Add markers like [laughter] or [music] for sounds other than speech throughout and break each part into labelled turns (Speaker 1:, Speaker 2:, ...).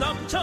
Speaker 1: 닥쳐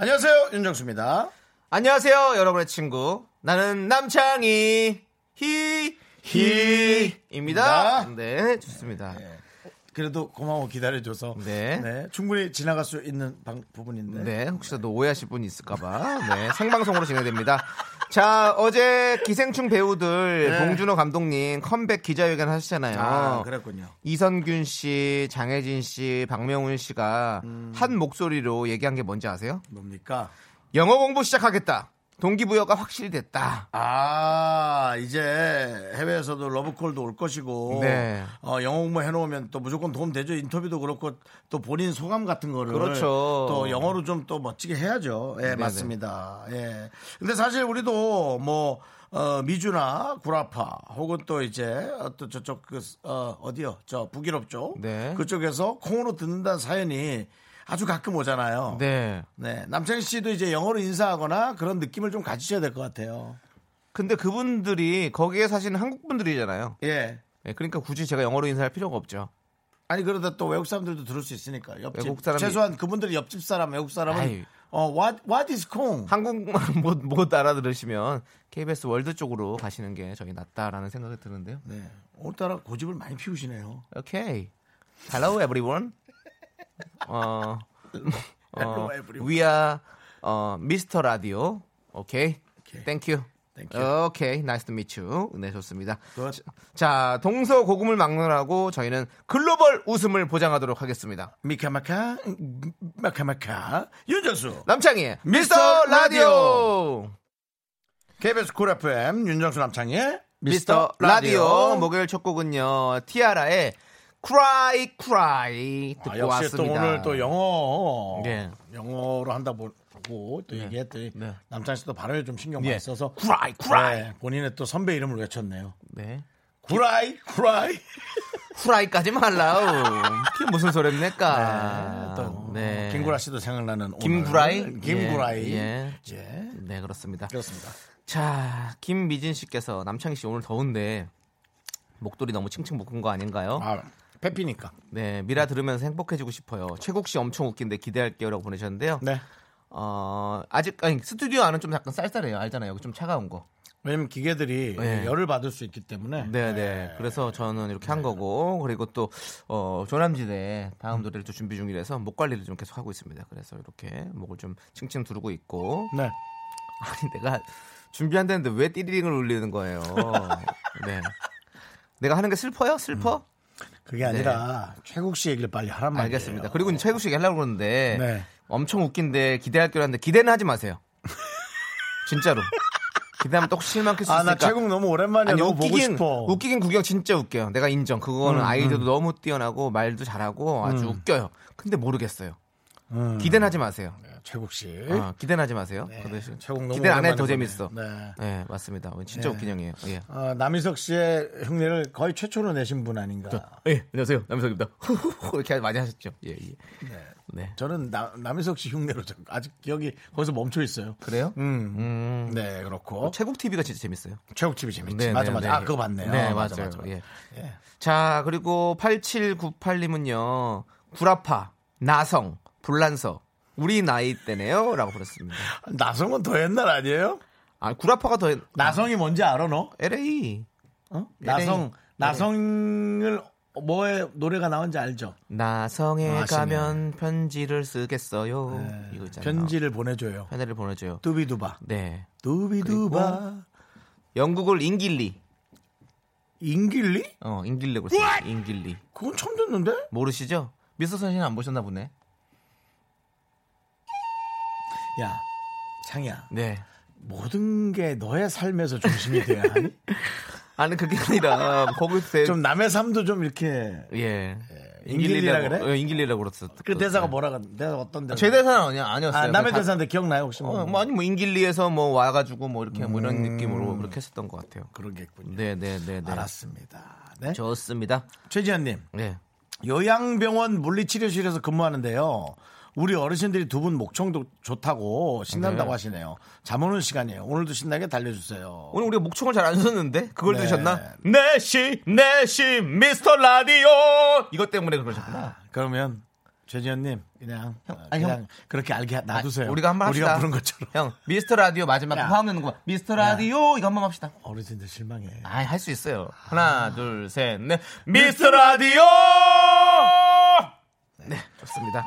Speaker 1: 안녕하세요 윤정수입니다
Speaker 2: 안녕하세요, 여러분의 친구. 나는 남창희. 히, 히. 입니다.
Speaker 1: 입니다.
Speaker 2: 네, 좋습니다.
Speaker 1: 그래도 고마워 기다려줘서
Speaker 2: 네.
Speaker 1: 충분히 지나갈 수 있는 방- 부분인데
Speaker 2: 네, 혹시라도 오해하실 분이 있을까봐. 네, 생방송으로 진행됩니다. 자, 어제 기생충 배우들
Speaker 1: 네.
Speaker 2: 봉준호 감독님 컴백 기자회견 하시잖아요.
Speaker 1: 아 그랬군요
Speaker 2: 이선균 씨, 장혜진 씨, 박명훈 씨가 한 목소리로 얘기한 게 뭔지 아세요?
Speaker 1: 뭡니까
Speaker 2: 영어 공부 시작하겠다. 동기부여가 확실히 됐다.
Speaker 1: 아 이제 해외에서도 러브콜도 올 것이고
Speaker 2: 네.
Speaker 1: 어, 영어 공부 해놓으면 또 무조건 도움 되죠 인터뷰도 그렇고 또 본인 소감 같은 거를
Speaker 2: 그렇죠.
Speaker 1: 또 영어로 좀 또 멋지게 해야죠 예 맞습니다 예 근데 사실 우리도 뭐 어, 미주나 구라파 혹은 또 이제 어, 또 저쪽 그 어, 어디요 저 북유럽 쪽
Speaker 2: 네.
Speaker 1: 그쪽에서 콩으로 듣는다는 사연이 아주 가끔 오잖아요
Speaker 2: 네.
Speaker 1: 네, 남창희 씨도 이제 영어로 인사하거나 그런 느낌을 좀 가지셔야 될 것 같아요.
Speaker 2: 근데 그분들이 거기에 사시는 한국 분들이잖아요.
Speaker 1: 예.
Speaker 2: 예, 그러니까 굳이 제가 영어로 인사할 필요가 없죠.
Speaker 1: 아니 그러다 또 외국 사람들도 들을 수 있으니까 옆집
Speaker 2: 외국 사람이-
Speaker 1: 최소한 그분들이 옆집 사람 외국 사람은
Speaker 2: 아유.
Speaker 1: 어 what what is 콩
Speaker 2: 한국말 [laughs] 못, 못 알아들으시면 KBS 월드 쪽으로 가시는 게 저희 낫다라는 생각이 드는데요.
Speaker 1: 네 오늘따라 고집을 많이 피우시네요.
Speaker 2: 오케이. Hello everyone. 어,
Speaker 1: Hello,
Speaker 2: 어,
Speaker 1: everyone.
Speaker 2: we are 어, Mr. Radio. 오케이.
Speaker 1: 오케이.
Speaker 2: Thank you.
Speaker 1: Thank
Speaker 2: 어,
Speaker 1: you.
Speaker 2: 오케이, 나이스 투 미츠. 네, 좋습니다.
Speaker 1: 그-
Speaker 2: 자, 동서 고금을 막론하고 저희는 글로벌 웃음을 보장하도록 하겠습니다.
Speaker 1: 미카마카 음, 마카마카 윤정수
Speaker 2: 남창희의 미스터
Speaker 1: 미스터
Speaker 2: 라디오.
Speaker 1: KBS 쿨 FM 윤정수 남창희
Speaker 2: 미스터 라디오 목요일 첫 곡은요 티아라의 Cry Cry 듣고
Speaker 1: 아, 역시
Speaker 2: 왔습니다.
Speaker 1: 또 오늘 또 영어
Speaker 2: 네.
Speaker 1: 영어로 한다고 또 얘기했더니
Speaker 2: 네.
Speaker 1: 남창희 씨도 발음에 좀 신경
Speaker 2: 예.
Speaker 1: 많이 써서
Speaker 2: Cry Cry
Speaker 1: 네, 본인의 또 선배 이름을 외쳤네요.
Speaker 2: 네
Speaker 1: 구라이 구라이
Speaker 2: 후라이까지 말라우 그게 무슨 소리입니까?
Speaker 1: 네,
Speaker 2: 네.
Speaker 1: 또 김구라 씨도 생각나는 오늘.
Speaker 2: 아, 김구라이?
Speaker 1: 김구라이
Speaker 2: 예, 예.
Speaker 1: 예.
Speaker 2: 네 그렇습니다.
Speaker 1: 그렇습니다
Speaker 2: 자 김미진 씨께서 남창희 씨 오늘 더운데 목도리 너무 칭칭 묶은 거 아닌가요?
Speaker 1: 아 페피니까
Speaker 2: 네 미라 들으면서 행복해지고 싶어요. 최국 씨 엄청 웃긴데 기대할게요라고 보내셨는데요.
Speaker 1: 네
Speaker 2: 어 아직 아니 스튜디오 안은 좀 약간 쌀쌀해요. 알잖아요. 여기 좀 차가운 거.
Speaker 1: 왜냐면 기계들이
Speaker 2: 예.
Speaker 1: 열을 받을 수 있기 때문에
Speaker 2: 네네. 그래서 저는 이렇게
Speaker 1: 네.
Speaker 2: 한 거고 그리고 또 어, 조남지대 다음 노래를 또 준비 중이라서 목 관리를 좀 계속 하고 있습니다. 그래서 이렇게 목을 좀 칭칭 두르고 있고 [laughs]
Speaker 1: 네.
Speaker 2: 아니 내가 준비한다는데 왜 띠리링을 울리는
Speaker 1: [laughs]
Speaker 2: 거예요? 네. 내가 하는 게 슬퍼요?
Speaker 1: 음.
Speaker 2: 슬퍼?
Speaker 1: 그게 아니라 최국 씨 얘기를 빨리 하란 말이에요
Speaker 2: 네. 알겠습니다. 그리고 이제 최국 씨 얘기하려고 그러는데
Speaker 1: 음. 네.
Speaker 2: 엄청 웃긴데 기대할 줄 알았는데 기대는 하지 마세요. 진짜로. 기대하면 또 혹시 실망할 수 있으니까.
Speaker 1: 아나 최국 너무 오랜만이야
Speaker 2: 아니
Speaker 1: 너무 보고
Speaker 2: 웃기긴
Speaker 1: 싶어 음,
Speaker 2: 웃기긴 구경 진짜 웃겨요. 내가 인정. 그거는 아이디어도 너무 뛰어나고 말도 잘하고 아주 웃겨요. 근데 모르겠어요.
Speaker 1: 음.
Speaker 2: 기대는 하지 마세요.
Speaker 1: 최국 씨
Speaker 2: 어, 기대는 하지 마세요.
Speaker 1: 네.
Speaker 2: 그 대신
Speaker 1: 최국 너무
Speaker 2: 기대 안 해도 더
Speaker 1: 오랜만에
Speaker 2: 재밌어. 네.
Speaker 1: 보네. 네.
Speaker 2: 맞습니다. 진짜
Speaker 1: 네.
Speaker 2: 웃긴 형이에요. 예.
Speaker 1: 어, 남희석 씨의 흉내를 거의 최초로 내신 분 아닌가
Speaker 2: 예, 안녕하세요. 남석입니다. [laughs] 이렇게 많이 하셨죠. 예, 예.
Speaker 1: 네.
Speaker 2: 네.
Speaker 1: 저는 나- 남희석 씨 흉내로 저- 아직 기억이 거기서 멈춰 있어요
Speaker 2: 그래요?
Speaker 1: 음.
Speaker 2: 음.
Speaker 1: 네 그렇고
Speaker 2: 최국 TV가 진짜 재밌어요.
Speaker 1: 최국집이 재밌지.
Speaker 2: 네,
Speaker 1: 맞아,
Speaker 2: 네,
Speaker 1: 맞아.
Speaker 2: 네.
Speaker 1: 아, 그거 봤네요.
Speaker 2: 네,
Speaker 1: 아,
Speaker 2: 맞아요. 예.
Speaker 1: 예.
Speaker 2: 자, 그리고 8798님은요. 구라파, 나성, 불란서. 우리 나이 때네요. 라고 보냈습니다.
Speaker 1: 나성은 더 옛날 아니에요?
Speaker 2: 아, 구라파가 더 옛-
Speaker 1: 나성이 뭔지 알아, 너?
Speaker 2: LA.
Speaker 1: 어? 나성, 나성을 뭐의 노래가 나온지 알죠?
Speaker 2: 나성에
Speaker 1: 아, 아시네. 네.
Speaker 2: 가면 편지를 쓰겠어요. 이거 있잖아요.
Speaker 1: 편지를 보내줘요.
Speaker 2: 편지를 보내줘요.
Speaker 1: 두비두바.
Speaker 2: 네.
Speaker 1: 두비두바.
Speaker 2: 영국을 잉길리.
Speaker 1: 인길리?
Speaker 2: 어, 잉길리라고 써요. 잉길리.
Speaker 1: 그건 처음 듣는데?
Speaker 2: 모르시죠? 미스 선생님 안 보셨나 보네.
Speaker 1: 야, 창이야.
Speaker 2: 네.
Speaker 1: 모든 게 너의 삶에서 중심이 돼야
Speaker 2: [laughs]
Speaker 1: 하니? 그
Speaker 2: 아,
Speaker 1: [laughs]
Speaker 2: 아니 그게 아니라 거기서
Speaker 1: 좀 남의 삶도 좀 이렇게
Speaker 2: 예.
Speaker 1: 임길리라 그래?
Speaker 2: 예, 임길리라고 그랬어.
Speaker 1: 그 대사가 뭐라 그랬 대사 어떤 대사?
Speaker 2: 제 대사는 아니야, 아니었어요.
Speaker 1: 아, 남의
Speaker 2: 그냥 가-
Speaker 1: 대사인데 기억나요 혹시? 뭐?
Speaker 2: 어, 뭐 아니 뭐 임길리에서 뭐 와가지고 뭐 이렇게 뭐
Speaker 1: 음.
Speaker 2: 이런 느낌으로 그렇게 했었던 것 같아요.
Speaker 1: 그러겠군요.
Speaker 2: 네, 네, 네, 네.
Speaker 1: 알았습니다. 네.
Speaker 2: 좋습니다.
Speaker 1: 최지현님
Speaker 2: 네.
Speaker 1: 요양병원 물리치료실에서 근무하는데요. 우리 어르신들이 두 분 목청도 좋다고 신난다고
Speaker 2: 네.
Speaker 1: 하시네요. 잠 오는 시간이에요. 오늘도 신나게 달려주세요.
Speaker 2: 오늘 우리가 목청을 잘 안 썼는데 그걸
Speaker 1: 네.
Speaker 2: 들으셨나? 내시 내시 미스터 라디오 이것 때문에 그러셨구나.
Speaker 1: 그러면 최지현님 그냥 어,
Speaker 2: 아니,
Speaker 1: 그냥
Speaker 2: 형.
Speaker 1: 그렇게 알게 놔두세요.
Speaker 2: 우리가 한번 합시다.
Speaker 1: 우리가 부른 것처럼
Speaker 2: 형 미스터 라디오 마지막
Speaker 1: 야.
Speaker 2: 화음 내는 거. 미스터 라디오 이거 한번 합시다.
Speaker 1: 어르신들 실망해.
Speaker 2: 아, 할 수 있어요.
Speaker 1: 아.
Speaker 2: 하나, 둘, 셋, 넷. 미스터 라디오! 네, 좋습니다.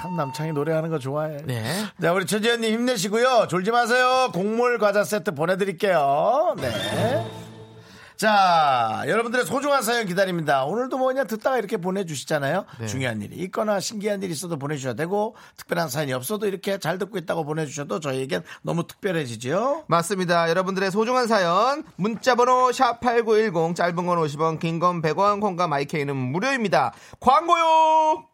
Speaker 1: 참 남창이 노래하는 거 좋아해.
Speaker 2: 네.
Speaker 1: 자, 우리 최지현님 힘내시고요. 졸지 마세요. 곡물 과자 세트 보내드릴게요. 네. 자, 여러분들의 소중한 사연 기다립니다. 오늘도 뭐냐 듣다가 이렇게 보내주시잖아요.
Speaker 2: 네.
Speaker 1: 중요한 일이 있거나 신기한 일이 있어도 보내주셔야 되고, 특별한 사연이 없어도 이렇게 잘 듣고 있다고 보내주셔도 저희에겐 너무 특별해지죠.
Speaker 2: 맞습니다. 여러분들의 소중한 사연, 문자번호 샵8910, 짧은 건 50원, 긴 건 100원, 콩과 마이케이는 무료입니다. 광고요!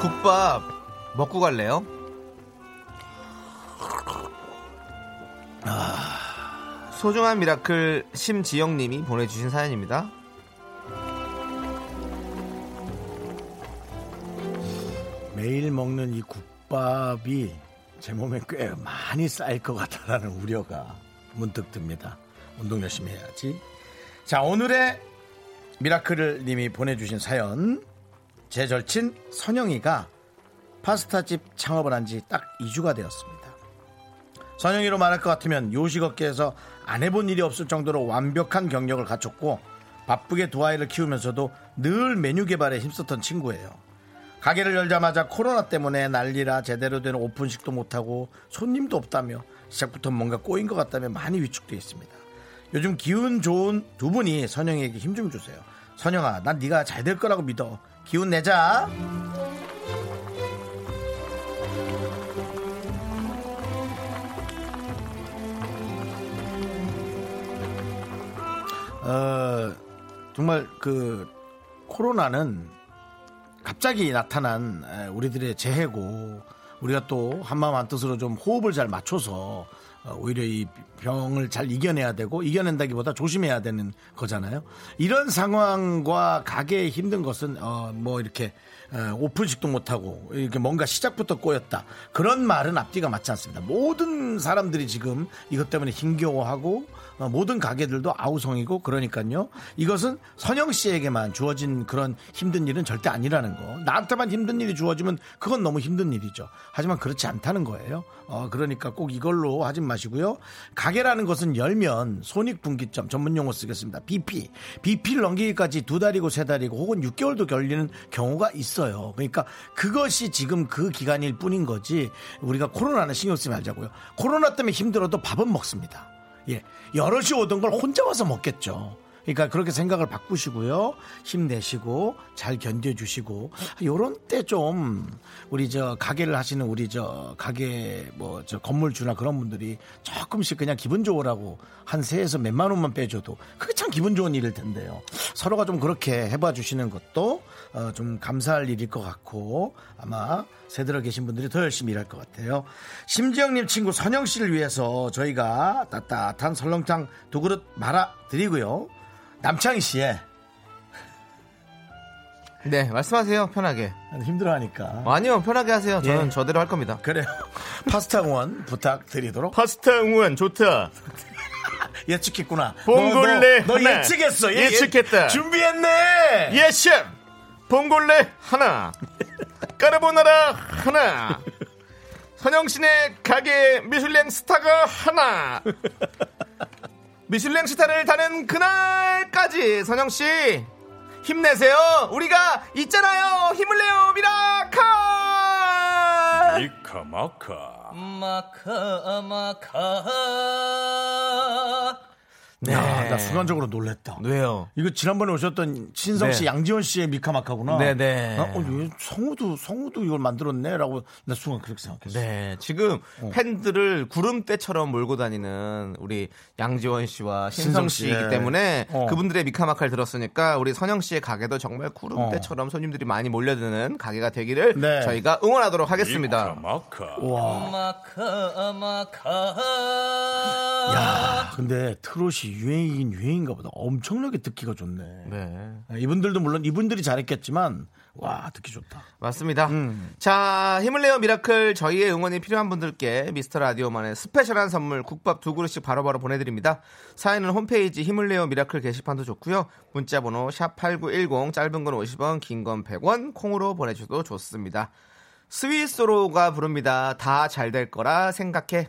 Speaker 2: 국밥 먹고 갈래요? 소중한 미라클 심지영님이 보내주신 사연입니다.
Speaker 1: 매일 먹는 이 국밥이 제 몸에 꽤 많이 쌓일 것 같다라는 우려가 문득 듭니다. 운동 열심히 해야지. 자, 오늘의 미라클 님이 보내주신 사연. 제 절친 선영이가 파스타집 창업을 한 지 딱 2주가 되었습니다. 선영이로 말할 것 같으면 요식업계에서 안 해본 일이 없을 정도로 완벽한 경력을 갖췄고 바쁘게 두 아이를 키우면서도 늘 메뉴 개발에 힘썼던 친구예요. 가게를 열자마자 코로나 때문에 난리라 제대로 된 오픈식도 못하고 손님도 없다며 시작부터 뭔가 꼬인 것 같다며 많이 위축돼 있습니다. 요즘 기운 좋은 두 분이 선영에게 힘 좀 주세요. 선영아, 난 네가 잘 될 거라고 믿어. 기운 내자. 어, 정말 그 코로나는 갑자기 나타난 에, 우리들의 재해고 우리가 또 한마음 한뜻으로 좀 호흡을 잘 맞춰서 어, 오히려 이 병을 잘 이겨내야 되고 이겨낸다기보다 조심해야 되는 거잖아요. 이런 상황과 가게에 힘든 것은 어, 뭐 이렇게 에, 오픈식도 못하고 이렇게 뭔가 시작부터 꼬였다 그런 말은 앞뒤가 맞지 않습니다. 모든 사람들이 지금 이것 때문에 힘겨워하고 어, 모든 가게들도 아우성이고 그러니까요. 이것은 선영 씨에게만 주어진 그런 힘든 일은 절대 아니라는 거. 나한테만 힘든 일이 주어지면 그건 너무 힘든 일이죠. 하지만 그렇지 않다는 거예요. 어, 그러니까 꼭 이걸로 하진 마시고요. 가게라는 것은 열면 손익분기점 전문 용어 쓰겠습니다. BP. BP를 넘기기까지 두 달이고 세 달이고 혹은 6개월도 걸리는 경우가 있어요. 그러니까 그것이 지금 그 기간일 뿐인 거지 우리가 코로나는 신경 쓰지 말자고요. 코로나 때문에 힘들어도 밥은 먹습니다. 예. 여럿이 오던 걸 혼자 와서 먹겠죠. 그러니까 그렇게 생각을 바꾸시고요. 힘내시고 잘 견뎌주시고 아, 요런 때 좀 우리 저 가게를 하시는 우리 저 가게 뭐 저 건물주나 그런 분들이 조금씩 그냥 기분 좋으라고 한 세에서 몇만 원만 빼줘도 그게 참 기분 좋은 일일 텐데요. 서로가 좀 그렇게 해봐 주시는 것도 어, 좀 감사할 일일 것 같고 아마 세들어 계신 분들이 더 열심히 일할 것 같아요. 심지영님 친구 선영 씨를 위해서 저희가 따뜻한 설렁탕 두 그릇 말아 드리고요. 남창희 씨의
Speaker 2: 네, 말씀하세요. 편하게.
Speaker 1: 힘들어하니까
Speaker 2: 아니요, 편하게 하세요. 저는
Speaker 1: 예.
Speaker 2: 저대로 할 겁니다.
Speaker 1: 그래요. 파스타 공원 부탁드리도록
Speaker 2: 파스타 응원 좋다.
Speaker 1: 예측했구나.
Speaker 2: 봉골레
Speaker 1: 너, 너, 너
Speaker 2: 하나.
Speaker 1: 예측했어. 예,
Speaker 2: 예측했다.
Speaker 1: 예, 준비했네.
Speaker 2: 예, 셰프! 봉골레 하나. 까르보나라 하나. 선영신의 가게 미슐랭 스타가 하나. 미슐랭 스타를 타는 그날까지 선영씨 힘내세요. 우리가 있잖아요. 힘을 내요. 미라카! 음,
Speaker 3: 이카마카
Speaker 2: 마카 마카
Speaker 1: 네. 야, 나 순간적으로 놀랬다.
Speaker 2: 왜요?
Speaker 1: 이거 지난번에 오셨던 신성 씨,
Speaker 2: 네.
Speaker 1: 양지원 씨의 미카마카구나.
Speaker 2: 네네.
Speaker 1: 어, 어, 얘 성우도 성우도 이걸 만들었네라고 나 순간 그렇게 생각했어.
Speaker 2: 네, 지금 팬들을 구름대처럼 몰고 다니는 우리 양지원 씨와
Speaker 1: 신성
Speaker 2: 신성
Speaker 1: 씨,
Speaker 2: 씨이기
Speaker 1: 예.
Speaker 2: 때문에
Speaker 1: 어.
Speaker 2: 그분들의 미카마카를 들었으니까 우리 선영 씨의 가게도 정말 구름대처럼 손님들이 많이 몰려드는 가게가 되기를
Speaker 1: 어. 네. 예,
Speaker 2: 저희가 응원하도록 하겠습니다.
Speaker 1: 야, 근데 트롯이 유행이긴 유행인가 보다. 엄청나게 듣기가 좋네. 아,
Speaker 2: 네.
Speaker 1: 이분들도 물론 이분들이 잘했겠지만 와 듣기 좋다.
Speaker 2: 맞습니다. 자, 힘을 내요 미라클 저희의 응원이 필요한 분들께 미스터 라디오만의 스페셜한 선물 국밥 두 그릇씩 바로바로 보내드립니다. 사연은 홈페이지 힘을 내요 미라클 게시판도 좋고요. 문자번호 샵 #8910 짧은 건 50원, 긴 건 100원 콩으로 보내주셔도 좋습니다. 스위스로가 부릅니다. 다 잘 될 거라 생각해.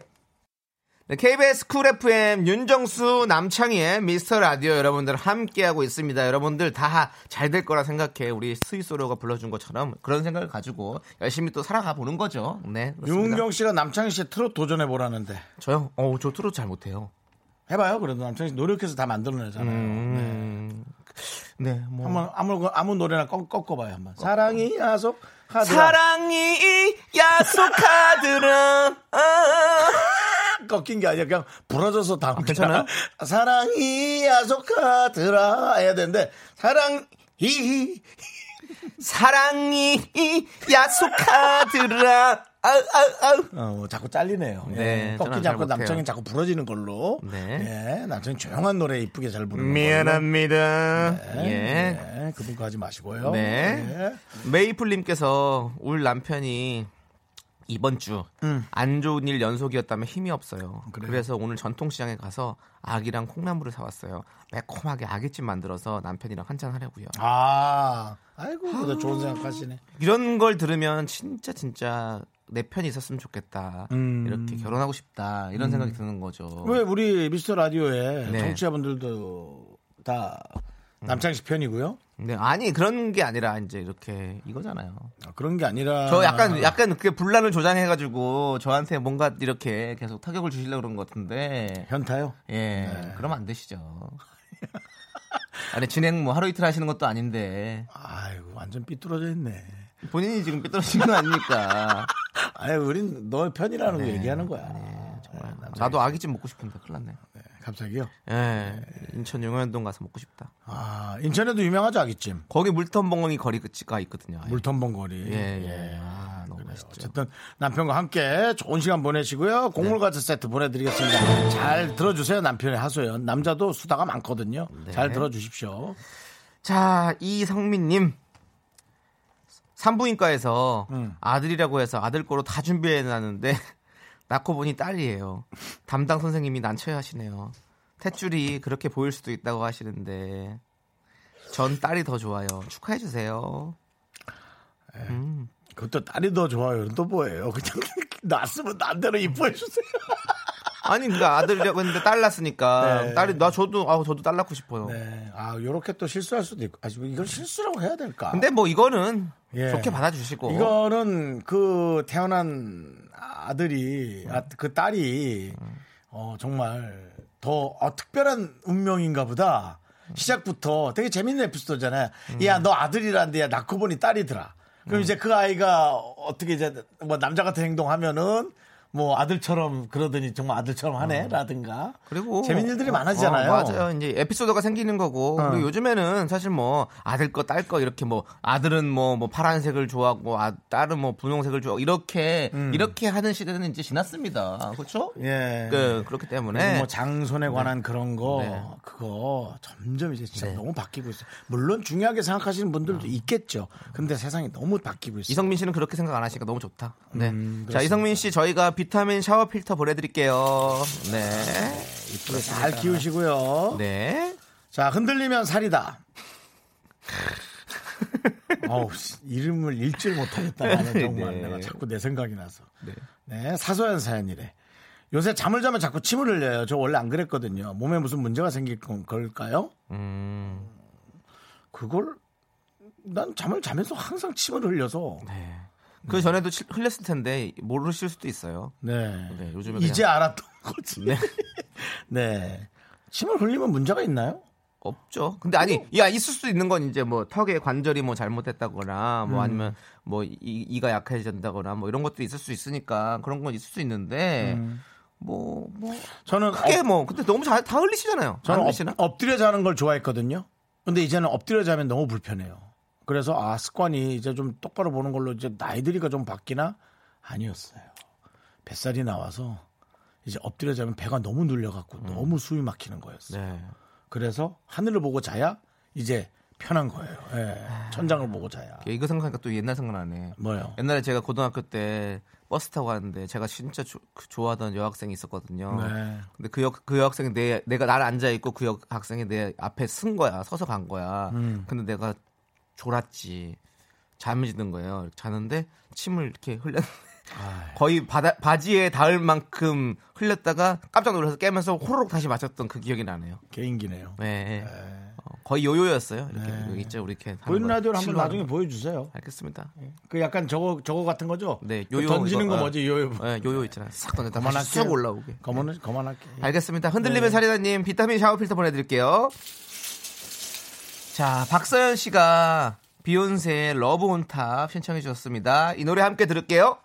Speaker 2: 네, KBS 쿨 FM 윤정수 남창희의 미스터 라디오 여러분들 함께하고 있습니다. 여러분들 다 잘 될 거라 생각해. 우리 스위스로가 불러준 것처럼 그런 생각을 가지고 열심히 또 살아가 보는 거죠. 네. 그렇습니다.
Speaker 1: 유은경 씨가 남창희 씨의 트롯 도전해 보라는데
Speaker 2: 저요? 어, 저 트롯 잘 못해요.
Speaker 1: 해봐요. 그래도 남창희 씨 노력해서 다 만들어내잖아요.
Speaker 2: 음. 네. 뭐.
Speaker 1: 한번 아무 아무 노래나 꺾, 꺾어봐요 한번. 사랑이 야속 하드.
Speaker 2: 사랑이 약속하드라. 아.
Speaker 1: 꺾인 게 아니라 그냥 부러져서 다음 아,
Speaker 2: 괜찮아요?
Speaker 1: [laughs] 사랑이 야속하더라 해야 되는데 사랑 이
Speaker 2: 사랑이 약속하드라. 아우, 아우, 아우.
Speaker 1: 어, 자꾸 잘리네요.
Speaker 2: 네,
Speaker 1: 예,
Speaker 2: 저는
Speaker 1: 꺾이지
Speaker 2: 잘
Speaker 1: 않고
Speaker 2: 못해요.
Speaker 1: 남창이 자꾸 부러지는 걸로.
Speaker 2: 네.
Speaker 1: 예, 남창이 조용한 노래 이쁘게 잘 부르는
Speaker 2: 미안합니다.
Speaker 1: 걸로.
Speaker 2: 예.
Speaker 1: 예, 그분 거 하지 마시고요.
Speaker 2: 네.
Speaker 1: 예.
Speaker 2: 메이플님께서 울 남편이 이번 주 안 좋은 일 연속이었다면 힘이 없어요. 음. 그래서 오늘 전통시장에 가서 아기랑 콩나물을 사왔어요. 매콤하게 아기찜 만들어서 남편이랑 한잔 하려고요.
Speaker 1: 아, 아이고, 그래도 좋은 생각하시네.
Speaker 2: 이런 걸 들으면 진짜 진짜 내 편이 있었으면 좋겠다. 이렇게 결혼하고 싶다. 이런 생각이 드는 거죠.
Speaker 1: 왜 우리 미스터 라디오에
Speaker 2: 네.
Speaker 1: 정치자분들도 다 남창희 씨 편이고요.
Speaker 2: 근데 아니 그런 게 아니라 이제 이렇게 이거잖아요.
Speaker 1: 아, 그런 게 아니라
Speaker 2: 저 약간 약간 그 분란을 조장해가지고 저한테 뭔가 이렇게 계속 타격을 주시려고 그런 것 같은데
Speaker 1: 현타요.
Speaker 2: 예, 그러면 안 되시죠. 아니 진행 뭐 하루 이틀 하시는 것도 아닌데
Speaker 1: 아이고 완전 삐뚤어져 있네.
Speaker 2: 본인이 지금 삐뚤어진 거 아닙니까?
Speaker 1: 아니 우린 너 편이라는 거 얘기하는 거야.
Speaker 2: 정말 나도 아기찜 먹고 싶은데 큰일 났네.
Speaker 1: 아, 네, 갑자기요.
Speaker 2: 예, 인천 용현동 가서 먹고 싶다.
Speaker 1: 아 인천에도 유명하죠 아기찜.
Speaker 2: 거기 물텀벙이 거리가 있거든요. 아예.
Speaker 1: 물텀벙 거리.
Speaker 2: 예, 예. 아, 너무 맛있죠.
Speaker 1: 어쨌든 남편과 함께 좋은 시간 보내시고요. 곡물과자 세트 보내드리겠습니다. 잘 들어주세요 남편의 하소연. 남자도 수다가 많거든요. 잘 들어주십시오.
Speaker 2: 자, 이성민님. 산부인과에서
Speaker 1: 음.
Speaker 2: 아들이라고 해서 아들 거로 다 준비해놨는데 [laughs] 낳고 보니 딸이에요. 담당 선생님이 난처해하시네요. 탯줄이 그렇게 보일 수도 있다고 하시는데 전 딸이 더 좋아요. 축하해 주세요.
Speaker 1: 그것도 딸이 더 좋아요. 또 뭐예요? 그냥 [laughs] 났으면 남대로 이뻐해 주세요.
Speaker 2: 아니 그러니까 아들이라고 했는데 딸 낳았으니까
Speaker 1: 네.
Speaker 2: 딸이 나 저도 아 저도 딸 낳고 싶어요.
Speaker 1: 네. 아 요렇게 또 실수할 수도 있고. 아 이걸 실수라고 해야 될까?
Speaker 2: 근데 뭐 이거는
Speaker 1: 예.
Speaker 2: 좋게 받아주시고
Speaker 1: 이거는 그 태어난 아들이 아, 그 딸이 어, 정말 더 어, 특별한 운명인가 보다. 시작부터 되게 재밌는 에피소드잖아요.
Speaker 2: 음.
Speaker 1: 야 너 아들이란데 야 낳고 보니 딸이더라. 그럼 이제 그 아이가 어떻게 이제 뭐 남자 같은 행동하면은 뭐 아들처럼 그러더니 정말 아들처럼 하네라든가
Speaker 2: 그리고
Speaker 1: 재밌는 일들이
Speaker 2: 어,
Speaker 1: 많아지잖아요. 어.
Speaker 2: 어, 맞아요. 이제 에피소드가 생기는 거고 그리고 요즘에는 사실 뭐 아들 거 딸 거 이렇게 뭐 아들은 뭐 뭐 파란색을 좋아하고 아, 딸은 뭐 분홍색을 좋아하고 이렇게
Speaker 1: 음.
Speaker 2: 이렇게 하는 시대는 이제 지났습니다. 그렇죠?
Speaker 1: 예.
Speaker 2: 그, 그렇기
Speaker 1: 그리고
Speaker 2: 때문에
Speaker 1: 뭐 장손에 관한 그런 거
Speaker 2: 네.
Speaker 1: 그거 점점 이제 진짜 너무 바뀌고 있어요. 물론 중요하게 생각하시는 분들도 있겠죠. 근데 세상이 너무 바뀌고 있어요.
Speaker 2: 이성민 씨는 그렇게 생각 안 하시니까 너무 좋다. 네.
Speaker 1: 음, 그렇습니다.
Speaker 2: 자, 이성민 씨 저희가 비타민 샤워 필터 보내 드릴게요. 네.
Speaker 1: 이쁘게 잘 키우시고요.
Speaker 2: 네.
Speaker 1: 자 흔들리면 살이다. 어우 씨, 이름을 읽질 못하겠다 나는 정말
Speaker 2: 네.
Speaker 1: 내가 자꾸 내 생각이 나서. 네. 사소한 사연이래. 요새 잠을 자면 자꾸 침을 흘려요. 저 원래 안 그랬거든요. 몸에 무슨 문제가 생길 건- 걸까요?
Speaker 2: 음.
Speaker 1: 그걸 난 잠을 자면서 항상 침을 흘려서
Speaker 2: 네. 그 전에도 칠- 흘렸을 텐데 모르실 수도 있어요.
Speaker 1: 네.
Speaker 2: 네, 요즘에
Speaker 1: 이제 알았던 거지.
Speaker 2: 네.
Speaker 1: [laughs] 네. 침을 흘리면 문제가 있나요?
Speaker 2: 없죠. 근데 아니, 야 있을 수도 있는 건 이제 뭐 턱의 관절이 뭐 잘못됐다거나
Speaker 1: 음.
Speaker 2: 뭐 아니면 뭐 이, 이가 약해진다거나 뭐 이런 것도 있을 수 있으니까 그런 건 있을 수 있는데
Speaker 1: 음.
Speaker 2: 뭐 뭐
Speaker 1: 저는
Speaker 2: 크게
Speaker 1: 엎-
Speaker 2: 뭐 근데 너무 잘 다 흘리시잖아요. 안
Speaker 1: 저는
Speaker 2: 흘리시나?
Speaker 1: 엎, 드려 자는 걸 좋아했거든요. 근데 이제는 엎드려 자면 너무 불편해요. 그래서 아 습관이 이제 좀 똑바로 보는 걸로 이제 나이 들이가 좀 바뀌나 아니었어요. 뱃살이 나와서 이제 엎드려 자면 배가 너무 눌려갖고 너무 숨이 막히는 거였어요.
Speaker 2: 음. 네.
Speaker 1: 그래서 하늘을 보고 자야 이제 편한 거예요. 예.
Speaker 2: 아.
Speaker 1: 천장을 보고 자야.
Speaker 2: 이거 생각하니까 또 옛날 생각나네.
Speaker 1: 뭐요?
Speaker 2: 옛날에 제가 고등학교 때 버스 타고 갔는데 제가 진짜 조- 그 좋아하던 여학생이 있었거든요.
Speaker 1: 네.
Speaker 2: 근데 그, 여, 그 여학생이 내, 내가 날 앉아 있고 그 여학생이 내 앞에 쓴 거야. 서서 간 거야.
Speaker 1: 음.
Speaker 2: 근데 내가 졸았지. 잠이 드는 거예요. 이렇게 자는데 침을 이렇게 흘렸는데 거의 바다, 바지에 닿을 만큼 흘렸다가 깜짝 놀라서 깨면서 호로록 다시 맞췄던 그 기억이 나네요.
Speaker 1: 개인기네요. 네.
Speaker 2: 네. 어, 거의 요요였어요. 이렇게 여기 있죠. 우리 이렇게 하는
Speaker 1: 보이는
Speaker 2: 거.
Speaker 1: 라디오를 한번
Speaker 2: 실로 하는
Speaker 1: 나중에
Speaker 2: 거.
Speaker 1: 보여주세요.
Speaker 2: 알겠습니다.
Speaker 1: 그 약간 저거 저거 같은 거죠?
Speaker 2: 네,
Speaker 1: 그
Speaker 2: 요요
Speaker 1: 던지는
Speaker 2: 이거,
Speaker 1: 거
Speaker 2: 아.
Speaker 1: 뭐지? 요요.
Speaker 2: 네, 요요 있잖아요. 싹 던졌다 다시
Speaker 1: 그만할게요.
Speaker 2: 쑥 올라오게.
Speaker 1: 그만은 그만할게.
Speaker 2: 알겠습니다. 흔들림의 사리다님 비타민 샤워 필터 보내드릴게요. 자, 박서연 씨가 비욘세의 러브 온탑 신청해 주셨습니다. 이 노래 함께 들을게요.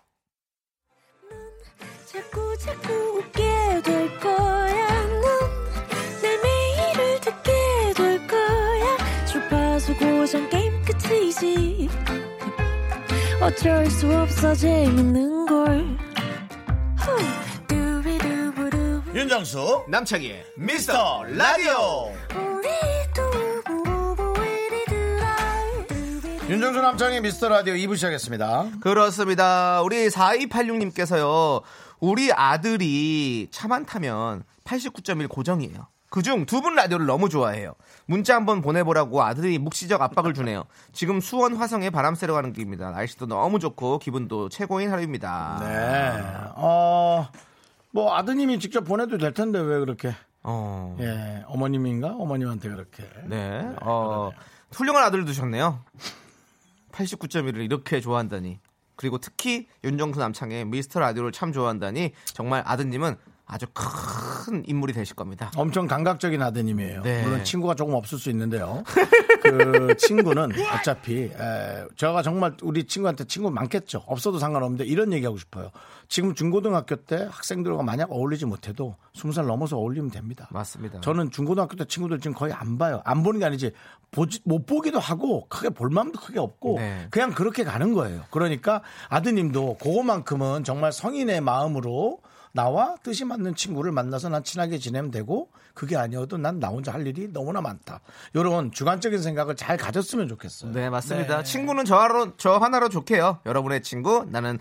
Speaker 4: 자꾸 자꾸 웃게 될 거야. 넌내 매일을 듣게 될 거야. 주파수 고정 게임 끝이지. 어쩔 수 없어 재밌는 걸. 후. 두비두부두.
Speaker 1: 윤정수
Speaker 2: 남창희의
Speaker 1: 미스터 라디오.
Speaker 4: 우리 두부부부 우리 두라. 두비두부.
Speaker 1: 윤정수 남창의 미스터 라디오 2부 시작했습니다. 네.
Speaker 2: 그렇습니다. 우리 4286님께서요. 우리 아들이 차만 타면 89.1 고정이에요. 그중 두 분 라디오를 너무 좋아해요. 문자 한번 보내보라고 아들이 묵시적 압박을 주네요. 지금 수원 화성에 바람 쐬러 가는 길입니다. 날씨도 너무 좋고 기분도 최고인 하루입니다.
Speaker 1: 네.
Speaker 2: 아.
Speaker 1: 어, 뭐 아드님이 직접 보내도 될 텐데 왜 그렇게?
Speaker 2: 어.
Speaker 1: 예, 어머님인가? 어머님한테 그렇게.
Speaker 2: 네. 어, 훌륭한 아들을 두셨네요. 89.1을 이렇게 좋아한다니. 그리고 특히 윤정수 남창의 미스터 라디오를 참 좋아한다니 정말 아드님은 아주 큰 인물이 되실 겁니다.
Speaker 1: 엄청 감각적인 아드님이에요.
Speaker 2: 아. 네.
Speaker 1: 물론 친구가 조금 없을 수 있는데요. 그 [laughs] 친구는 어차피 에, 제가 정말 우리 친구한테 친구 많겠죠. 없어도 상관없는데 이런 얘기하고 싶어요. 지금 중고등학교 때 학생들과 만약 어울리지 못해도 20살 넘어서 어울리면 됩니다.
Speaker 2: 맞습니다.
Speaker 1: 저는 중고등학교 때 친구들 지금 거의 안 봐요. 안 보는 게 아니지 보지, 못 보기도 하고 크게 볼 마음도 크게 없고
Speaker 2: 네.
Speaker 1: 그냥 그렇게 가는 거예요. 그러니까 아드님도 그거만큼은 정말 성인의 마음으로 나와 뜻이 맞는 친구를 만나서 난 친하게 지내면 되고 그게 아니어도 난 나 혼자 할 일이 너무나 많다. 이런 주관적인 생각을 잘 가졌으면 좋겠어요.
Speaker 2: 네, 맞습니다. 친구는 저 하나로, 저 하나로 좋게요. 여러분의 친구, 나는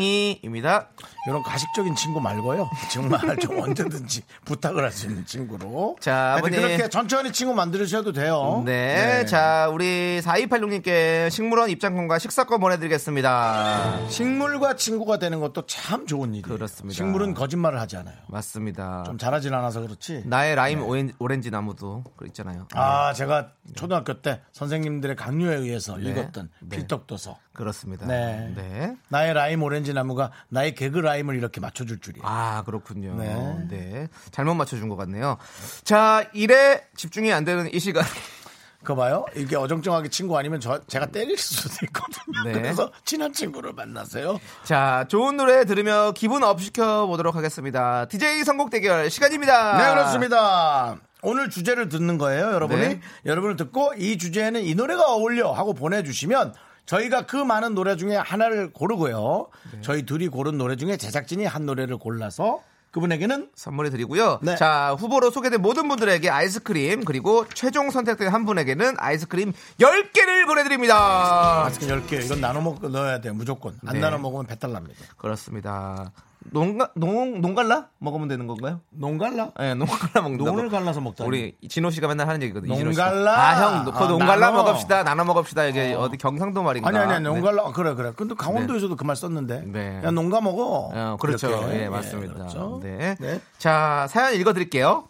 Speaker 2: 남창희입니다.
Speaker 1: 이런 가식적인 친구 말고요. 정말
Speaker 2: [laughs]
Speaker 1: 좀 언제든지 부탁을 할 수 있는 친구로.
Speaker 2: 자,
Speaker 1: 하여튼
Speaker 2: 아버님.
Speaker 1: 그렇게 천천히 친구 만들으셔도 돼요.
Speaker 2: 네, 자, 우리 4286님께 식물원 입장권과 식사권 보내드리겠습니다.
Speaker 1: 식물과 친구가 되는 것도 참 좋은 일이에요.
Speaker 2: 그렇습니다.
Speaker 1: 식물은 거짓말을 하지 않아요.
Speaker 2: 맞습니다.
Speaker 1: 좀 자라진 않아서 그렇지.
Speaker 2: 나의 라임 오렌지, 오렌지 나무도 그 있잖아요.
Speaker 1: 아, 제가
Speaker 2: 네.
Speaker 1: 초등학교 때 선생님들의 강요에 의해서 읽었던
Speaker 2: 네.
Speaker 1: 필독도서.
Speaker 2: 그렇습니다.
Speaker 1: 네.
Speaker 2: 네.
Speaker 1: 나의 라임 오렌지 나무가 나의 개그 라임을 이렇게 맞춰줄 줄이야.
Speaker 2: 아 그렇군요.
Speaker 1: 네.
Speaker 2: 네. 잘못 맞춰준 것 같네요. 자 일에 집중이 안 되는 이 시간. [laughs]
Speaker 1: 그거 봐요. 이게 어정쩡하게 친구 아니면 저, 제가 때릴 수도 있거든요.
Speaker 2: 네.
Speaker 1: 그래서 친한 친구를 만나세요.
Speaker 2: 자 좋은 노래 들으며 기분 업 시켜 보도록 하겠습니다. DJ 선곡 대결 시간입니다.
Speaker 1: 네, 그렇습니다. 오늘 주제를 듣는 거예요, 여러분이.
Speaker 2: 네.
Speaker 1: 여러분을 듣고 이 주제에는 이 노래가 어울려 하고 보내주시면 저희가 그 많은 노래 중에 하나를 고르고요.
Speaker 2: 네.
Speaker 1: 저희 둘이 고른 노래 중에 제작진이 한 노래를 골라서 그분에게는
Speaker 2: 선물해 드리고요.
Speaker 1: 네.
Speaker 2: 자 후보로 소개된 모든 분들에게 아이스크림 그리고 최종 선택된 한 분에게는 아이스크림 10개를 보내드립니다.
Speaker 1: 아스킨 10개 이건 나눠 먹, 넣어야 돼요, 무조건. 안
Speaker 2: 네.
Speaker 1: 나눠 먹으면 배탈 납니다.
Speaker 2: 그렇습니다. 농가, 농, 농갈라? 먹으면 되는 건가요?
Speaker 1: 농갈라?
Speaker 2: 예, 농갈라 먹는다고.
Speaker 1: 농을 갈라서 먹다니.
Speaker 2: 우리 진호 씨가 맨날 하는 얘기거든요. 이진호 씨가.
Speaker 1: 농갈라.
Speaker 2: 아 형, 그
Speaker 1: 아,
Speaker 2: 농갈라
Speaker 1: 나눠.
Speaker 2: 먹읍시다. 나눠 먹읍시다. 이게 어. 디 경상도 말인가?
Speaker 1: 아니, 아니, 아니,
Speaker 2: 네.
Speaker 1: 농갈라. 아, 그래, 그래. 근데 강원도에서도 그 말 썼는데.
Speaker 2: 네.
Speaker 1: 야, 농가 먹어.
Speaker 2: 어, 그렇죠.
Speaker 1: 이렇게.
Speaker 2: 예, 맞습니다.
Speaker 1: 그렇죠.
Speaker 2: 네.
Speaker 1: 네.
Speaker 2: 자, 사연 읽어드릴게요.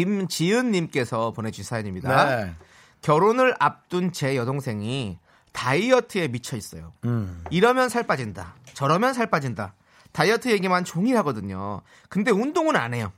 Speaker 2: 김지은님께서 보내주신 사연입니다.
Speaker 1: 네.
Speaker 2: 결혼을 앞둔 제 여동생이 다이어트에 미쳐 있어요. 이러면 살 빠진다. 저러면 살 빠진다. 다이어트 얘기만 종일 하거든요. [laughs] 근데 운동은 안 해요.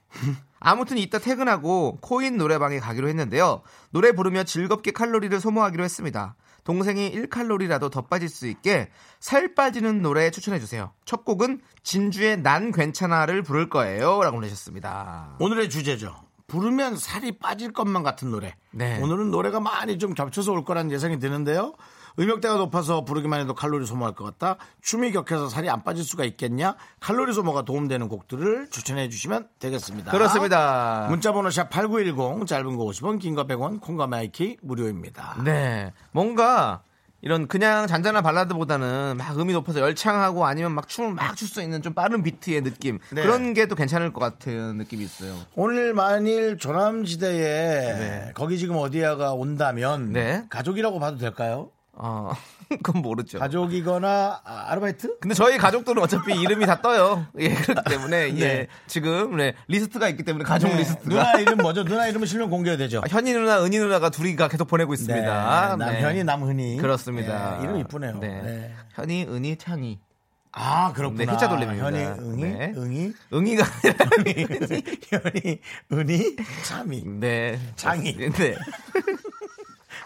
Speaker 2: 아무튼 이따 퇴근하고 코인 노래방에 가기로 했는데요. 노래 부르며 즐겁게 칼로리를 소모하기로 했습니다. 동생이 1칼로리라도 더 빠질 수 있게 살 빠지는 노래 추천해주세요. 첫 곡은 진주의 난 괜찮아를 부를 거예요. 라고 보내셨습니다.
Speaker 1: 오늘의 주제죠. 부르면 살이 빠질 것만 같은 노래.
Speaker 2: 네.
Speaker 1: 오늘은 노래가 많이 좀 겹쳐서 올 거라는 예상이 드는데요. 음역대가 높아서 부르기만 해도 칼로리 소모할 것 같다. 춤이 격해서 살이 안 빠질 수가 있겠냐? 칼로리 소모가 도움되는 곡들을 추천해 주시면 되겠습니다.
Speaker 2: 그렇습니다.
Speaker 1: 문자번호 샵 8910, 짧은 거 50원, 긴 거 100원, 콩과 마이키 무료입니다.
Speaker 2: 네. 뭔가 이런 그냥 잔잔한 발라드보다는 막 음이 높아서 열창하고 아니면 막 춤을 막 출 수 있는 좀 빠른 비트의 느낌.
Speaker 1: 네.
Speaker 2: 그런 게 또 괜찮을 것 같은 느낌이 있어요.
Speaker 1: 오늘 만일 조남지대에 거기 지금 어디야가 온다면
Speaker 2: 네.
Speaker 1: 가족이라고 봐도 될까요?
Speaker 2: 어, [laughs] 그건 모르죠.
Speaker 1: 가족이거나 아, 아르바이트?
Speaker 2: 근데 저희 가족들은 어차피 이름이 다 떠요. 예, 그렇기 때문에
Speaker 1: 네.
Speaker 2: 예, 지금 네, 리스트가 있기 때문에 가족
Speaker 1: 네,
Speaker 2: 리스트가
Speaker 1: 누나 이름 뭐죠? 누나 이름은 실명 공개되죠.
Speaker 2: 아, 현이 누나, 은희 누나가 둘이가 계속 보내고 있습니다.
Speaker 1: 네,
Speaker 2: 네.
Speaker 1: 남현이 남흔이
Speaker 2: 그렇습니다.
Speaker 1: 네, 이름 이쁘네요.
Speaker 2: 네.
Speaker 1: 네.
Speaker 2: 현이, 은희, 창이.
Speaker 1: 아 그렇구나.
Speaker 2: 네, 희자 돌림입니다.
Speaker 1: 현이 응이
Speaker 2: 네.
Speaker 1: 응이
Speaker 2: 응이가
Speaker 1: [laughs]
Speaker 2: 아니라
Speaker 1: 현이 은이 참이
Speaker 2: 네.
Speaker 1: 장이.
Speaker 2: 네.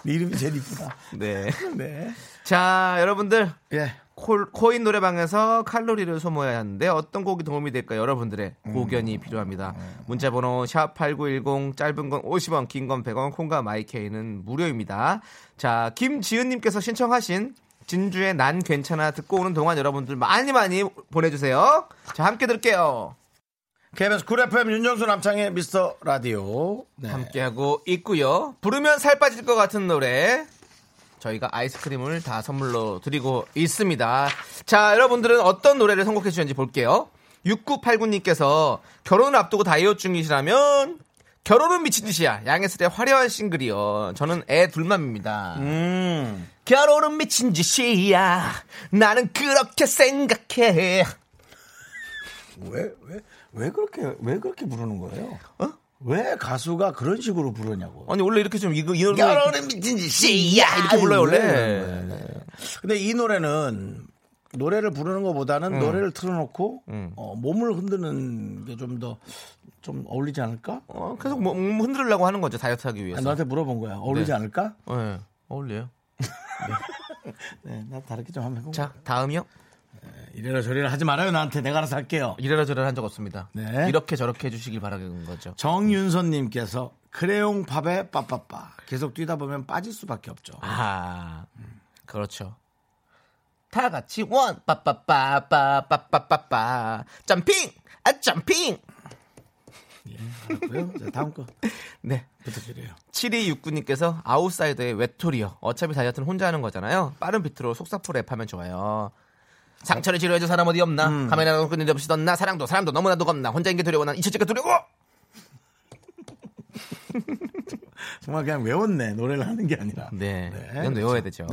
Speaker 1: 네 이름이 제일 이쁘다.
Speaker 2: 네.
Speaker 1: 네.
Speaker 2: 자, 여러분들.
Speaker 1: 예.
Speaker 2: 콜- 코인 노래방에서 칼로리를 소모해야 하는데 어떤 곡이 도움이 될까 여러분들의 고견이 필요합니다. 문자 번호 샵8910 짧은 건 50원, 긴 건 100원, 콩과 마이케이는 무료입니다. 자, 김지은 님께서 신청하신 진주의 난 괜찮아 듣고 오는 동안 여러분들 많이 많이 보내 주세요. 자, 함께 들을게요.
Speaker 1: KBS 쿨 FM 윤정수 남창의 미스터 라디오. 네.
Speaker 2: 함께 하고 있고요. 부르면 살 빠질 것 같은 노래. 저희가 아이스크림을 다 선물로 드리고 있습니다. 자, 여러분들은 어떤 노래를 선곡해 주셨는지 볼게요. 6989님께서 결혼을 앞두고 다이어트 중이시라면 결혼은 미친 짓이야. 양혜슬의 화려한 싱글이요. 저는 애 둘맘입니다.
Speaker 1: 음.
Speaker 2: 결혼은 미친 짓이야. 나는 그렇게 생각해.
Speaker 1: 왜, 왜, 왜 그렇게, 왜 그렇게 부르는 거예요?
Speaker 2: 어?
Speaker 1: 왜 가수가 그런 식으로 부르냐고.
Speaker 2: 아니, 원래 이렇게 좀 이, 이 노래
Speaker 1: 결혼은 미친 짓이야! 네,
Speaker 2: 이렇게 불러요, 원래.
Speaker 1: 근데 이 노래는 노래를 부르는
Speaker 2: 음.
Speaker 1: 것보다는 노래를 틀어놓고 어, 몸을 흔드는 게 좀 더 좀 어울리지 않을까?
Speaker 2: 어, 계속 뭐, 음, 흔들으려고 하는 거죠. 다이어트 하기
Speaker 1: 아,
Speaker 2: 위해서.
Speaker 1: 너한테 물어본 거야. 어울리지
Speaker 2: 네.
Speaker 1: 않을까?
Speaker 2: 예, 어울려요.
Speaker 1: 네, 나 다르게 좀 한번 해볼게
Speaker 2: 자, 다음이요.
Speaker 1: 이래라 저래라 하지 말아요, 나한테. 내가 알아서 할게요.
Speaker 2: 이래라 저래라 한 적 없습니다.
Speaker 1: 네.
Speaker 2: 이렇게 저렇게 해주시길 바라는 거죠.
Speaker 1: 정윤선님께서 크레용 팝에 빠빠빠 계속 뛰다 보면 빠질 수밖에 없죠.
Speaker 2: 아, 그렇죠. 다 같이 원, 빠빠빠빠빠빠빠빠, 점핑, 아 점핑.
Speaker 1: 그래요? 자, 다음 거
Speaker 2: 네.
Speaker 1: 부탁드려요.
Speaker 2: 7269님께서 아웃사이더의 외톨이요. 어차피 다이어트는 혼자 하는 거잖아요. 빠른 비트로 속사포 랩하면 좋아요. 상처를 치료해줄 사람 어디 없나?
Speaker 1: 음.
Speaker 2: 카메라도 끊임없이 떴나? 사랑도 사람도 너무나도 겁나? 혼자인 게 두려워 난 잊혀지게 두려워!
Speaker 1: 정말 그냥 외웠네 노래를 하는 게 아니라.
Speaker 2: 네. 이건 외워야 되죠.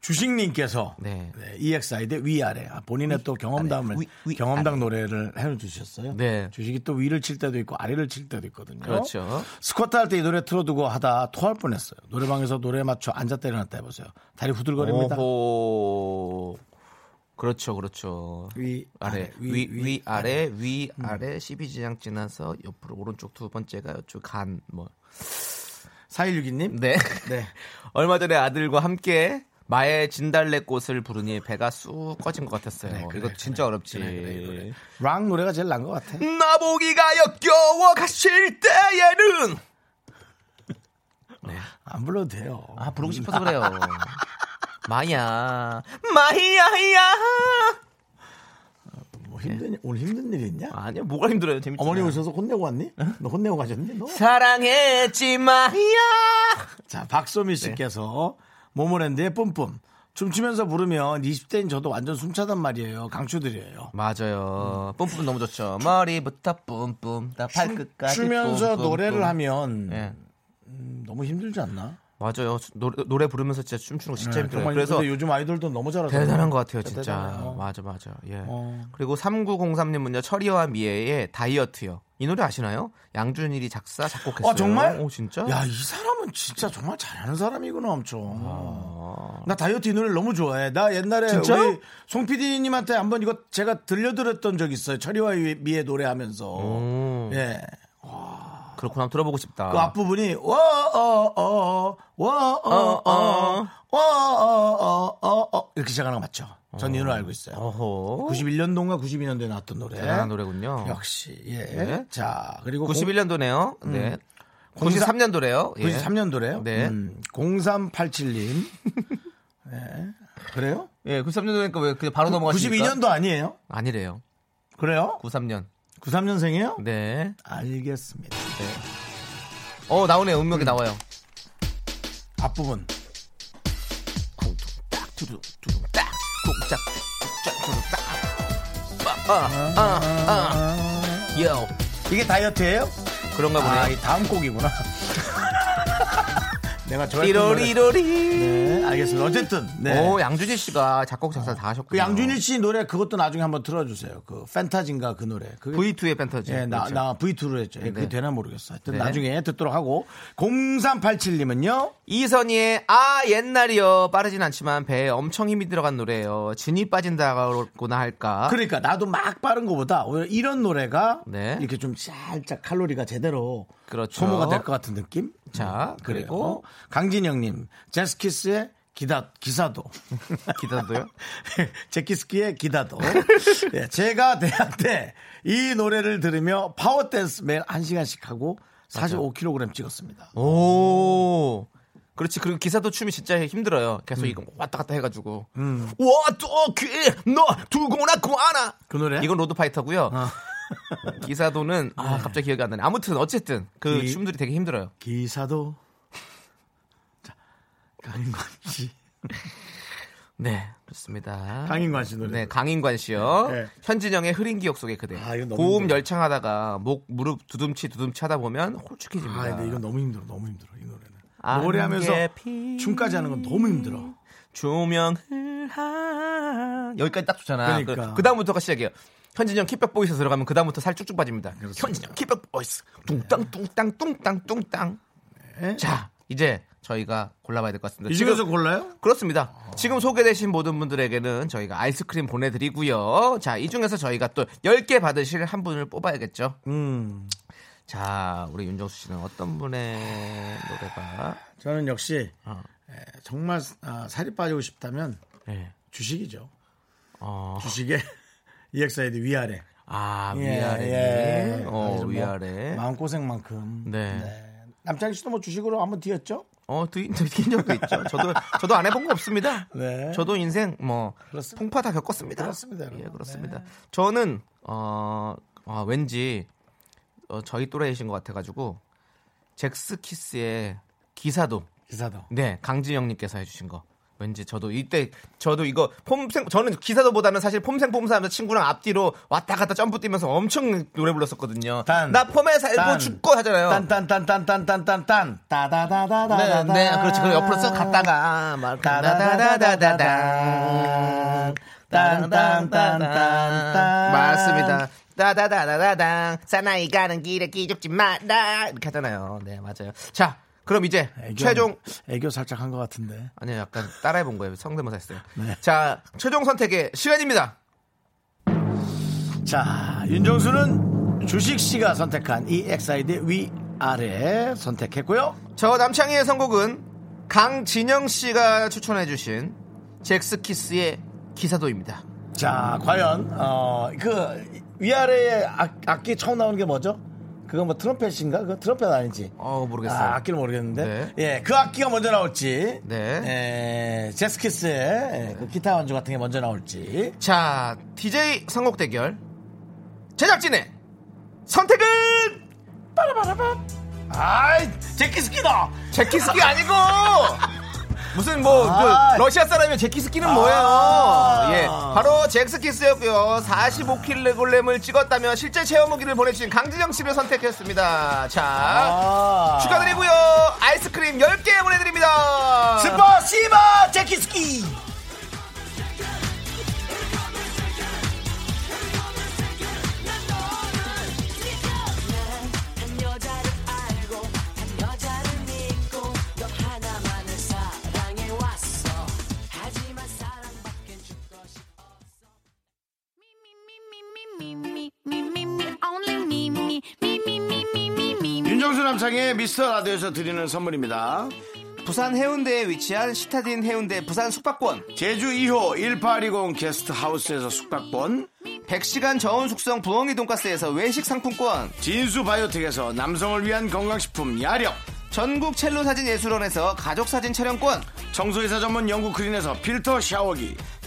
Speaker 1: 주식님께서
Speaker 2: 네.
Speaker 1: E EXID 위아래 아, 본인의 또 경험담을
Speaker 2: 위, 위,
Speaker 1: 경험담 노래를 해주셨어요.
Speaker 2: 네.
Speaker 1: 주식이 또 위를 칠 때도 있고 아래를 칠 때도 있거든요.
Speaker 2: 그렇죠.
Speaker 1: 스쿼트 할 때 이 노래 틀어두고 하다 토할 뻔했어요. 노래방에서 노래에 맞춰 앉았다 일어났다 해보세요. 다리 후들거립니다.
Speaker 2: 오호. 그렇죠, 그렇죠.
Speaker 1: 위,
Speaker 2: 아래,
Speaker 1: 아래,
Speaker 2: 위, 위, 아래, 음. 위, 아래, 12지장 지나서 옆으로 오른쪽 두 번째가 이쪽 간, 뭐.
Speaker 1: 4162님.
Speaker 2: [laughs] 네.
Speaker 1: 네.
Speaker 2: 얼마 전에 아들과 함께 마의 진달래꽃을 부르니 배가 쑥 꺼진 것 같았어요. 이거 진짜 어렵지.
Speaker 1: 랑 노래가 제일 난 것 같아.
Speaker 2: 나보기가 역겨워 가실 때에는
Speaker 1: 안 불러도 돼요.
Speaker 2: 아 부르고 싶어서 [laughs] 그래요. 마야, 마야야.
Speaker 1: 뭐 힘든 오늘 힘든 일 있냐?
Speaker 2: 네. 아니요, 네. 뭐가 힘들어요? 재밌죠.
Speaker 1: 어머니 오셔서 혼내고 왔니? 너 혼내고 가셨니? 너?
Speaker 2: 사랑했지 마야.
Speaker 1: 자, 박소미
Speaker 2: 네.
Speaker 1: 씨께서 모모랜드의 뿜뿜. 춤추면서 부르면 20대인 저도 완전 숨차단 말이에요. 강추드려요.
Speaker 2: 맞아요. 뿜뿜 너무 좋죠. 머리부터 뿜뿜, 다 발끝까지
Speaker 1: 추면서
Speaker 2: 뿜뿜,
Speaker 1: 노래를
Speaker 2: 뿜.
Speaker 1: 하면
Speaker 2: 예.
Speaker 1: 음, 너무 힘들지 않나?
Speaker 2: 맞아요. 수- 노래, 노래 부르면서 진짜 춤추는 거 진짜 네, 힘들어요.
Speaker 1: 정말
Speaker 2: 아, 그래서
Speaker 1: 그래서 요즘 아이돌도 너무 잘하잖아요.
Speaker 2: 대단한 것 같아요, 진짜.
Speaker 1: 대단해요.
Speaker 2: 맞아, 맞아. 예.
Speaker 1: 어.
Speaker 2: 그리고 3903님은요, 철이와 미애의 다이어트요. 이 노래 아시나요? 양준일이 작사, 작곡했어요.
Speaker 1: 아 정말?
Speaker 2: 오, 진짜?
Speaker 1: 야 이 사람은 진짜 정말 잘하는 사람이구나 엄청. 나 다이어트 이 노래를 너무 좋아해. 나 옛날에
Speaker 2: 아. 진짜?
Speaker 1: 우리 송 PD님한테 한번 이거 제가 들려드렸던 적 있어요. 철이와 미의 노래하면서. 예. 와
Speaker 2: 그렇구나 한번 들어보고 싶다.
Speaker 1: 그 앞부분이 어,
Speaker 2: 어,
Speaker 1: 어, 워어어워어어어어어어어 이렇게 시작하는 거 맞죠? 전 이 노래 알고 있어요.
Speaker 2: 어허.
Speaker 1: 91년도인가 92년도에 나왔던 노래.
Speaker 2: 대단한 노래군요.
Speaker 1: 역시 예.
Speaker 2: 네.
Speaker 1: 자 그리고
Speaker 2: 91년도네요. 네.
Speaker 1: 공사-
Speaker 2: 93년도래요.
Speaker 1: 93년도래요.
Speaker 2: 예.
Speaker 1: 음,
Speaker 2: 네.
Speaker 1: 0387님. [laughs] 네. 그래요?
Speaker 2: 예, 93년도니까 왜 그냥 바로 넘어가십니까?
Speaker 1: 92년도 아니에요?
Speaker 2: 아니래요.
Speaker 1: 그래요?
Speaker 2: 93년.
Speaker 1: 93년생이에요?
Speaker 2: 네.
Speaker 1: 알겠습니다.
Speaker 2: 어, 나오네요. 음명이 나와요.
Speaker 1: 앞부분.
Speaker 2: 두둥 두둥 딱 쿵짝 쿵짝 두둥 딱. 아, 아, 아. 요.
Speaker 1: 이게 다이어트예요?
Speaker 2: 그런가
Speaker 1: 아,
Speaker 2: 보네요.
Speaker 1: 이 다음 곡이구나. 내가 좋아했던 노래.
Speaker 2: 띠로리로리.
Speaker 1: 네, 알겠습니다. 어쨌든 네.
Speaker 2: 오, 양준일 씨가 작곡 작사 다 하셨고요.
Speaker 1: 그 양준일 씨 노래 그것도 나중에 한번 들어주세요. 그 팬타진가 그 노래. 그게
Speaker 2: V2의 팬터지.
Speaker 1: 예, 나,
Speaker 2: 그렇죠.
Speaker 1: 나 V2로 했죠. 예, 그게
Speaker 2: 네.
Speaker 1: 되나 모르겠어. 하여튼
Speaker 2: 네.
Speaker 1: 나중에 듣도록 하고. 0387님은요?
Speaker 2: 이선희의 아 옛날이요 빠르진 않지만 배에 엄청 힘이 들어간 노래예요 진이 빠진다고나 할까
Speaker 1: 그러니까 나도 막 빠른 것보다 오히려 이런 노래가
Speaker 2: 아. 네.
Speaker 1: 이렇게 좀 살짝 칼로리가 제대로
Speaker 2: 그렇죠.
Speaker 1: 소모가 될 것 같은 느낌? 음,
Speaker 2: 자,
Speaker 1: 그래요.
Speaker 2: 그리고
Speaker 1: 강진영님, 제스키스의 기다,
Speaker 2: [laughs]
Speaker 1: 기사도. [laughs]
Speaker 2: 기다도요
Speaker 1: 제키스키의 기다도. 예, 제가 대학 때 이 노래를 들으며 파워댄스 매일 1시간씩 하고 45kg 찍었습니다.
Speaker 2: 오 그렇지 그리고 기사도 춤이 진짜 힘들어요 계속
Speaker 1: 음.
Speaker 2: 이거 왔다 갔다 해가지고 와또귀너 두고나 구하나
Speaker 1: 그 노래? 아.
Speaker 2: 이건 로드파이터고요 기사도는 아 갑자기 기억이 안 나네 아무튼 어쨌든 그
Speaker 1: 이-
Speaker 2: 춤들이 되게 힘들어요
Speaker 1: 기사도. 자, 강인관 씨.
Speaker 2: 네 그렇습니다
Speaker 1: 강인관 씨 노래.
Speaker 2: 네, 강인관 씨요.
Speaker 1: 네.
Speaker 2: 현진영의 흐린 기억 속의 그대.
Speaker 1: 아, 이건 너무
Speaker 2: 고음
Speaker 1: 힘들어.
Speaker 2: 열창하다가 목 무릎 두둠치 두둠치 하다 보면 홀쭉해집니다.
Speaker 1: 아, 근데 이건 너무 힘들어. 너무 힘들어. 이 노래는.
Speaker 2: 안개
Speaker 1: 노래하면서
Speaker 2: 피-
Speaker 1: 춤까지 하는 건 너무 힘들어.
Speaker 2: 조명을 하 여기까지 딱 좋잖아.
Speaker 1: 그러니까.
Speaker 2: 그, 다음부터가 시작이에요. 현진영 킥백 보이스 들어가면 그 다음부터 살 쭉쭉 빠집니다. 현진영 킥백 보이스 뚱땅 뚱땅 뚱땅 뚱땅.
Speaker 1: 네.
Speaker 2: 자 이제 저희가 골라봐야 될 것 같습니다.
Speaker 1: 이
Speaker 2: 지금-
Speaker 1: 중에서 골라요?
Speaker 2: 그렇습니다. 지금 소개되신 모든 분들에게는 저희가 아이스크림 보내드리고요. 자, 이 중에서 저희가 또 10개 받으실 한 분을 뽑아야겠죠.
Speaker 1: 음.
Speaker 2: 자, 우리 윤정수 씨는 어떤 분의 노래가.
Speaker 1: 저는 역시
Speaker 2: 어.
Speaker 1: 에, 정말 아, 살이 빠지고 싶다면
Speaker 2: 네.
Speaker 1: 주식이죠.
Speaker 2: 어,
Speaker 1: 주식의 [laughs] EXID 위아래.
Speaker 2: 아,
Speaker 1: 예,
Speaker 2: 위아래.
Speaker 1: 예.
Speaker 2: 어,
Speaker 1: 아주 뭐
Speaker 2: 위아래.
Speaker 1: 마음고생만큼.
Speaker 2: 네.
Speaker 1: 남창희 씨도 뭐 주식으로 한번 뛰었죠?
Speaker 2: 어, 드인, 드인 적도 있죠. 저도, 저도 안 해본 거 없습니다.
Speaker 1: 네.
Speaker 2: 저도 인생 뭐,
Speaker 1: 그렇습니다.
Speaker 2: 풍파 다 겪었습니다.
Speaker 1: 그렇습니다, 여러분. 네.
Speaker 2: 예, 그렇습니다. 저는, 어, 아, 왠지, 어, 저희 또래이신 것 같아가지고, 잭스키스의 기사도,
Speaker 1: 기사도.
Speaker 2: 네, 강진영님께서 해주신 거. 왠지 저도 이때 저도 이거 폼생 저는 기사도보다는 사실 폼생폼사하면서 친구랑 앞뒤로 왔다 갔다 점프 뛰면서 엄청 노래 불렀었거든요.
Speaker 1: 단,
Speaker 2: 나 폼에 살고 뭐
Speaker 1: 단,
Speaker 2: 죽고 하잖아요.
Speaker 1: 딴딴딴딴딴딴딴딴.
Speaker 2: 네,
Speaker 1: 따다다다다다다.
Speaker 2: 네, 그렇죠. 그 옆으로 쓱 갔다가 막 다다다다다당
Speaker 1: 딴딴딴딴딴.
Speaker 2: 맞습니다. 다다다다다당 사나이 가는 길에 끼죽지 마라 이렇게 하잖아요. 네, 맞아요. 자, 그럼 이제
Speaker 1: 애교,
Speaker 2: 최종
Speaker 1: 애교 살짝 한 것 같은데.
Speaker 2: 아니요, 약간 따라해 본 거예요. 성대모사 했어요.
Speaker 1: 네.
Speaker 2: 자, 최종 선택의 시간입니다.
Speaker 1: 자, 윤정수는 주식 씨가 선택한 EXID 위아래 선택했고요.
Speaker 2: 저 남창희의 선곡은 강진영 씨가 추천해 주신 잭스키스의 기사도입니다.
Speaker 1: 자, 과연 어, 그 위아래의 악, 악기 처음 나오는 게 뭐죠? 그거 뭐 트럼펫인가? 그거 트럼펫 아닌지.
Speaker 2: 어, 모르겠어요. 네.
Speaker 1: 아, 악기를 모르겠는데. 예, 그 악기가 먼저 나올지. 예, 제스키스의 그 기타 연주 같은 게 먼저 나올지.
Speaker 2: 자, DJ 선곡 대결 제작진의 선택은
Speaker 1: 아이, 제키스키다.
Speaker 2: 제키스키 아니고 무슨 뭐
Speaker 1: 아.
Speaker 2: 그 러시아 사람이면 제키스키는
Speaker 1: 아.
Speaker 2: 뭐예요? 예, 바로 잭스키스였고요. 45kg을 찍었다며 실제 체험 후기를 보내주신 강진영 씨를 선택했습니다. 자,
Speaker 1: 아.
Speaker 2: 축하드리고요. 아이스크림 10개 보내드립니다.
Speaker 1: 스파 시바 제키스키.
Speaker 4: me, me, me, me, me, only me, me, me, me, me, me, me, me.
Speaker 1: 윤정수 남창의 미스터 라디오에서 드리는 선물입니다.
Speaker 2: 부산 해운대에 위치한 시타딘 해운대 부산 숙박권
Speaker 1: 제주 2호 1820 게스트하우스에서 숙박권
Speaker 2: 100시간 저온 숙성 부엉이 돈가스에서 외식 상품권
Speaker 1: 진수 바이오텍에서 남성을 위한 건강식품 야력
Speaker 2: 전국 첼로 사진 예술원에서 가족 사진 촬영권
Speaker 1: 청소이사 전문 영국 크린에서 필터 샤워기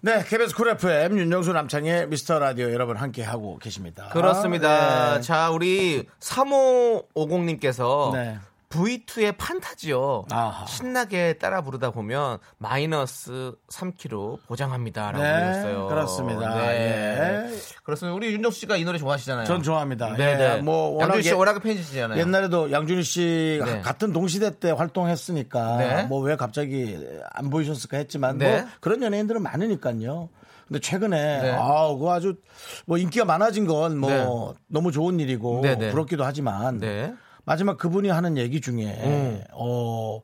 Speaker 1: 네, KBS 쿨 FM 윤정수 남창의 미스터 라디오 여러분 함께하고 계십니다.
Speaker 2: 그렇습니다.
Speaker 1: 네.
Speaker 2: 자, 우리 3550님께서
Speaker 1: 네.
Speaker 2: V2의 판타지요.
Speaker 1: 아하.
Speaker 2: 신나게 따라 부르다 보면 마이너스 3kg 보장합니다라고
Speaker 1: 네,
Speaker 2: 올렸어요.
Speaker 1: 그렇습니다.
Speaker 2: 네.
Speaker 1: 예.
Speaker 2: 그렇습니다. 우리 윤정수 씨가 이 노래 좋아하시잖아요.
Speaker 1: 전 좋아합니다.
Speaker 2: 네,
Speaker 1: 예,
Speaker 2: 네.
Speaker 1: 뭐 워낙
Speaker 2: 양준 씨
Speaker 1: 예-
Speaker 2: 워낙에 팬이시잖아요.
Speaker 1: 옛날에도 양준희 씨
Speaker 2: 네.
Speaker 1: 같은 동시대 때 활동했으니까
Speaker 2: 네.
Speaker 1: 뭐 왜 갑자기 안 보이셨을까 했지만
Speaker 2: 네.
Speaker 1: 뭐 그런 연예인들은 많으니까요. 근데 최근에
Speaker 2: 네.
Speaker 1: 아우 그 아주 뭐 인기가 많아진 건 뭐
Speaker 2: 네.
Speaker 1: 너무 좋은 일이고
Speaker 2: 네, 네.
Speaker 1: 부럽기도 하지만
Speaker 2: 네. 음.
Speaker 1: 마지막 그분이 하는 얘기 중에 어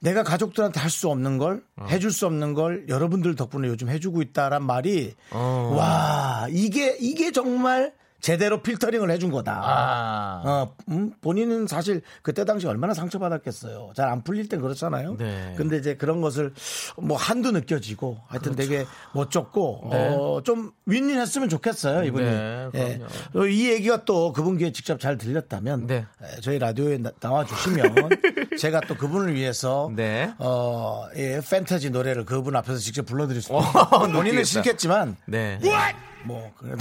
Speaker 1: 내가 가족들한테 할 수 없는 걸
Speaker 2: 어.
Speaker 1: 해줄 수 없는 걸 여러분들 덕분에 요즘 해주고 있다란 말이
Speaker 2: 어.
Speaker 1: 와 이게 이게 정말 제대로 필터링을 해준 거다.
Speaker 2: 아.
Speaker 1: 어, 음, 본인은 사실 그때 당시 얼마나 상처받았겠어요. 잘 안 풀릴 땐 그렇잖아요.
Speaker 2: 네.
Speaker 1: 근데 이제 그런 것을 뭐 한도 느껴지고 하여튼 되게 멋졌고
Speaker 2: 그렇죠. 네.
Speaker 1: 어, 좀 윈윈했으면 좋겠어요 이분이.
Speaker 2: 네,
Speaker 1: 예.
Speaker 2: 그럼요.
Speaker 1: 그리고 이 얘기가 또 그분 귀에 직접 잘 들렸다면
Speaker 2: 네.
Speaker 1: 예, 저희 라디오에 나, 와주시면
Speaker 2: [laughs]
Speaker 1: 제가 또 그분을 위해서
Speaker 2: 네.
Speaker 1: 어, 예, 팬타지 노래를 그분 앞에서 직접 불러드릴 수
Speaker 2: 어, [laughs]
Speaker 1: 있고
Speaker 2: 느끼겠다.
Speaker 1: 본인은 싫겠지만
Speaker 2: 네.
Speaker 1: 뭐 그래도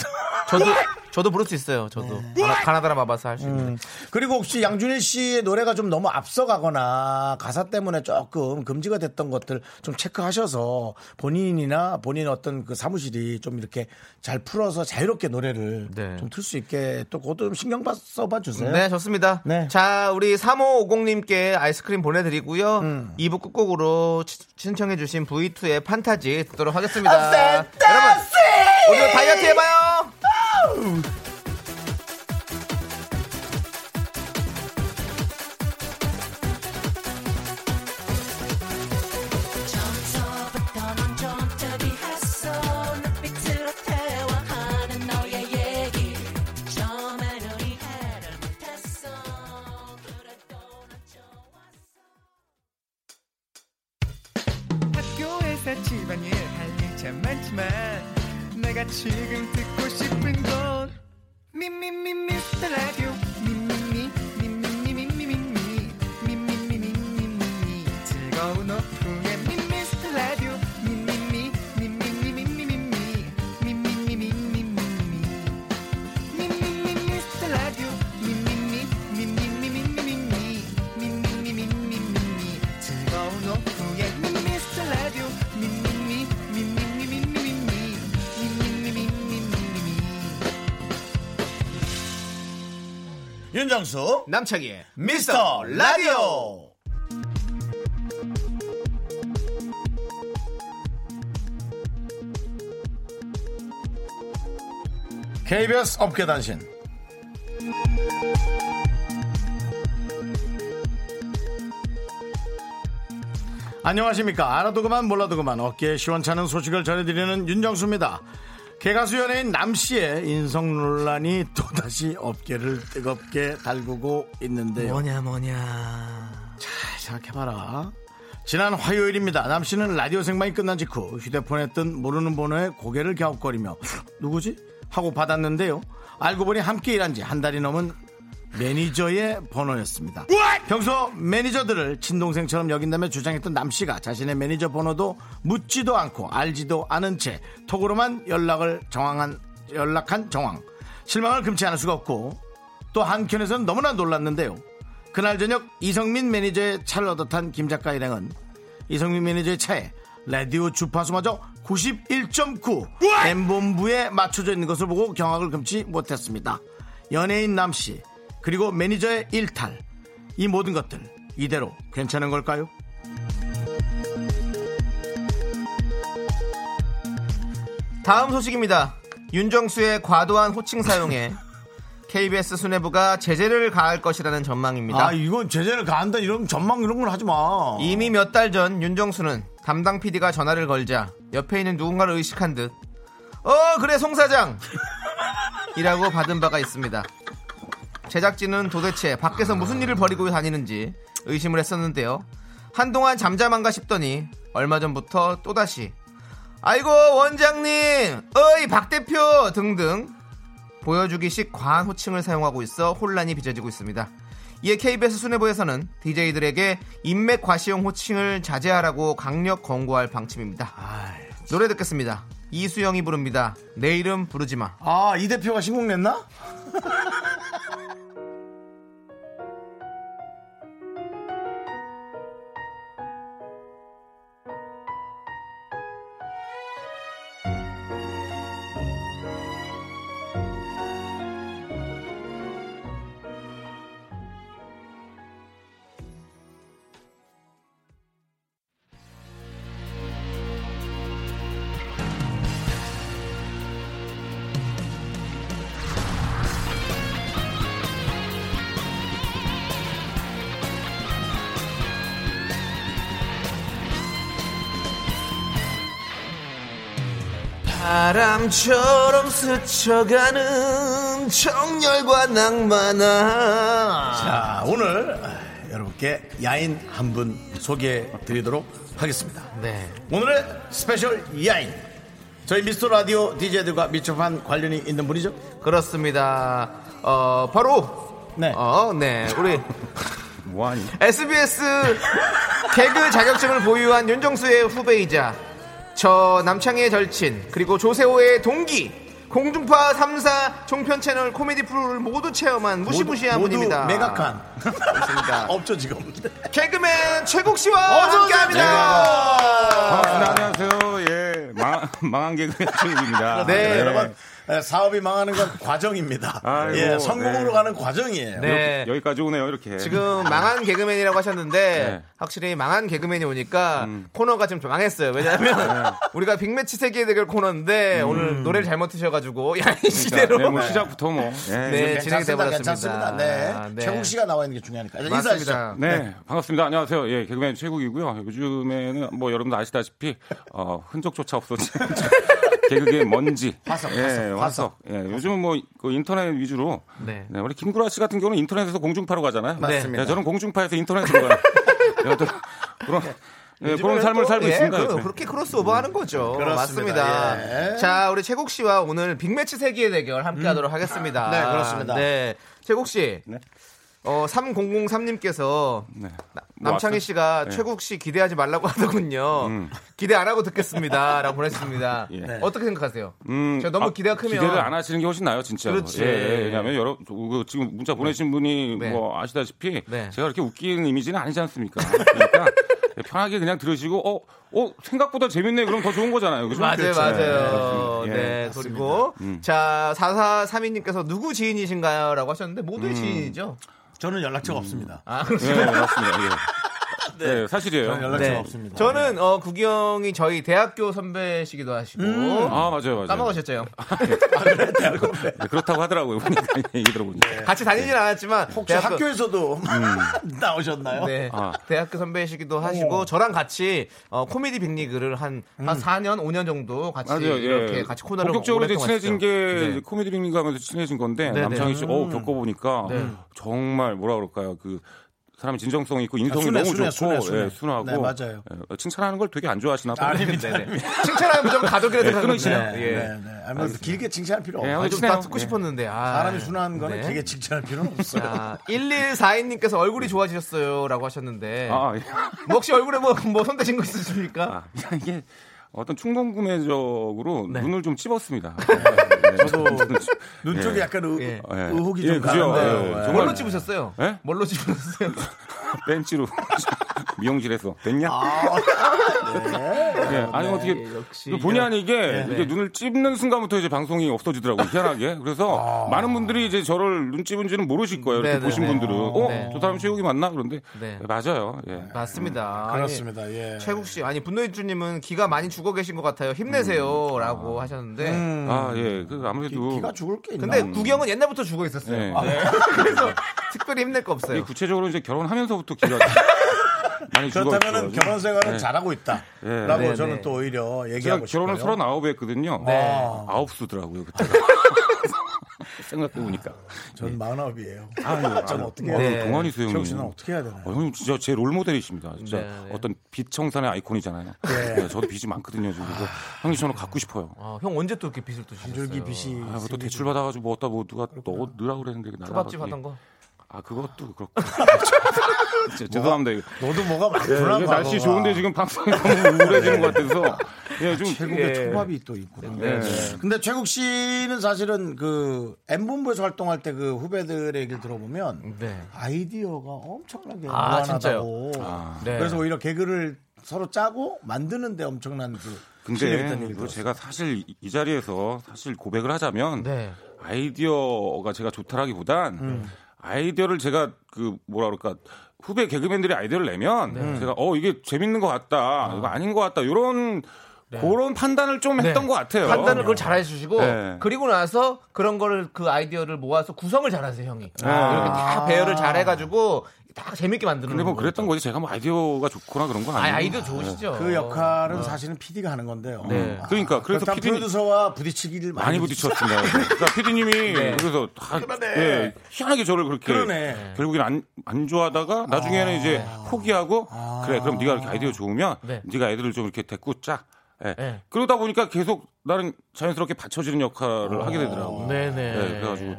Speaker 2: 저도 저도 부를 수 있어요. 저도
Speaker 1: 네.
Speaker 2: 가나- 가나다라 마바사 할 수 있는데.
Speaker 1: 음. 그리고 혹시 양준일 씨의 노래가 좀 너무 앞서가거나 가사 때문에 조금 금지가 됐던 것들 좀 체크하셔서 본인이나 본인 어떤 그 사무실이 좀 이렇게 잘 풀어서 자유롭게 노래를
Speaker 2: 네.
Speaker 1: 좀 틀 수 있게 또 그것도 좀 신경 봐- 써봐 주세요.
Speaker 2: 네, 좋습니다.
Speaker 1: 네.
Speaker 2: 자, 우리 3550님께 아이스크림 보내드리고요.
Speaker 1: 음.
Speaker 2: 2부 끝곡으로 치- 신청해주신 V2의 판타지 듣도록
Speaker 1: 아,
Speaker 2: 하겠습니다. 여러분, 오늘 다이어트 해봐요!
Speaker 5: 처음부터 넌 정답이었어 눈빛으로 대화하는 너의 얘기 처음엔 우리 해를 못했어 그래도 난 좋았어
Speaker 6: 학교에서 집안일 할 일 참 많지만 내가 지금 듣고 싶은 건 미미미 미스터 라디오 미미미 미미미 미미미 미미미 미미미 즐거운 오후에 미스터 라디오 미미미 미미미 미미미 미미미 미미미
Speaker 1: 윤정수
Speaker 2: 남창희의
Speaker 1: 미스터 라디오. KBS 업계 단신. 안녕하십니까. 알아도 그만 몰라도 그만 어깨에 시원찮은 소식을 전해드리는 윤정수입니다. 개가수 연예인 남씨의 인성 논란이 또다시 업계를 뜨겁게 달구고 있는데요.
Speaker 2: 뭐냐, 뭐냐.
Speaker 1: 잘 생각해봐라. 지난 화요일입니다. 남씨는 라디오 생방이 끝난 직후 휴대폰에 뜬 모르는 번호에 고개를 갸웃거리며 [laughs] 누구지? 하고 받았는데요. 알고 보니 함께 일한 지 한 달이 넘은 매니저의 번호였습니다. 평소 매니저들을 친동생처럼 여긴다며 주장했던 남씨가 자신의 매니저 번호도 묻지도 않고 알지도 않은 채 톡으로만 연락을 정황한, 연락한 정황. 실망을 금치 않을 수가 없고 또 한켠에서는 너무나 놀랐는데요. 그날 저녁 이성민 매니저의 차를 얻어 탄 김 작가 일행은 이성민 매니저의 차에 라디오 주파수마저 91.9 엠본부에 맞춰져 있는 것을 보고 경악을 금치 못했습니다. 연예인 남씨 그리고 매니저의 일탈 이 모든 것들 이대로 괜찮은 걸까요?
Speaker 2: 다음 소식입니다. 윤정수의 과도한 호칭 사용에 [laughs] KBS 수뇌부가 제재를 가할 것이라는 전망입니다.
Speaker 1: 아, 이건 제재를 가한다 이런 전망 이런 걸 하지 마.
Speaker 2: 이미 몇 달 전 윤정수는 담당 PD가 전화를 걸자 옆에 있는 누군가를 의식한 듯, 어, 그래, 송 사장! 이라고 받은 바가 있습니다. 제작진은 도대체 밖에서 무슨 일을 벌이고 다니는지 의심을 했었는데요. 한동안 잠잠한가 싶더니 얼마 전부터 또다시, 아이고, 원장님! 어이, 박 대표! 등등 보여주기식 과한 호칭을 사용하고 있어 혼란이 빚어지고 있습니다. 이에 KBS 수뇌부에서는 DJ들에게 인맥 과시용 호칭을 자제하라고 강력 권고할 방침입니다.
Speaker 1: 아,
Speaker 2: 노래 듣겠습니다. 이수영이 부릅니다. 내 이름 부르지 마.
Speaker 1: 아, 이 대표가 신곡 냈나?
Speaker 2: 바람처럼 스쳐가는 정열과 낭만아.
Speaker 1: 자, 오늘 아, 여러분께 야인 한 분 소개해 드리도록 하겠습니다.
Speaker 2: 네.
Speaker 1: 오늘의 스페셜 야인. 저희 미스터 라디오 DJ들과 밀접한 관련이 있는 분이죠?
Speaker 2: 그렇습니다. 어, 바로.
Speaker 1: 네.
Speaker 2: 어, 네.
Speaker 1: [laughs]
Speaker 2: 우리. SBS 개그 자격증을 보유한 윤정수의 후배이자 저 남창희의 절친 그리고 조세호의 동기 공중파 3사 종편 채널 코미디 프로를 모두 체험한 무시무시한
Speaker 1: 모두
Speaker 2: 분입니다.
Speaker 1: 매각한.
Speaker 2: 그렇습니다.
Speaker 1: [laughs] 없죠, 지금. 개그맨
Speaker 2: 개그맨 최국 씨와
Speaker 1: 어서 오세요. 네.
Speaker 2: 함께합니다.
Speaker 7: 아, 네, 안녕하세요. 예. 망, 망한 개그 중입니다.
Speaker 2: 네.
Speaker 1: 네. 여러분, 에, 사업이 망하는 건 과정입니다.
Speaker 7: 아이고,
Speaker 1: 예, 성공으로
Speaker 7: 네.
Speaker 1: 가는 과정이에요.
Speaker 2: 네.
Speaker 7: 여기까지 오네요, 이렇게.
Speaker 2: 지금 망한 개그맨이라고 하셨는데
Speaker 7: 네.
Speaker 2: 확실히 망한 개그맨이 오니까
Speaker 1: 음.
Speaker 2: 코너가 지금 좀 망했어요.
Speaker 1: 네.
Speaker 2: 왜냐하면 [laughs] 우리가 빅매치 세계 대결 코너인데
Speaker 1: 음.
Speaker 2: 오늘 노래를 잘못 드셔가지고 야인 시대로
Speaker 7: 그러니까, 네, 뭐 시작부터 뭐. 예.
Speaker 2: [laughs] 네. 진행이
Speaker 1: 괜찮습니다.
Speaker 2: 돼버렸습니다.
Speaker 1: 괜찮습니다. 네.
Speaker 2: 아, 네.
Speaker 1: 최국 씨가 나와 있는 게 중요하니까. 자, 인사하시죠.
Speaker 2: 맞습니다.
Speaker 7: 네, 반갑습니다. 안녕하세요. 예, 개그맨 최국이고요. 요즘에는 뭐 여러분도 아시다시피 어, 흔적조차 없어진 [laughs] 개그계 먼지.
Speaker 1: 화석,
Speaker 7: 예,
Speaker 1: 화석,
Speaker 7: 화석.
Speaker 1: 화석.
Speaker 7: 예, 요즘은 뭐그 인터넷 위주로.
Speaker 2: 네.
Speaker 7: 네. 우리 김구라 씨 같은 경우는 인터넷에서 공중파로 가잖아요.
Speaker 1: 맞습니다.
Speaker 7: 예, 저는 공중파에서 인터넷으로 가요. 예, 또 그런 예, 그런 삶을
Speaker 2: 또,
Speaker 7: 살고
Speaker 2: 예,
Speaker 7: 있습니다.
Speaker 2: 그,
Speaker 7: 요즘에.
Speaker 2: 그렇게 크로스오버하는 거죠.
Speaker 1: 그렇습니다.
Speaker 2: 어, 맞습니다.
Speaker 1: 예. 음.
Speaker 2: 자, 우리 최국 씨와 오늘 빅매치 세계 대결 함께하도록 하겠습니다.
Speaker 1: 네, 그렇습니다.
Speaker 2: 네, 최국 씨.
Speaker 7: 네.
Speaker 2: 어, 3003님께서
Speaker 7: 네. 뭐
Speaker 2: 남창희
Speaker 7: 왔어요?
Speaker 2: 씨가
Speaker 1: 예.
Speaker 7: 네.
Speaker 2: 최국 씨 기대하지 말라고 [laughs] 하더군요. 기대 안 하고 듣겠습니다. 라고 보냈습니다.
Speaker 7: 음. [laughs] 예.
Speaker 2: 네. 어떻게 생각하세요?
Speaker 7: 음,
Speaker 2: 제가 너무
Speaker 7: 아,
Speaker 2: 기대가 크면
Speaker 7: 기대를 안 하시는 게 훨씬 나아요, 진짜.
Speaker 2: 그렇지.
Speaker 7: 예, 예, 왜냐하면 여러 그 지금 문자 보내신 분이
Speaker 2: 네.
Speaker 7: 뭐 아시다시피
Speaker 2: 네.
Speaker 7: 제가 그렇게 웃기는 이미지는 아니지
Speaker 2: [laughs]
Speaker 7: 않습니까? 그러니까 편하게 그냥 들으시고 어, 어 생각보다 재밌네. 그럼 더 좋은 거잖아요. 그죠?
Speaker 2: 맞아요,
Speaker 7: 그렇죠.
Speaker 2: 맞아요.
Speaker 7: 예,
Speaker 2: 네,
Speaker 7: 예. 음.
Speaker 2: 그리고 자 4432님께서 누구 지인이신가요?라고 하셨는데 모두의
Speaker 7: 음.
Speaker 2: 지인이죠.
Speaker 1: 저는 연락처가 없습니다.
Speaker 2: 아,
Speaker 7: 예, 맞습니다. 예.
Speaker 2: [laughs]
Speaker 7: 네. 사실이에요.
Speaker 1: 저는 연락처가 없습니다.
Speaker 2: 저는 어, 구경이 저희 대학교 선배시기도 하시고
Speaker 1: 음.
Speaker 7: 아, 맞아요, 맞아요.
Speaker 2: 까먹으셨죠?
Speaker 7: 네, 그렇다고 하더라고요. 보니까 [laughs] 얘기 들어보니까.
Speaker 2: 같이 다니진
Speaker 7: 네.
Speaker 2: 않았지만
Speaker 1: 혹시 학교에서도 [laughs] 나오셨나요?
Speaker 2: 네.
Speaker 7: 아.
Speaker 2: 대학교 선배이시기도 하시고 저랑 같이 어, 코미디 빅리그를 한,
Speaker 1: 음.
Speaker 2: 한 4년, 5년 정도 같이
Speaker 7: 맞아요.
Speaker 2: 이렇게
Speaker 7: 예.
Speaker 2: 같이 코너를
Speaker 7: 본격적으로 이제
Speaker 2: 오랫동안
Speaker 7: 친해진
Speaker 2: 했죠.
Speaker 7: 게
Speaker 2: 네.
Speaker 7: 코미디 빅리그 하면서 친해진 건데
Speaker 2: 네, 음.
Speaker 7: 남창희
Speaker 2: 네.
Speaker 7: 씨 어, 겪어보니까 정말 뭐라 그럴까요 그 사람이 진정성
Speaker 2: 아,
Speaker 7: 있고 인성이
Speaker 1: 순해,
Speaker 7: 너무
Speaker 1: 순해,
Speaker 7: 좋고
Speaker 1: 순해, 순해.
Speaker 7: 예, 순하고
Speaker 1: 네, 맞아요.
Speaker 7: 예, 칭찬하는 걸 되게 안 좋아하시나 봐요.
Speaker 1: 아닙니다. 네,
Speaker 2: 칭찬하면 무조건 가족이라도
Speaker 7: 끊으시네요.
Speaker 2: 생각하는데 예.
Speaker 1: 네, 네. 아무래도 길게 칭찬할 필요
Speaker 7: 예,
Speaker 1: 없어요.
Speaker 2: 아,
Speaker 7: 오늘
Speaker 2: 좀다
Speaker 7: 친해요.
Speaker 2: 듣고
Speaker 7: 예.
Speaker 2: 싶었는데 아.
Speaker 1: 사람이 순한 거는
Speaker 2: 네. 아,
Speaker 1: 길게 칭찬할
Speaker 2: [laughs]
Speaker 1: 필요는 없어요.
Speaker 2: 자, 1142님께서
Speaker 1: 네.
Speaker 2: 얼굴이 좋아지셨어요라고 하셨는데
Speaker 7: 아, 예.
Speaker 2: 뭐 혹시 얼굴에 뭐뭐 손대신 거 있으십니까?
Speaker 7: 아, 이게 어떤 충동 구매적으로
Speaker 2: 네.
Speaker 7: 눈을 좀 찝었습니다.
Speaker 1: 저도 눈 쪽이 약간 의,
Speaker 2: 예.
Speaker 1: 의혹이
Speaker 7: 예,
Speaker 1: 좀
Speaker 7: 그죠.
Speaker 1: 가는데요.
Speaker 7: 예,
Speaker 1: 예.
Speaker 7: 정말.
Speaker 2: 뭘로 찝으셨어요?
Speaker 7: 예?
Speaker 2: 뭘로 찝으셨어요?
Speaker 7: 벤치로 [laughs] 미용실에서 됐냐?
Speaker 1: 아,
Speaker 7: 예,
Speaker 1: 네,
Speaker 7: 아니 어떻게
Speaker 8: 역시
Speaker 7: 또 본의 아니게 이게 눈을 찝는 순간부터 이제 방송이 없어지더라고요 희한하게
Speaker 1: 아.
Speaker 7: 그래서 많은 분들이 이제 저를 눈 찝은지는 모르실 거예요 이렇게
Speaker 8: 네, 네,
Speaker 7: 보신
Speaker 8: 네.
Speaker 7: 분들은 어?
Speaker 8: 네.
Speaker 7: 저 사람 최욱이 맞나? 그런데
Speaker 8: 네.
Speaker 7: 맞아요 예.
Speaker 8: 맞습니다.
Speaker 1: 그렇습니다. 예.
Speaker 8: 아니, 최국 씨 아니 분노일주님은 기가 많이 죽어 계신 것 같아요.
Speaker 7: 음.
Speaker 8: 힘내세요라고 하셨는데
Speaker 1: 음.
Speaker 7: 아예그 아무래도
Speaker 1: 기가 죽을 아, 게 있나?
Speaker 8: 근데 구경은 옛날부터 죽어 있었어요.
Speaker 7: 네.
Speaker 8: 네. 그래서 [laughs] 특별히 힘낼 거
Speaker 7: 이게
Speaker 8: 없어요.
Speaker 7: 구체적으로 이제 결혼하면서부터 기가
Speaker 1: [laughs]
Speaker 7: 많이
Speaker 1: 그렇다면
Speaker 7: 죽었죠.
Speaker 1: 결혼 생활은
Speaker 7: 네.
Speaker 1: 잘하고 있다.
Speaker 7: 예.
Speaker 1: 라고
Speaker 8: 네, 네.
Speaker 1: 저는 또 오히려
Speaker 7: 제가
Speaker 1: 얘기하고
Speaker 7: 결혼을
Speaker 1: 싶어요. 네.
Speaker 7: 39에 했거든요. 아홉
Speaker 1: [laughs]
Speaker 7: 수더라고요, 그때. [laughs] 생각해보니까.
Speaker 2: 네.
Speaker 1: 전 마흔아홉이에요.
Speaker 7: 아유,
Speaker 1: 전 어떻게 해야
Speaker 7: 어,
Speaker 1: 되나?
Speaker 8: 네.
Speaker 7: 동안이세요,
Speaker 1: 최욱 씨는
Speaker 7: 형님.
Speaker 1: 어떻게 해야 되나요?
Speaker 7: 어, 형님 진짜 제 롤모델이십니다. 진짜
Speaker 8: 네, 네.
Speaker 7: 어떤 빛 청산의 아이콘이잖아요.
Speaker 1: 네.
Speaker 7: 네, 저도 빚이 많거든요. 지금. 그래서 형님 저는 갖고 싶어요.
Speaker 8: 어, 형 언제 또 이렇게 빚을 또 주셨어요?
Speaker 1: 줄기 빛이.
Speaker 7: 아, 그것도 대출 받아가지고 뭐 어디다 뭐 누가 넣어 넣으라고 그랬는데 이게
Speaker 8: 초밥집
Speaker 7: 날아가더니.
Speaker 8: 하던 거.
Speaker 7: 아
Speaker 8: [laughs]
Speaker 7: 그것도 그렇고 진짜 죄송합니다 이거.
Speaker 1: 너도 뭐가
Speaker 7: 예,
Speaker 1: 많구나.
Speaker 7: 이게 날씨
Speaker 1: 과거가.
Speaker 7: 좋은데 지금 방송이 너무 우울해지는 것 같아서 예,
Speaker 8: 네.
Speaker 7: 좀
Speaker 1: 최국의
Speaker 7: 예.
Speaker 1: 초밥이 또 있구나.
Speaker 7: 네.
Speaker 1: 근데 최국 씨는 사실은 그 M본부에서 활동할 때 그 후배들의 얘기를
Speaker 7: 음.
Speaker 1: 들어보면
Speaker 8: 네.
Speaker 1: 아이디어가 엄청나게
Speaker 8: 아,
Speaker 1: 무한하다고.
Speaker 8: 네.
Speaker 1: 그래서 오히려 개그를 서로 짜고 만드는데 엄청난 그 실력이 있다는
Speaker 7: 근데
Speaker 1: 얘기를
Speaker 7: 그
Speaker 1: 들었어요.
Speaker 7: 제가 사실 이- 이 자리에서 사실 고백을 하자면
Speaker 8: 네.
Speaker 7: 아이디어가 제가 좋다라기보단 아이디어를 제가 그 뭐라 그럴까 후배 개그맨들이 아이디어를 내면
Speaker 8: 네.
Speaker 7: 제가 어 이게 재밌는 것 같다 이거 아닌 것 같다 이런 그런 판단을 좀 했던
Speaker 8: 네.
Speaker 7: 것 같아요.
Speaker 8: 판단을 그걸 잘 해주시고
Speaker 7: 네.
Speaker 8: 그리고 나서 그런 거를 그 아이디어를 모아서 구성을 잘하세요 형이
Speaker 7: 아.
Speaker 8: 아, 이렇게 다 배열을 잘 해가지고 다 재밌게 만드는
Speaker 7: 근데 뭐
Speaker 8: 거거든요.
Speaker 7: 그랬던 거지 제가 뭐 아이디어가 좋거나 그런 건
Speaker 8: 아,
Speaker 7: 아니에요.
Speaker 8: 아이디어 좋으시죠
Speaker 1: 그 역할은 사실은 PD가 하는 건데요.
Speaker 8: 네.
Speaker 1: 아,
Speaker 7: 그러니까 그래서
Speaker 1: 그렇다면
Speaker 7: PD 는-
Speaker 1: 프로듀서와 부딪히기를
Speaker 7: 많이
Speaker 1: 많이 부딪혔.
Speaker 7: 부딪혔습니다. 그러니까 PD님이 그래서 다, 예, 희한하게 저를 그렇게
Speaker 1: 그러네.
Speaker 7: 결국엔 안, 안 좋아하다가 나중에는 이제 포기하고 그래 그럼 네가 이렇게 아이디어 좋으면
Speaker 8: 네.
Speaker 7: 네. 가 애들을 좀 이렇게 데리고 짜. 예.
Speaker 8: 네.
Speaker 7: 그러다 보니까 계속 나는 자연스럽게 받쳐주는 역할을 하게 되더라고요.
Speaker 8: 네네
Speaker 7: 예, 그래가지고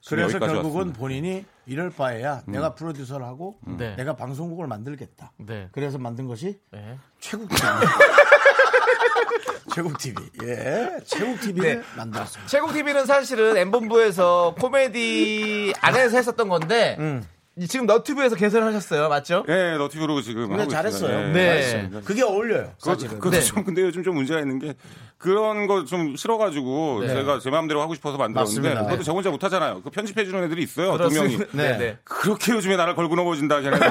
Speaker 7: 지금
Speaker 1: 그래서
Speaker 7: 여기까지
Speaker 1: 결국은
Speaker 7: 왔습니다. 음.
Speaker 1: 본인이 이럴 바에야 내가 프로듀서를 하고
Speaker 8: 네.
Speaker 1: 내가 방송국을 만들겠다.
Speaker 8: 네.
Speaker 1: 그래서 만든 것이
Speaker 8: 네.
Speaker 1: 최국 TV. [laughs] 최국 TV. 예. 최국 TV를 만들었습니다.
Speaker 8: 최국 TV는 사실은 엠본부에서 코미디 안에서 했었던 건데
Speaker 1: 음.
Speaker 8: 지금 너튜브에서 개설하셨어요 맞죠?
Speaker 7: 예, 너튜브로 지금
Speaker 1: 네. 근데
Speaker 7: 하고
Speaker 1: 잘했어요.
Speaker 7: 있습니다.
Speaker 8: 네.
Speaker 7: 잘했습니다.
Speaker 1: 그게 어울려요.
Speaker 7: 그거,
Speaker 1: 사실은.
Speaker 7: 그거
Speaker 8: 네.
Speaker 7: 좀 근데 요즘 좀 문제가 있는 게 그런 거 좀 싫어가지고 제가 제 마음대로 하고 싶어서 만들었는데
Speaker 1: 맞습니다.
Speaker 7: 그것도 저 혼자 못하잖아요. 그 편집해주는 애들이 있어요. 두
Speaker 8: 그렇습니다.
Speaker 7: 명이.
Speaker 8: 네.
Speaker 1: 네.
Speaker 8: 네.
Speaker 7: 그렇게 요즘에 나를 걸고 넘어진다 걔네들.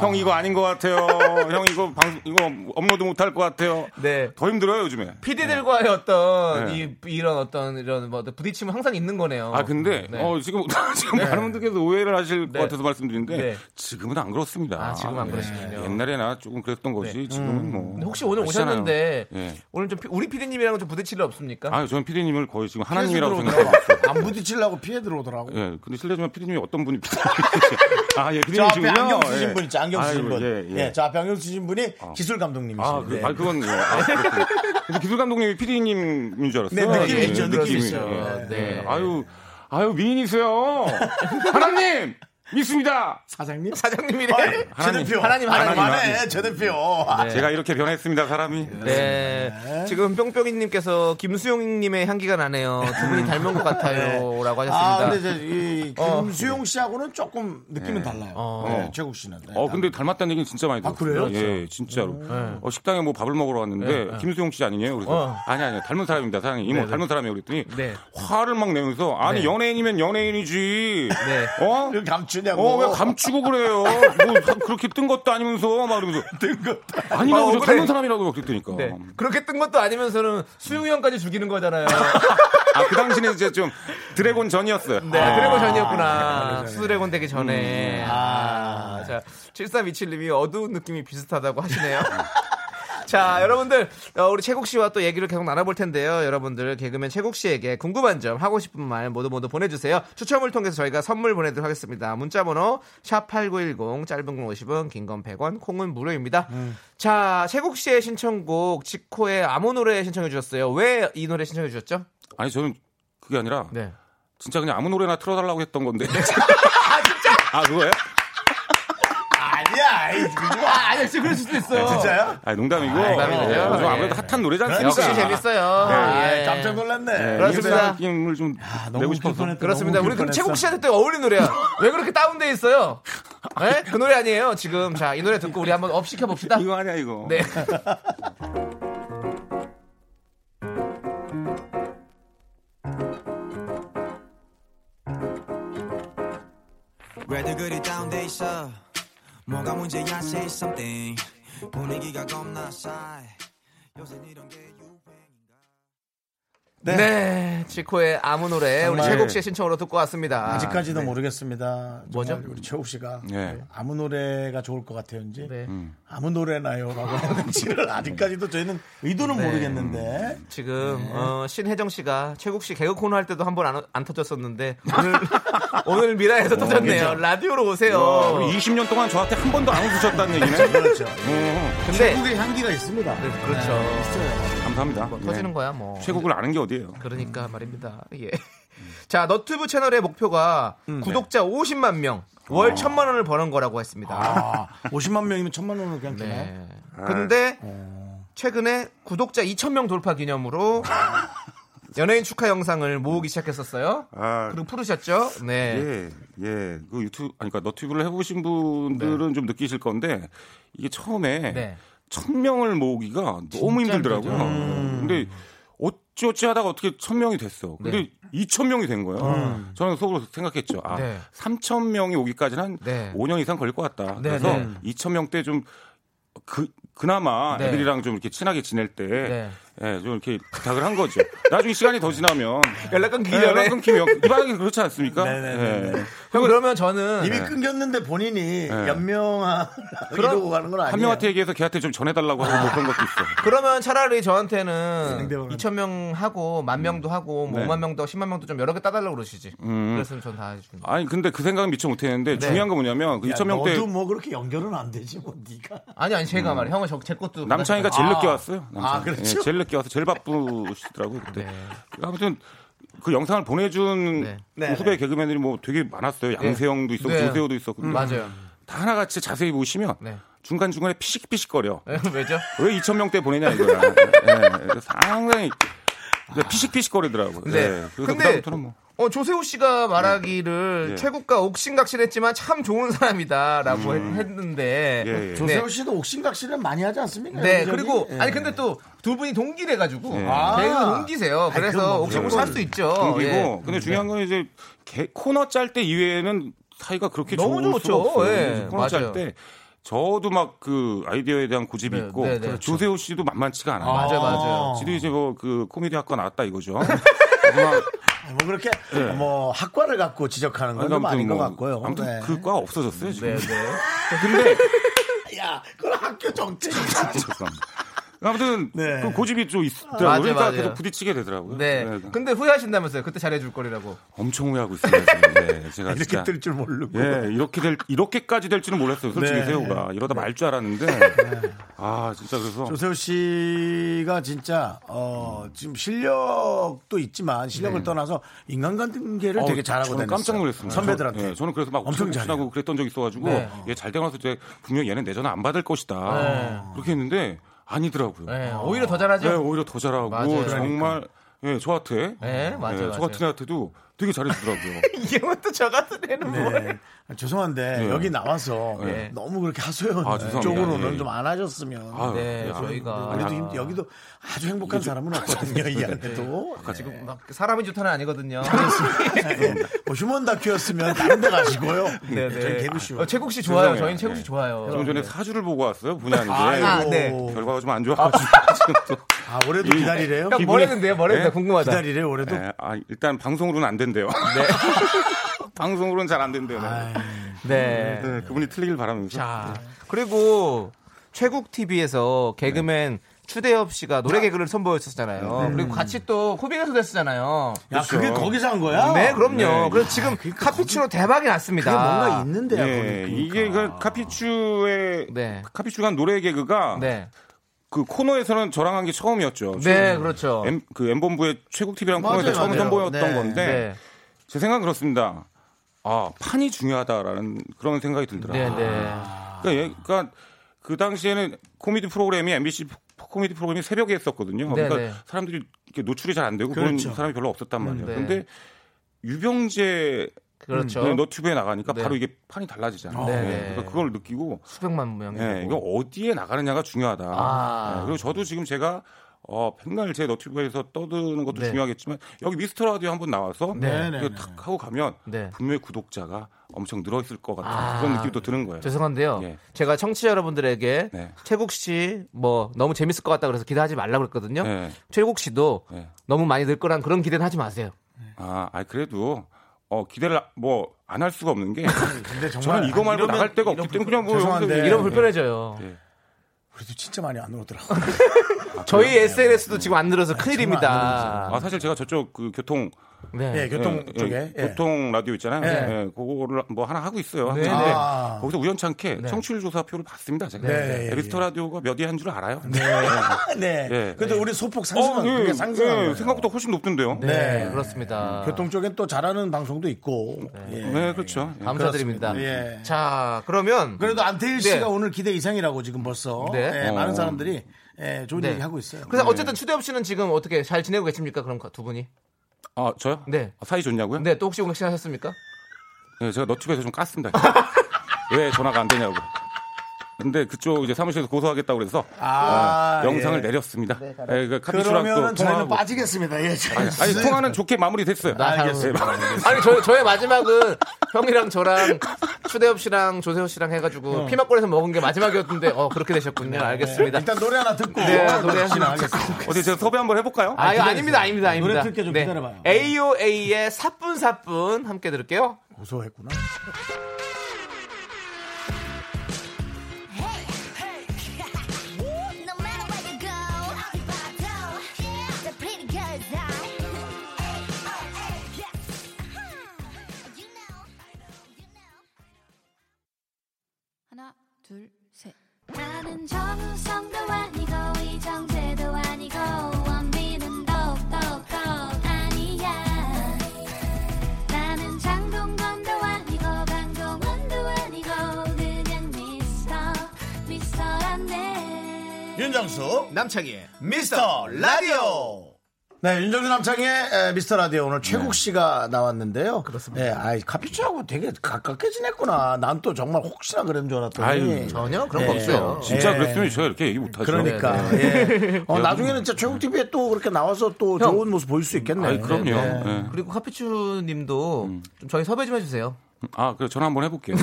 Speaker 7: 형 이거 아닌 것 같아요. 형 이거 방 이거 업로드 못할 것 같아요.
Speaker 8: 네.
Speaker 7: 더 힘들어요 요즘에.
Speaker 8: 피디들과의 어떤
Speaker 7: 네.
Speaker 8: 이, 이런 어떤 이런 뭐 어떤 부딪힘은 항상 있는 거네요.
Speaker 7: 아 근데
Speaker 8: 네.
Speaker 7: 어, 지금 [laughs] 지금 많은 분들께서 오해를 하실
Speaker 8: 네.
Speaker 7: 것 같아서 말씀드리는데
Speaker 8: 네.
Speaker 7: 지금은 안 그렇습니다.
Speaker 8: 아, 지금은 안
Speaker 7: 예.
Speaker 8: 그러시군요.
Speaker 7: 옛날에나 조금 그랬던 거지 지금은 뭐.
Speaker 8: 근데 혹시 오늘
Speaker 7: 아시잖아요.
Speaker 8: 오셨는데
Speaker 7: 예.
Speaker 8: 오늘 좀 피- 우리 피디님이랑 좀 부딪힐 일 없습니까?
Speaker 7: 아 저는 피디님을 거의 지금
Speaker 1: 피해
Speaker 7: 하나님이라고
Speaker 1: 들어오더라고.
Speaker 7: 생각하고 있어요.
Speaker 1: 안 부딪히려고 피해 들어오더라고.
Speaker 7: 예, 근데 실례지만 피디님이 어떤 [laughs] 분이 아, 예,
Speaker 1: 저 앞에
Speaker 7: 피디님이시군요.
Speaker 1: 안경 쓰신
Speaker 7: 예.
Speaker 1: 분 있죠. 안경 쓰신
Speaker 7: 아이고,
Speaker 1: 분.
Speaker 7: 예, 예.
Speaker 1: 예, 저 앞에 안경 쓰신 분이 기술 네.
Speaker 7: 아, 그,
Speaker 1: 감독님이신데.
Speaker 7: 아, 그건 뭐, 아, 그렇군요. 그래서 기술 감독님이 피디님인 줄 알았어요.
Speaker 1: 네, 느낌이
Speaker 7: 예,
Speaker 1: 있죠, 느낌이 있어요.
Speaker 7: 예,
Speaker 8: 네.
Speaker 7: 예. 아유, 아유 미인이세요. 하나님 믿습니다.
Speaker 1: 사장님?
Speaker 8: 사장님이래.
Speaker 1: 아, 제 대표.
Speaker 8: 하나님, 하나님.
Speaker 1: 만해, 제 대표. 아,
Speaker 7: 제가 이렇게 변했습니다, 사람이.
Speaker 8: 네. 지금 뿅뿅이님께서 김수용님의 향기가 나네요. 두 분이 닮은 것
Speaker 7: [laughs] 네.
Speaker 8: 같아요라고 하셨습니다.
Speaker 1: 아, 근데 이제 이 김수용 씨하고는 조금 느낌은 달라요. 네, 최국 씨는. 네,
Speaker 7: 어, 근데 닮았다는 얘기는 진짜 많이 들었어요.
Speaker 1: 아, 그래요? 음.
Speaker 7: 예, 진짜로.
Speaker 8: 네.
Speaker 7: 어, 식당에 뭐 밥을 먹으러 왔는데 김수용 씨 아니에요? 그래서 아니 아니 닮은 사람입니다, 사장님. 이모 닮은 사람이에요. 그랬더니
Speaker 8: 어. 네.
Speaker 7: 화를 막 내면서 아니
Speaker 8: 네.
Speaker 7: 연예인이면 연예인이지.
Speaker 8: 네.
Speaker 7: 어?
Speaker 1: 왜 감추냐고.
Speaker 7: 어, 왜 감추고 그래요? 뭐 사- 그렇게 뜬 것도 아니면서
Speaker 1: [laughs]
Speaker 7: 막 이러면서 뜬 것도 아니라고
Speaker 1: 어,
Speaker 8: 아,
Speaker 7: 저
Speaker 8: 억울해.
Speaker 7: 닮은 사람이라고 막 그랬더니까.
Speaker 8: 네. 그렇게 뜬 것도 아니면서는 수용이 형까지 죽이는 거잖아요.
Speaker 7: 아, 그 당시는 이제 좀 드래곤 전이었어요.
Speaker 1: 음.
Speaker 8: 네, 드래곤
Speaker 7: 아,
Speaker 8: 전이었구나. 수드래곤 되기
Speaker 7: 음, 예.
Speaker 8: 전에. 아, 자, 7327님이 어두운 느낌이 비슷하다고 하시네요. [laughs] 자, 여러분들, 어, 우리 채국 씨와 또 얘기를 계속 나눠볼 텐데요. 여러분들, 개그맨 채국 씨에게 궁금한 점, 하고 싶은 말 모두 모두 보내주세요. 추첨을 통해서 저희가 선물 보내드리도록 하겠습니다. 문자번호, 샵8910, 짧은 건 50원, 긴 건 100원, 콩은 무료입니다.
Speaker 1: 네.
Speaker 8: 자, 채국 씨의 신청곡, 지코의 아무 노래 신청해주셨어요. 왜 이 노래 신청해주셨죠?
Speaker 7: 아니, 저는 그게 아니라
Speaker 8: 네.
Speaker 7: 진짜 그냥 아무 노래나 틀어달라고 했던 건데. [laughs] 아, 진짜? [laughs] 아, 그거예요?
Speaker 1: 아니야, 아이, 그거.
Speaker 8: 아, 아니, 진짜 그럴 수도 있어요.
Speaker 1: 진짜요?
Speaker 7: 아, 농담이고.
Speaker 8: 농담이네요.
Speaker 7: 어, 좀 아무래도
Speaker 8: 예.
Speaker 7: 핫한 노래지 않습니까?
Speaker 8: 역시 재밌어요.
Speaker 1: 아,
Speaker 8: 예.
Speaker 1: 깜짝 놀랐네.
Speaker 7: 예,
Speaker 8: 그렇습니다.
Speaker 7: 인싸 느낌을
Speaker 8: 아,
Speaker 7: 좀 내고 싶어서.
Speaker 8: 그렇습니다. 우리 그럼 최국 씨한테 또 어울리는 노래야. 왜 그렇게 다운돼 있어요?
Speaker 2: 네? 그 노래 아니에요 지금 자 이 노래 듣고 우리 한번 업 시켜봅시다
Speaker 7: 이거 아니야 이거.
Speaker 2: 네.
Speaker 8: 왜들 그리 다운돼 있어 뭐가 문제야 say something 분위기가 겁나 싸해 요새 이런 게 유행인가
Speaker 2: 네. 지코의 아무 노래 우리
Speaker 1: 정말.
Speaker 2: 최국 씨의 신청으로 듣고 왔습니다
Speaker 1: 아직까지도 모르겠습니다. 정말
Speaker 2: 뭐죠?
Speaker 1: 우리 최욱 씨가
Speaker 7: 네.
Speaker 1: 아무 노래가 좋을 것 같아요인지
Speaker 2: 네.
Speaker 7: 음.
Speaker 1: 아무 노래나요라고 하는지를 아직까지도 저희는 의도는
Speaker 2: 네.
Speaker 1: 모르겠는데
Speaker 2: 지금
Speaker 7: 네.
Speaker 2: 어, 신혜정 씨가 최국 씨 개그 코너 할 때도 한 번 안 터졌었는데 오늘 [laughs] 오늘 미라에서 터졌네요. 라디오로 오세요.
Speaker 7: 어, 우리 20년 동안 저한테 한 번도 안 웃으셨다는
Speaker 8: [laughs]
Speaker 7: 얘기네.
Speaker 1: 그렇죠.
Speaker 7: 어,
Speaker 2: 근데
Speaker 1: 한국의 향기가 있습니다.
Speaker 2: 네, 그렇죠.
Speaker 7: 감사합니다.
Speaker 2: 뭐
Speaker 7: 예.
Speaker 2: 터지는 거야 뭐.
Speaker 7: 최국을 아는 게 어디예요?
Speaker 1: 음.
Speaker 2: 그러니까 말입니다. 예. 자, 너튜브 채널의 목표가
Speaker 1: 음.
Speaker 2: 구독자 50만 명, 월 1000만 원을 버는 거라고 했습니다.
Speaker 1: 네. 아, 50만 명이면 천만 원으로 그냥 되나요?
Speaker 2: 네. 근데
Speaker 7: 아.
Speaker 2: 최근에 구독자 2000명 돌파
Speaker 7: [laughs]
Speaker 2: 기념으로 연예인 축하 영상을 모으기 시작했었어요.
Speaker 7: 아,
Speaker 2: 그리고 풀으셨죠? 네.
Speaker 7: 예, 예. 그 유튜브, 아니, 그러니까 너튜브를 해보신
Speaker 8: 네.
Speaker 7: 분들은 좀 느끼실 건데, 이게 처음에
Speaker 2: 네.
Speaker 7: 천 명을 모으기가 너무 힘들더라고요.
Speaker 2: 음.
Speaker 7: 근데 어찌어찌 하다가 어떻게 천 명이 됐어. 근데 이천 명이 된 거예요. 저는 속으로 생각했죠. 아,
Speaker 2: 음. 네.
Speaker 7: 삼천 명이 오기까지는 한
Speaker 2: 네.
Speaker 7: 5년 이상 걸릴 것 같다.
Speaker 2: 네,
Speaker 7: 그래서
Speaker 2: 네.
Speaker 7: 이천 명대 좀 그, 그나마
Speaker 2: 네.
Speaker 7: 애들이랑 좀 이렇게 친하게 지낼 때,
Speaker 2: 네.
Speaker 7: 예, 좀 이렇게 부탁을 한 거죠. [laughs] 나중에 시간이 더 지나면.
Speaker 2: 연락
Speaker 7: 예,
Speaker 2: 끊기려네.
Speaker 7: 연락 끊기면 이 바닥에 그렇지 않습니까?
Speaker 1: 네네네.
Speaker 7: 예.
Speaker 2: 형 그러면 저는
Speaker 1: 이미 끊겼는데
Speaker 7: 네.
Speaker 1: 본인이 연명한 이러고 가는 건 아니에요.
Speaker 7: 한 명한테 얘기해서 걔한테 좀 전해달라고 하고 뭐 그런 것도 있어.
Speaker 2: 그러면 차라리 저한테는
Speaker 1: 상대방은-
Speaker 2: 2천 명 하고 만 명도 하고 뭐
Speaker 7: 네.
Speaker 2: 5만 명도 10만 명도 좀 여러 개 따달라고 그러시지.
Speaker 7: 음.
Speaker 2: 그랬으면 전 다 해주는.
Speaker 7: 아니 근데 그 생각은 미처 못했는데
Speaker 2: 네.
Speaker 7: 중요한 거 뭐냐면 그
Speaker 1: 야,
Speaker 7: 2천 명대
Speaker 1: 너도 뭐 그렇게 연결은 안 되지 뭐 네가.
Speaker 2: 아니 아니 제가 말해. 형은 저, 제 것도
Speaker 7: 음. 남창이가 제일 늦게 왔어요. 남창이.
Speaker 1: 아, 그렇죠?
Speaker 7: 예, 제일 늦게 와서 제일 바쁘시더라고요 그때. 아무튼 그 영상을 보내준
Speaker 2: 네.
Speaker 1: 네.
Speaker 7: 후배 개그맨들이 뭐 되게 많았어요. 양세형도 있었고
Speaker 2: 네.
Speaker 7: 조세호도 있었고
Speaker 2: 맞아요.
Speaker 7: 다 하나같이 자세히 보시면
Speaker 2: 네.
Speaker 7: 중간 중간에 피식피식거려.
Speaker 2: [laughs] 왜죠?
Speaker 7: 왜 2천 명대 보내냐
Speaker 2: [laughs]
Speaker 7: 이거야. 예, 그래서 상당히 피식피식거리더라고요.
Speaker 2: 아. 네.
Speaker 7: 예, 그래서
Speaker 2: 근데-
Speaker 7: 그다음부터는 뭐.
Speaker 2: 어 조세호 씨가 말하기를
Speaker 7: 예.
Speaker 2: 최국과 옥신각신했지만 참 좋은 사람이다라고 했- 했는데
Speaker 7: 음. 예, 예.
Speaker 1: 조세호 씨도 옥신각신을 많이 하지 않습니까?
Speaker 2: 네,
Speaker 1: 여기저기?
Speaker 2: 그리고
Speaker 1: 예. 아.
Speaker 2: 아니 근데 또 두 분이 동기래 가지고
Speaker 7: 예.
Speaker 2: 개그 동기세요.
Speaker 1: 그럼
Speaker 2: 그래서
Speaker 1: 뭐
Speaker 2: 옥신각신 할수 있죠.
Speaker 7: 동기고
Speaker 2: 예.
Speaker 7: 근데 중요한 건 이제 개- 코너 짤 때 이외에는 사이가 그렇게
Speaker 2: 너무
Speaker 7: 좋을
Speaker 2: 좋죠.
Speaker 7: 수가 없어요.
Speaker 2: 예,
Speaker 7: 그래서 코너
Speaker 2: 맞아요.
Speaker 7: 짤 때 저도 막 그 아이디어에 대한 고집이
Speaker 2: 네,
Speaker 7: 있고
Speaker 2: 네, 네.
Speaker 7: 조세호 씨도 만만치가 않아요.
Speaker 1: 어.
Speaker 2: 맞아요, 맞아요.
Speaker 7: 지도 이제 뭐 그 코미디 학과 나왔다 이거죠.
Speaker 2: [laughs]
Speaker 7: 하지만
Speaker 1: 뭐 그렇게 뭐 학과를 갖고 지적하는 건 좀 아닌 것 같고요.
Speaker 7: 네. 뭐 아무튼
Speaker 1: 네.
Speaker 7: 그과 없어졌어요
Speaker 2: 네,
Speaker 7: 지금.
Speaker 2: 네.
Speaker 7: [laughs] 근데 아,
Speaker 1: 야, 그건 학교 정책.
Speaker 7: 죄송합니다. 아무튼
Speaker 1: 네.
Speaker 7: 그 고집이 좀 있더라고요.
Speaker 2: 맞아요,
Speaker 7: 그러니까
Speaker 2: 맞아요.
Speaker 7: 계속 부딪히게 되더라고요.
Speaker 2: 네.
Speaker 7: 네.
Speaker 2: 근데 후회하신다면서요. 그때 잘해줄 거리라고. [laughs]
Speaker 7: 엄청 후회하고 있습니다. 지금. 네, 제가
Speaker 1: 이렇게
Speaker 7: 진짜.
Speaker 1: 뜰 줄 모르고.
Speaker 7: 예, 이렇게 될 이렇게까지 될 줄은 몰랐어요. 솔직히
Speaker 1: 네.
Speaker 7: 세호가 이러다 말 줄 알았는데 아 진짜 그래서
Speaker 1: 조세호 씨가 진짜 어, 지금 실력도 있지만 실력을 떠나서 인간관계를 되게
Speaker 7: 네. 어,
Speaker 1: 잘하고
Speaker 7: 저는
Speaker 1: 다녔어요.
Speaker 7: 깜짝 놀랐습니다.
Speaker 1: 선배들한테.
Speaker 7: 저, 예, 저는 그래서 막
Speaker 1: 엄청
Speaker 7: 엄청 친하고 그랬던 적이 있어가지고 예, 얘잘 돼가서 제가 분명 얘는 내 전화 안 받을 것이다 그렇게 했는데 아니더라고요.
Speaker 2: 네, 오히려 더
Speaker 7: 예,
Speaker 2: 잘하죠.
Speaker 7: 오히려 더 잘하고
Speaker 2: 맞아요.
Speaker 7: 정말 예 저한테
Speaker 2: 네, 맞아요,
Speaker 7: 예,
Speaker 2: 맞아요. 네,
Speaker 7: 저 같은 애한테도 되게 잘해주더라고요.
Speaker 2: 이 형은 뭐 또 저 같은 애는 뭐.
Speaker 1: 네. 아, 죄송한데 여기 나와서
Speaker 7: 네.
Speaker 1: 너무 그렇게 하소연
Speaker 7: 아, 죄송합니다.
Speaker 1: 쪽으로는
Speaker 7: 예.
Speaker 1: 좀 안 하셨으면
Speaker 7: 아,
Speaker 2: 네,
Speaker 7: 야,
Speaker 2: 저희가
Speaker 1: 우리도 임- 여기도 아주 행복한 사람은
Speaker 7: 네.
Speaker 1: 없거든요 이 안에도
Speaker 2: 지금 막 사람이 좋다는 아니거든요.
Speaker 7: 네.
Speaker 1: 뭐 휴먼 다큐였으면 다른 데 가시고요
Speaker 2: 네,
Speaker 1: 저희
Speaker 2: 네.
Speaker 1: 개그 쇼
Speaker 2: 어, 최국 씨 좋아요.
Speaker 7: 죄송해요.
Speaker 2: 저희는 최국 씨
Speaker 7: 네.
Speaker 2: 좋아요.
Speaker 7: 좀 전에 사주를 보고 왔어요 분이 아닌데
Speaker 1: 아,
Speaker 2: 네.
Speaker 7: 결과가 좀 안 좋아가지고 지금 또
Speaker 1: 아 올해도 기다리래요
Speaker 2: 형, 뭘 했는데요? 뭘 했는데
Speaker 7: 네?
Speaker 2: 궁금하다.
Speaker 1: 기다리래요 올해도
Speaker 7: 예. 네, 아, 일단 방송으로는 안 된대요. [laughs] 방송으로는 잘 안 된대요. 네.
Speaker 2: 네.
Speaker 7: 네, 그분이 틀리길 바라면서.
Speaker 2: 자,
Speaker 7: 네.
Speaker 2: 그리고 최국 TV에서
Speaker 7: 네.
Speaker 2: 개그맨 추대엽 씨가
Speaker 7: 아.
Speaker 2: 노래 개그를 선보였었잖아요. 그리고 같이 또 코빅에서 됐었잖아요.
Speaker 1: 야 그게
Speaker 7: 그렇죠.
Speaker 1: 거기서 한 거야
Speaker 2: 네, 그럼요.
Speaker 7: 네.
Speaker 2: 그래서 지금 카피치노 대박이 났습니다.
Speaker 1: 아, 그게 뭔가 있는데요
Speaker 7: 예,
Speaker 1: 그러니까.
Speaker 7: 이게 그 카피추의
Speaker 2: 네.
Speaker 1: 아,
Speaker 7: 카피추가 한 노래 개그가
Speaker 2: 네.
Speaker 7: 그 코너에서는 저랑 한 게 처음이었죠.
Speaker 2: 네, 그렇죠.
Speaker 7: M, 그 엠본부의 최국 TV랑 코너에서
Speaker 1: 맞아요,
Speaker 7: 처음
Speaker 1: 맞아요.
Speaker 7: 선보였던
Speaker 1: 네.
Speaker 7: 건데
Speaker 2: 네.
Speaker 7: 제 생각 은 그렇습니다. 아 판이 중요하다라는 그런 생각이
Speaker 2: 네,
Speaker 7: 들더라고요.
Speaker 2: 네.
Speaker 7: 그러니까, 얘- 그러니까 그 당시에는 코미디 프로그램이 MBC 포- 코미디 프로그램이 새벽에 했었거든요.
Speaker 2: 네,
Speaker 7: 그러니까
Speaker 2: 네. 음,
Speaker 7: 사람들이 이렇게 노출이 잘 안 되고
Speaker 1: 그렇죠.
Speaker 7: 그런 사람이 별로 없었단 말이에요.
Speaker 2: 네.
Speaker 7: 근데 유병재
Speaker 2: 그렇죠.
Speaker 7: 네, 너튜브에 나가니까
Speaker 2: 네.
Speaker 7: 바로 이게 판이 달라지잖아요.
Speaker 2: 네, 네.
Speaker 7: 그러니까 그걸 느끼고
Speaker 2: 수백만 명이
Speaker 7: 네, 이거 어디에 나가느냐가 중요하다.
Speaker 2: 아.
Speaker 7: 네, 그리고 저도 지금 제가 어, 맨날 제 너튜브에서 떠드는 것도
Speaker 2: 네.
Speaker 7: 중요하겠지만 여기 미스터 라디오 한번 나와서
Speaker 2: 네.
Speaker 7: 이거 탁 하고 가면
Speaker 2: 네.
Speaker 7: 분명히 구독자가 엄청 늘어있을 것 같은
Speaker 2: 아.
Speaker 7: 그런 느낌도 드는 거예요.
Speaker 2: 죄송한데요.
Speaker 7: 예.
Speaker 2: 제가 청취자 여러분들에게
Speaker 7: 네.
Speaker 2: 최국 씨 뭐 너무 재밌을 것 같다 그래서 기대하지 말라 그랬거든요.
Speaker 7: 네.
Speaker 2: 최국 씨도
Speaker 7: 네.
Speaker 2: 너무 많이 늘 거란 그런 기대는 하지 마세요.
Speaker 7: 아, 아니, 그래도 어, 기대를 뭐 안 할 수가 없는 게
Speaker 1: 근데 정말
Speaker 7: 저는 이거 말고
Speaker 1: 이러면-
Speaker 7: 나갈 데가 없기
Speaker 1: 이런
Speaker 7: 때문에 그냥 뭐
Speaker 1: 죄송한데
Speaker 7: 여기서
Speaker 1: 네.
Speaker 2: 이런 불편해져요.
Speaker 7: 네.
Speaker 1: 그래도 진짜 많이 안 오더라고.
Speaker 2: 저희 SNS도 지금 안 늘어서 큰일입니다.
Speaker 7: 아 사실 제가 저쪽 그 교통
Speaker 2: 네.
Speaker 1: 예, 교통
Speaker 7: 예,
Speaker 1: 쪽에.
Speaker 7: 예,
Speaker 1: 예.
Speaker 7: 교통 라디오 있잖아요.
Speaker 1: 네.
Speaker 7: 예, 그거를 뭐 하나 하고 있어요.
Speaker 2: 네.
Speaker 7: 근데
Speaker 1: 아.
Speaker 7: 거기서 우연찮게 청취율 조사표를 봤습니다. 제가
Speaker 1: 네.
Speaker 7: 에비스터 라디오가 몇 위 한 줄 알아요. 네.
Speaker 1: 네.
Speaker 7: 예.
Speaker 1: 근데 우리 소폭 상승한
Speaker 7: 예,
Speaker 1: 그게 상승한
Speaker 7: 예,
Speaker 1: 거예요.
Speaker 7: 생각보다 훨씬 높던데요. 네,
Speaker 1: 네.
Speaker 2: 네, 그렇습니다.
Speaker 1: 교통 쪽엔 또 잘하는 방송도 있고. 예.
Speaker 7: 그렇죠. 예.
Speaker 2: 감사드립니다.
Speaker 1: 그렇습니다. 예.
Speaker 2: 자, 그러면
Speaker 1: 그래도 안태일
Speaker 2: 네.
Speaker 1: 씨가 오늘 기대 이상이라고 지금 벌써
Speaker 2: 네.
Speaker 1: 예, 많은
Speaker 7: 어.
Speaker 1: 사람들이 예, 좋은
Speaker 2: 네.
Speaker 1: 얘기 하고 있어요.
Speaker 2: 그래서 어쨌든 추대엽 씨는 지금 어떻게 잘 지내고 계십니까? 그럼 두 분이?
Speaker 7: 아 저요?
Speaker 2: 네.
Speaker 7: 아, 사이 좋냐고요?
Speaker 2: 네, 또 혹시 혹시하셨습니까?
Speaker 7: 네, 제가 너튜브에서 좀 깠습니다. 왜 전화가 안 되냐고. 근데 그쪽 이제 사무실에서 고소하겠다고 그래서
Speaker 1: 아,
Speaker 7: 어, 영상을
Speaker 1: 예.
Speaker 7: 내렸습니다. 네, 그러니까
Speaker 1: 그러면은
Speaker 7: 카피추랑도
Speaker 1: 저희는
Speaker 7: 통화하고.
Speaker 1: 빠지겠습니다. 예,
Speaker 7: 아니, 아니, 통화는 좋게 마무리됐어요.
Speaker 1: 알겠습니다.
Speaker 7: 네, 마무리-
Speaker 2: 아니 저, 저의 마지막은 형이랑 저랑 추대엽 씨랑 조세호 씨랑
Speaker 1: 어.
Speaker 2: 해가지고 피막골에서 먹은 게 마지막이었는데 어 그렇게 되셨군요.
Speaker 1: 네.
Speaker 2: 알겠습니다.
Speaker 1: 일단 노래 하나 듣고
Speaker 2: 네, 노래
Speaker 1: 다시
Speaker 2: 하나
Speaker 1: 나가겠습니다.
Speaker 7: 어디 제가 섭외 한번 해볼까요?
Speaker 2: 아, 이거 아닙니다, 아닙니다, 아닙니다. 네.
Speaker 1: 노래 틀게 좀 기다려봐요.
Speaker 2: AOA의 사뿐사뿐 함께 들을게요.
Speaker 1: 고소했구나.
Speaker 4: No matter where you go, I'll be by your door. The pretty girls are. A-O-A, oh, yes. [laughs] Uh-huh. You know, you know.
Speaker 9: 하나, 둘, 셋.
Speaker 4: 나는 정우성도 아니고 이정재도 아니고 원빈은 더욱더 아니야 나는 장동건도 아니고 강동원도 아니고 그냥 미스터 미스터란데
Speaker 1: 윤정수
Speaker 2: 남창희의
Speaker 1: 미스터 라디오. 네, 윤정수 남창의 에, 미스터 라디오 오늘
Speaker 2: 네.
Speaker 1: 최국 씨가 나왔는데요. 그렇습니다. 네, 아이 카피츠하고 되게 가깝게 지냈구나. 난 또 정말 혹시나 그런 줄 알았더니.
Speaker 7: 아유,
Speaker 2: 전혀 그런 거
Speaker 1: 예.
Speaker 2: 없어요.
Speaker 7: 진짜
Speaker 1: 예.
Speaker 7: 그랬으면 네, 제가 이렇게 얘기 못하죠.
Speaker 1: 그러니까. 예. 어, 나중에는 진짜 최국 TV에 또 그렇게 나와서 또
Speaker 2: 형.
Speaker 1: 좋은 모습 보일 수 있겠네.
Speaker 7: 아니, 그럼요.
Speaker 1: 네.
Speaker 7: 예.
Speaker 2: 그리고 카피추님도
Speaker 7: 음.
Speaker 2: 좀 저희 섭외 좀 해주세요.
Speaker 7: 아, 그래 전화 한번 해볼게요. 네.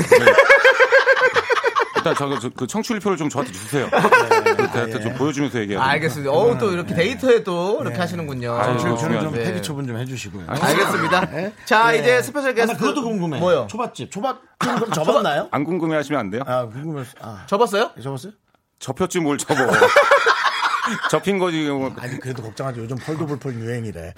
Speaker 7: 일단 저거 저, 그 청취율표를 좀 저한테
Speaker 1: 네.
Speaker 7: 주세요.
Speaker 1: 아,
Speaker 7: 그한테
Speaker 1: 예.
Speaker 7: 좀 보여주면서 얘기해요.
Speaker 2: 알겠습니다. 어우 또 이렇게 데이터에 또 이렇게 하시는군요.
Speaker 7: 아유,
Speaker 1: 저는 좀
Speaker 7: 중요하죠.
Speaker 1: 폐기 처분 좀 해주시고요.
Speaker 2: 알겠습니다. 자
Speaker 7: 네.
Speaker 2: 이제 스페셜
Speaker 1: 아,
Speaker 2: 게스트
Speaker 1: 나 그것도 궁금해.
Speaker 2: 뭐요?
Speaker 1: 초밥집. 초밥집은 그럼 접었나요?
Speaker 7: 안 궁금해하시면 안 돼요?
Speaker 1: 아, 궁금해서. 아,
Speaker 2: 접었어요?
Speaker 1: 접었어요?
Speaker 7: 접혔지
Speaker 1: [laughs]
Speaker 7: 뭘 접어. 접힌 거지. 뭐.
Speaker 1: 아니, 그래도 걱정하지. 요즘 폴더블폰 유행이래.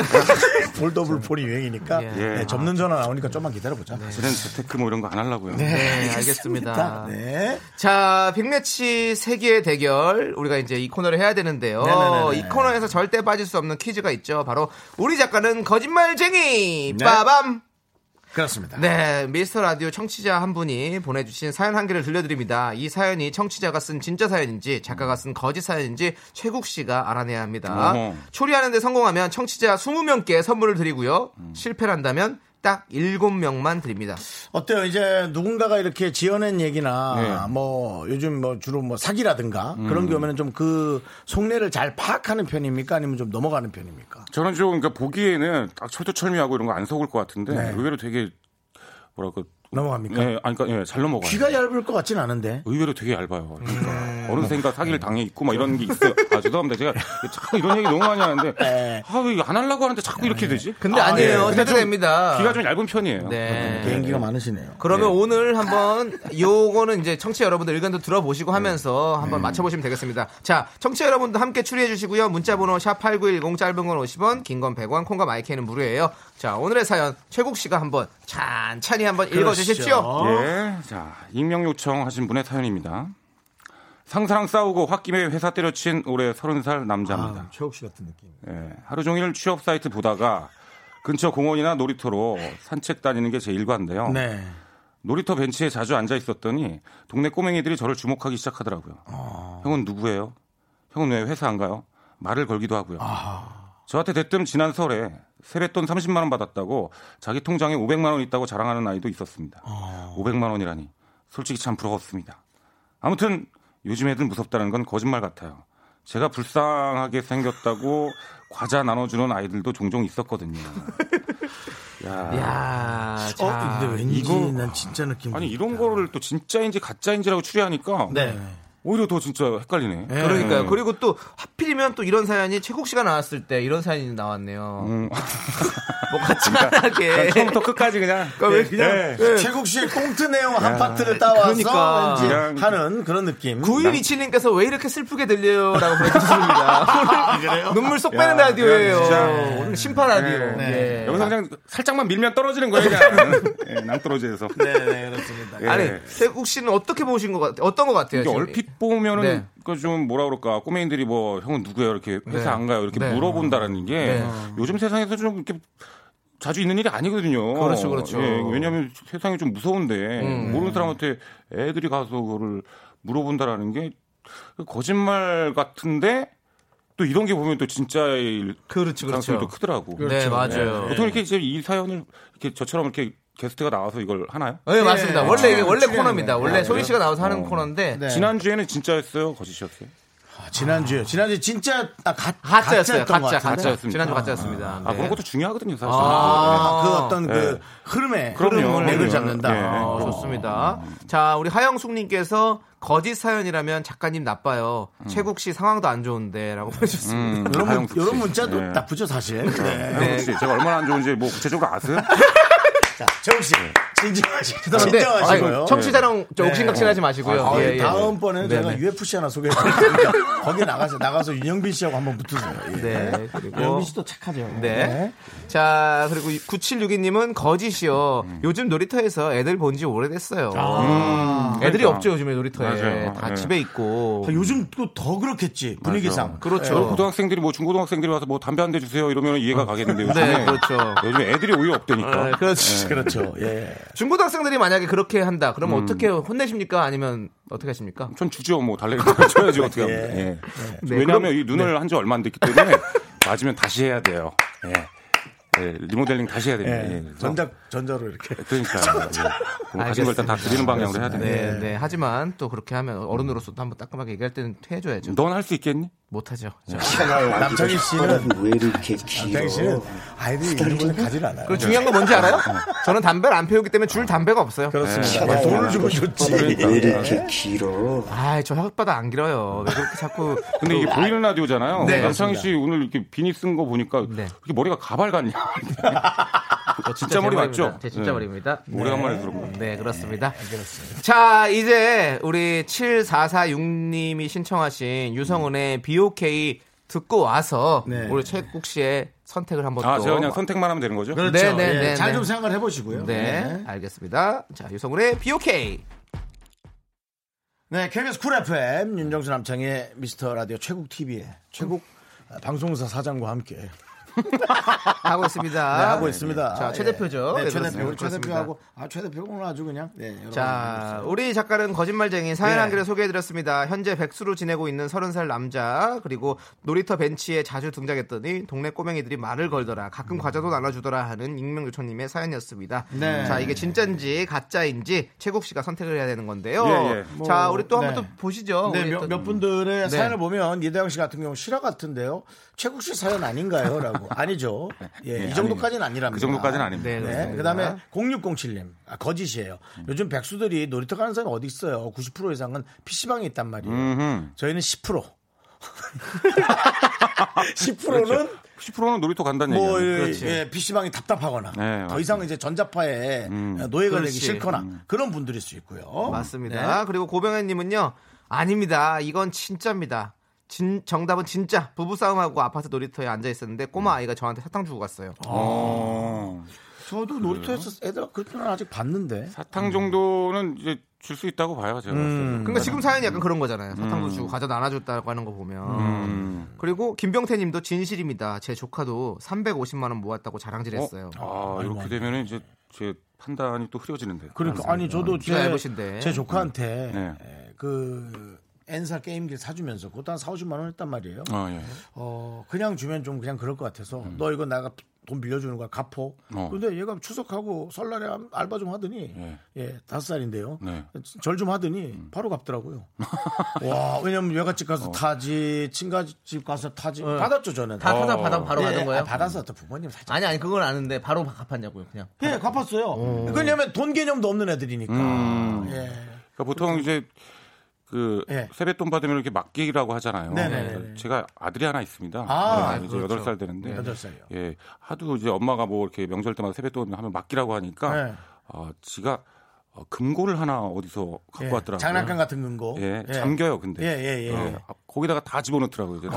Speaker 1: 폴더블폰이 유행이니까.
Speaker 7: 예.
Speaker 1: 네, 접는 전화 나오니까 좀만 기다려보자.
Speaker 7: 저는 재테크 뭐 이런 거 안 하려고요.
Speaker 2: 네, 알겠습니다.
Speaker 1: 네.
Speaker 2: 자, 빅매치 세계의 대결. 우리가 이제 이 코너를 해야 되는데요.
Speaker 1: 네네네네.
Speaker 2: 이 코너에서 절대 빠질 수 없는 퀴즈가 있죠. 바로 우리 작가는 거짓말쟁이.
Speaker 1: 네.
Speaker 2: 빠밤.
Speaker 1: 그렇습니다.
Speaker 2: 네, 미스터 라디오 청취자 한 분이 보내주신 사연 한 개를 들려드립니다. 이 사연이 청취자가 쓴 진짜 사연인지 작가가 쓴 거짓 사연인지 최국 씨가 알아내야 합니다.
Speaker 7: 어허.
Speaker 2: 추리하는데 성공하면 청취자 20명께 선물을 드리고요.
Speaker 1: 음.
Speaker 2: 실패를 한다면 딱 7명만 드립니다.
Speaker 1: 어때요? 이제 누군가가 이렇게 지어낸 얘기나 뭐 요즘 뭐 주로 뭐 사기라든가 그런 경우에는 좀 그 속내를 잘 파악하는 편입니까? 아니면 좀 넘어가는 편입니까?
Speaker 7: 저는 좀 그러니까 보기에는 딱 철두철미하고 이런 거 안 속을 것 같은데
Speaker 1: 네.
Speaker 7: 의외로 되게 뭐랄까.
Speaker 1: 넘어갑니까?
Speaker 7: 예, 아니, 그러니까 예, 잘 넘어가요.
Speaker 1: 네. 귀가 얇을 것 같진 않은데.
Speaker 7: 의외로 되게 얇아요. 그러니까 어느샌가 사기를 당해 있고 막 이런 게 있어요. 아 죄송합니다. 제가 자꾸 이런 얘기 너무 많이 하는데 아왜안 하려고 하는데 자꾸 이렇게 되지?
Speaker 2: 근데
Speaker 1: 아,
Speaker 2: 아니에요.
Speaker 1: 예.
Speaker 2: 해도 됩니다.
Speaker 7: 귀가 좀 얇은 편이에요.
Speaker 2: 네.
Speaker 1: 개인기가 많으시네요.
Speaker 2: 그러면
Speaker 7: 예.
Speaker 2: 오늘 한번 요거는 이제 청취 자 여러분들 의견도 들어보시고
Speaker 7: 네.
Speaker 2: 하면서
Speaker 7: 음.
Speaker 2: 한번 맞춰보시면 되겠습니다. 자, 청취 자 여러분도 함께 추리해 주시고요. 문자번호 샵 #8910 짧은 건 50원, 긴 건 100원, 콩과 마이크는 무료예요. 자, 오늘의 사연 최국 씨가 한번 찬찬히 한번 읽어주십시오.
Speaker 7: 예. 자 익명 요청하신 분의 사연입니다. 상사랑 싸우고 홧김에 회사 때려친 올해 30살 남자입니다.
Speaker 1: 아, 최욱 씨 같은 느낌.
Speaker 7: 예, 하루 종일 취업 사이트 보다가 근처 공원이나 놀이터로 산책 다니는 게 제 일과인데요.
Speaker 1: 네.
Speaker 7: 놀이터 벤치에 자주 앉아 있었더니 동네 꼬맹이들이 저를 주목하기 시작하더라고요.
Speaker 1: 아.
Speaker 7: 형은 누구예요?
Speaker 1: 아.
Speaker 7: 형은 왜 회사 안 가요? 말을 걸기도 하고요. 저한테 대뜸 지난 설에 세뱃돈 30만 원 받았다고 자기 통장에 500만 원 있다고 자랑하는 아이도 있었습니다. 500만 원이라니 솔직히 참 부러웠습니다. 아무튼 요즘 애들 무섭다는 건 거짓말 같아요. 제가 불쌍하게 생겼다고 과자 나눠주는 아이들도 종종 있었거든요. 야.
Speaker 2: 야,
Speaker 8: 아.
Speaker 1: 어,
Speaker 2: 자,
Speaker 1: 근데 왠지
Speaker 7: 이거-
Speaker 1: 난 진짜 느낌.
Speaker 7: 아니 이런 거를 또 진짜인지 가짜인지라고 추리하니까
Speaker 1: 네.
Speaker 7: 오히려 더 진짜 헷갈리네.
Speaker 1: 예.
Speaker 2: 그러니까요.
Speaker 7: 네.
Speaker 2: 그리고 또 하필이면 또 이런 사연이 최국 씨가 나왔을 때 이런 사연이 나왔네요.
Speaker 7: 음.
Speaker 2: [laughs]
Speaker 7: 그러니까
Speaker 2: 뭐 같이 만나게.
Speaker 7: 처음부터 끝까지 그냥
Speaker 2: 그러니까 왜 그냥
Speaker 7: 예.
Speaker 2: 예.
Speaker 1: 최국 씨의 꽁트 내용 한 파트를 따와서
Speaker 2: 그러니까.
Speaker 1: 왠지
Speaker 7: 그냥-
Speaker 1: 하는 그런 느낌.
Speaker 2: 9127님께서 왜 이렇게 슬프게 들려요? 라고 보내주셨습니다. 오늘 눈물 쏙 빼는 라디오예요. 네.
Speaker 7: 진짜.
Speaker 2: 오늘 심파 라디오.
Speaker 1: 네.
Speaker 2: 예.
Speaker 7: 여기서 그냥 살짝만 밀면 떨어지는 거예요. 그냥
Speaker 2: [laughs]
Speaker 7: 예, 낭떠러지에서.
Speaker 1: 네, 네, 그렇습니다.
Speaker 7: 예.
Speaker 2: 아니, 세국 씨는 어떻게 보신 것 같아요? 어떤 것 같아요?
Speaker 7: 이게
Speaker 2: 지금?
Speaker 7: 얼핏 보면은
Speaker 2: 네.
Speaker 7: 그좀 뭐라 그럴까 꼬맹이들이 뭐 형은 누구야 이렇게 회사
Speaker 2: 네.
Speaker 7: 안 가요 이렇게
Speaker 2: 네.
Speaker 7: 물어본다라는 게
Speaker 2: 네.
Speaker 7: 요즘 세상에서 좀 이렇게 자주 있는 일이 아니거든요.
Speaker 2: 그렇죠, 그렇죠. 음. 네.
Speaker 7: 예, 왜냐하면 세상이 좀 무서운데 모르는 사람한테 애들이 가서 그거를 물어본다라는 게 거짓말 같은데 또 이런 게 보면 또 진짜일
Speaker 2: 그렇죠,
Speaker 7: 가능성이
Speaker 2: 그렇죠.
Speaker 7: 또 크더라고.
Speaker 2: 네, 맞아요.
Speaker 7: 보통 이렇게 이제 이 사연을 이렇게 저처럼 이렇게 게스트가 나와서 이걸 하나요?
Speaker 2: 네, 맞습니다. 원래, 이게 원래
Speaker 1: 출연이네.
Speaker 2: 코너입니다. 원래
Speaker 1: 아,
Speaker 2: 소희 씨가 나와서 하는
Speaker 7: 어.
Speaker 2: 코너인데.
Speaker 1: 네.
Speaker 7: 지난주에는 진짜였어요? 거짓이었어요?
Speaker 1: 아, 지난주요. 지난주 진짜 아, 가,
Speaker 2: 가짜였어요.
Speaker 1: 가짜였던 것
Speaker 2: 가짜,
Speaker 1: 같은데.
Speaker 2: 가짜.
Speaker 7: 가짜였습니다.
Speaker 2: 지난주 가짜였습니다.
Speaker 7: 아,
Speaker 2: 네.
Speaker 7: 그런 것도 중요하거든요, 사실.
Speaker 2: 아.
Speaker 1: 그 어떤 그
Speaker 7: 네.
Speaker 1: 흐름에
Speaker 7: 그럼요.
Speaker 1: 흐름을 맥을 뭐
Speaker 7: 그럼요.
Speaker 1: 잡는다.
Speaker 7: 네.
Speaker 1: 아,
Speaker 2: 어, 좋습니다. 자, 우리 하영숙님께서 거짓 사연이라면 작가님 나빠요. 최국 씨 상황도 안 좋은데라고 [laughs] 하셨습니다.
Speaker 7: 음,
Speaker 1: 이런, 문,
Speaker 7: 하영숙 씨.
Speaker 1: 이런 문자도
Speaker 7: 예.
Speaker 1: 나쁘죠 사실. 네.
Speaker 7: 하영숙 씨, 제가 얼마나 안 좋은지 뭐 구체적으로 아세요?
Speaker 1: 자, 정욱 네. 씨
Speaker 7: 네.
Speaker 1: 진정하시,
Speaker 2: 근데 아니,
Speaker 1: 진정하시고요.
Speaker 2: 청취자랑 저
Speaker 1: 네.
Speaker 2: 옥신각신하지 마시고요.
Speaker 1: 아,
Speaker 2: 예, 예.
Speaker 1: 다음번에는
Speaker 2: 네,
Speaker 1: 제가
Speaker 2: 네.
Speaker 1: UFC 하나 소개해 드릴게요. 거기 나가서 나가서 윤영빈 씨하고 한번 붙으세요. 예.
Speaker 2: 네, 그리고-
Speaker 1: 윤영빈 씨도 착하죠.
Speaker 2: 네. 자, 그리고 9762님은 거짓이요.
Speaker 7: 음.
Speaker 2: 요즘 놀이터에서 애들 본 지 오래됐어요. 음, 애들이
Speaker 7: 그러니까.
Speaker 2: 없죠, 요즘에 놀이터에.
Speaker 7: 맞아요.
Speaker 2: 다
Speaker 7: 예.
Speaker 2: 집에 있고.
Speaker 1: 아, 요즘 또 더 그렇겠지 분위기상.
Speaker 7: 여러
Speaker 2: 그렇죠.
Speaker 7: 고등학생들이 뭐 중고등학생들이 와서 뭐 담배 한 대 주세요 이러면 이해가 가겠는데 요즘에
Speaker 2: 네, 그렇죠.
Speaker 7: 요즘 애들이 오히려
Speaker 2: 네,
Speaker 7: 없대니까.
Speaker 2: 그렇죠.
Speaker 1: 그렇죠.
Speaker 7: 네.
Speaker 1: 예.
Speaker 2: 중고등학생들이 만약에 그렇게 한다.
Speaker 7: 음.
Speaker 2: 그러면 어떻게 혼내십니까? 아니면 어떻게 하십니까?
Speaker 7: 전 주죠 뭐 달래기 줘야지 어떻게 하면. 예.
Speaker 2: 네,
Speaker 7: 왜냐하면
Speaker 2: 그럼-
Speaker 7: 이 눈을 한 지 얼마 안 됐기 때문에 [laughs] 맞으면 다시 해야 돼요. 예. 예, 리모델링 다시 해야 됩니다. 예,
Speaker 1: 예.
Speaker 7: 그래서-
Speaker 1: 전자 전자로 이렇게.
Speaker 7: 그러니까 예. 그럼 가진 걸 일단 다 드리는 방향으로 해야 됩니다.
Speaker 2: 네, 네. 하지만 또 그렇게 하면 어른으로서도 한번 따끔하게 얘기할 때는 해줘야죠.
Speaker 7: 넌 할 수 있겠니?
Speaker 2: 못하죠.
Speaker 7: 네. 아,
Speaker 1: 남창희
Speaker 7: 그렇죠.
Speaker 1: 씨는
Speaker 9: 왜 이렇게 길어?
Speaker 1: 남창희 씨는 아이들이 이런 거에 가질 않아요.
Speaker 2: 그리고 중요한 건 뭔지 알아요? 저는 담배를 안 피우기 때문에 줄 담배가 없어요.
Speaker 1: 그렇습니다. 아, 돈을 주면 좋지.
Speaker 9: 왜
Speaker 7: 아, 네.
Speaker 9: 이렇게 길어?
Speaker 2: 네. 아이, 저 혓바닥 안 길어요. 왜 그렇게 자꾸.
Speaker 7: 근데 이게 보이는 라디오잖아요.
Speaker 2: 네,
Speaker 7: 남창희 씨 오늘 이렇게 비니 쓴 거 보니까
Speaker 2: 네.
Speaker 7: 이렇게 머리가 가발 같냐?
Speaker 2: [laughs] 저
Speaker 7: 진짜 머리
Speaker 2: 대머리입니다.
Speaker 7: 맞죠?
Speaker 2: 제 진짜
Speaker 7: 네.
Speaker 2: 머리입니다.
Speaker 7: 오래간만에 들어본 거.
Speaker 2: 네, 그렇습니다. 자, 이제 우리 7446님이 신청하신 유성은의 BOK 듣고 와서
Speaker 1: 네.
Speaker 2: 우리 최국 씨의 선택을 한번
Speaker 7: 아,
Speaker 2: 또.
Speaker 7: 제가 그냥 선택만 하면 되는 거죠?
Speaker 1: 그렇죠.
Speaker 2: 어. 네, 네,
Speaker 1: 예.
Speaker 2: 네,
Speaker 1: 잘
Speaker 2: 네.
Speaker 1: 좀 생각을 해보시고요. 예.
Speaker 2: 네, 알겠습니다. 자, 유성은의 BOK.
Speaker 1: 네, KBS 쿨 FM 윤정수 남창의 미스터 라디오 최국 TV의 최국 아, 방송사 사장과 함께 네,
Speaker 2: 하고 있습니다.
Speaker 1: 하고 있습니다.
Speaker 2: 아, 자, 최 대표죠.
Speaker 1: 네,
Speaker 2: 네,
Speaker 1: 최 대표,
Speaker 2: 그렇습니다.
Speaker 1: 우리 최 대표하고 아, 최 대표 오늘 아주 그냥 네, 여러
Speaker 2: 자, 우리 작가는 거짓말쟁이 사연
Speaker 1: 네.
Speaker 2: 한 개를 소개해드렸습니다. 현재 백수로 지내고 있는 30살 남자, 그리고 놀이터 벤치에 자주 등장했더니 동네 꼬맹이들이 말을 걸더라, 가끔 과자도 나눠주더라 하는 익명 요청님의 사연이었습니다.
Speaker 1: 네.
Speaker 2: 자, 이게 진짜인지 가짜인지 최국 씨가 선택을 해야 되는 건데요.
Speaker 7: 예, 예.
Speaker 2: 자, 우리 또 한 번
Speaker 1: 네.
Speaker 2: 또 보시죠.
Speaker 1: 네,
Speaker 2: 우리
Speaker 1: 몇,
Speaker 2: 또-
Speaker 1: 몇 분들의
Speaker 2: 네.
Speaker 1: 사연을 보면 이대영 씨 같은 경우 실화 같은데요. 최국 씨 사연 아닌가요?
Speaker 2: [laughs]
Speaker 1: 라고. 아니죠. 예, 이 정도까지는 아니랍니다.
Speaker 7: 그 정도까지는 아닙니다.
Speaker 2: 네,
Speaker 1: 네.
Speaker 2: 그렇습니다. 음.
Speaker 1: 그 다음에 0607님. 아, 거짓이에요. 요즘 백수들이 놀이터 가는 사람이 어디 있어요? 90% 이상은 PC방에 있단 말이에요.
Speaker 7: 음흠.
Speaker 1: 저희는 10%. 10%는
Speaker 7: 10%는 놀이터 간다는
Speaker 1: 그렇죠. 뭐
Speaker 7: 얘기예요.
Speaker 1: 예, 예, PC방이 답답하거나
Speaker 7: 네,
Speaker 1: 더 이상 이제 전자파에 노예가 되기
Speaker 2: 그렇지. 음.
Speaker 1: 싫거나 그런 분들일 수 있고요. 네.
Speaker 2: 맞습니다. 그리고 고병현님은요, 아닙니다. 이건 진짜입니다. 진- 정답은 진짜 부부싸움하고 아파트 놀이터에 앉아 있었는데 꼬마 아이가 저한테 사탕 주고 갔어요.
Speaker 7: 어.
Speaker 2: 음.
Speaker 1: 저도 놀이터에서 애들 그때는 아직 봤는데.
Speaker 7: 사탕 정도는 이제 줄 수 있다고 봐요, 제가. 봤을 때.
Speaker 2: 그러니까 지금 사연이 약간 그런 거잖아요. 사탕도 주고 과자도 나눠줬다고 하는 거 보면.
Speaker 7: 음.
Speaker 2: 그리고 김병태님도 진실입니다. 제 조카도 350만 원 모았다고 자랑질했어요.
Speaker 7: 아, 이렇게 되면 이제 제
Speaker 2: 그
Speaker 7: 판단이 또 흐려지는데.
Speaker 1: 그러니까 아니 저도
Speaker 2: 키가
Speaker 1: 제,
Speaker 2: 얇으신데.
Speaker 1: 제 조카한테
Speaker 7: 네.
Speaker 1: 에, 그 N사 게임기 사주면서 그것도 한 4, 50만 원 했단 말이에요.
Speaker 7: 아, 예.
Speaker 1: 어, 그냥 주면 좀 그냥 그럴 것 같아서 너 이거 내가 돈 빌려주는 거야 갚어.
Speaker 7: 음. 어.
Speaker 1: 근데 얘가 추석하고 설날에 알바 좀 하더니
Speaker 7: 예.
Speaker 1: 예 다섯 살인데요.
Speaker 7: 네. 음.
Speaker 1: 절 좀 하더니 바로
Speaker 7: [laughs]
Speaker 1: 갚더라고요. 와 왜냐면 외갓집
Speaker 7: 어.
Speaker 1: 가서 타지 친가집 가서 타지 받았죠 저는.
Speaker 8: 어. 다 타다
Speaker 7: 어.
Speaker 8: 받아 바로
Speaker 1: 예,
Speaker 8: 가는 거예요?
Speaker 1: 아, 받아서 또 부모님 사자.
Speaker 8: 아니 아니 그건 아는데 바로 갚았냐고요 그냥.
Speaker 1: 예 갚았어요. 왜냐면 돈 개념도 없는 애들이니까.
Speaker 7: 음.
Speaker 1: 예.
Speaker 7: 그러니까
Speaker 2: 그렇죠.
Speaker 7: 보통 이제 그
Speaker 1: 예.
Speaker 7: 세뱃돈 받으면 이렇게 맡기라고 하잖아요.
Speaker 1: 네네네네.
Speaker 7: 그러니까 제가 아들이 하나 있습니다.
Speaker 1: 아,
Speaker 7: 네, 이제
Speaker 2: 그렇죠.
Speaker 7: 여덟 살 되는데.
Speaker 1: 여덟 살이요.
Speaker 7: 예. 하도 이제 엄마가 뭐 이렇게 명절 때마다 세뱃돈 하면 맡기라고 하니까
Speaker 1: 네.
Speaker 7: 아, 지가 어, 금고를 하나 어디서 갖고
Speaker 1: 예,
Speaker 7: 왔더라고요.
Speaker 1: 장난감 같은 근거.
Speaker 7: 예, 잠겨요, 근데.
Speaker 1: 예, 예, 예.
Speaker 7: 예, 아, 거기다가 다 집어넣더라고요. 이제.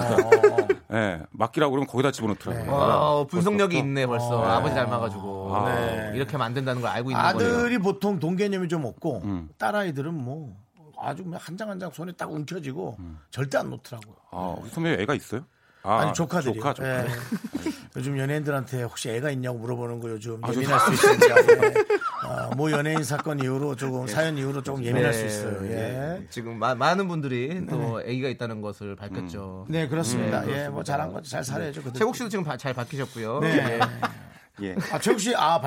Speaker 7: 예, 맡기라고 그러면 거기다 네. 집어넣더라고요.
Speaker 8: 어, 분석력이 있네 벌써 아버지 닮아가지고
Speaker 7: 아.
Speaker 8: 네. 이렇게 하면 안 된다는 걸 알고 있는 거네요. 음.
Speaker 1: 아들이 보통 돈 개념이 좀 없고 딸아이들은 뭐 아주 그냥 한 장 한 장 손에 딱 움켜쥐고
Speaker 8: 음.
Speaker 1: 절대 안 놓더라고요.
Speaker 7: 아, 우리 선배 애가 있어요? 아,
Speaker 1: 아니 조카들이
Speaker 7: 조카, 조카.
Speaker 8: [laughs]
Speaker 1: 예. 요즘 연예인들한테 혹시 애가 있냐고 물어보는 거 요즘 예민할 수 있는지 아, 뭐 연예인 사건 이후로 조금
Speaker 8: 예.
Speaker 1: 사연 이후로 조금 예민할 수 있어요. 예.
Speaker 8: 네. 지금 마- 많은 분들이 또 아기가 있다는 것을 밝혔죠.
Speaker 1: 네 그렇습니다.
Speaker 8: 네,
Speaker 1: 예, 뭐 잘한 거지 잘 살아야죠. 그들.
Speaker 8: 최국 씨도 지금 바- 잘 바뀌셨고요.
Speaker 1: 네.
Speaker 8: 예.
Speaker 1: 아 최국 씨아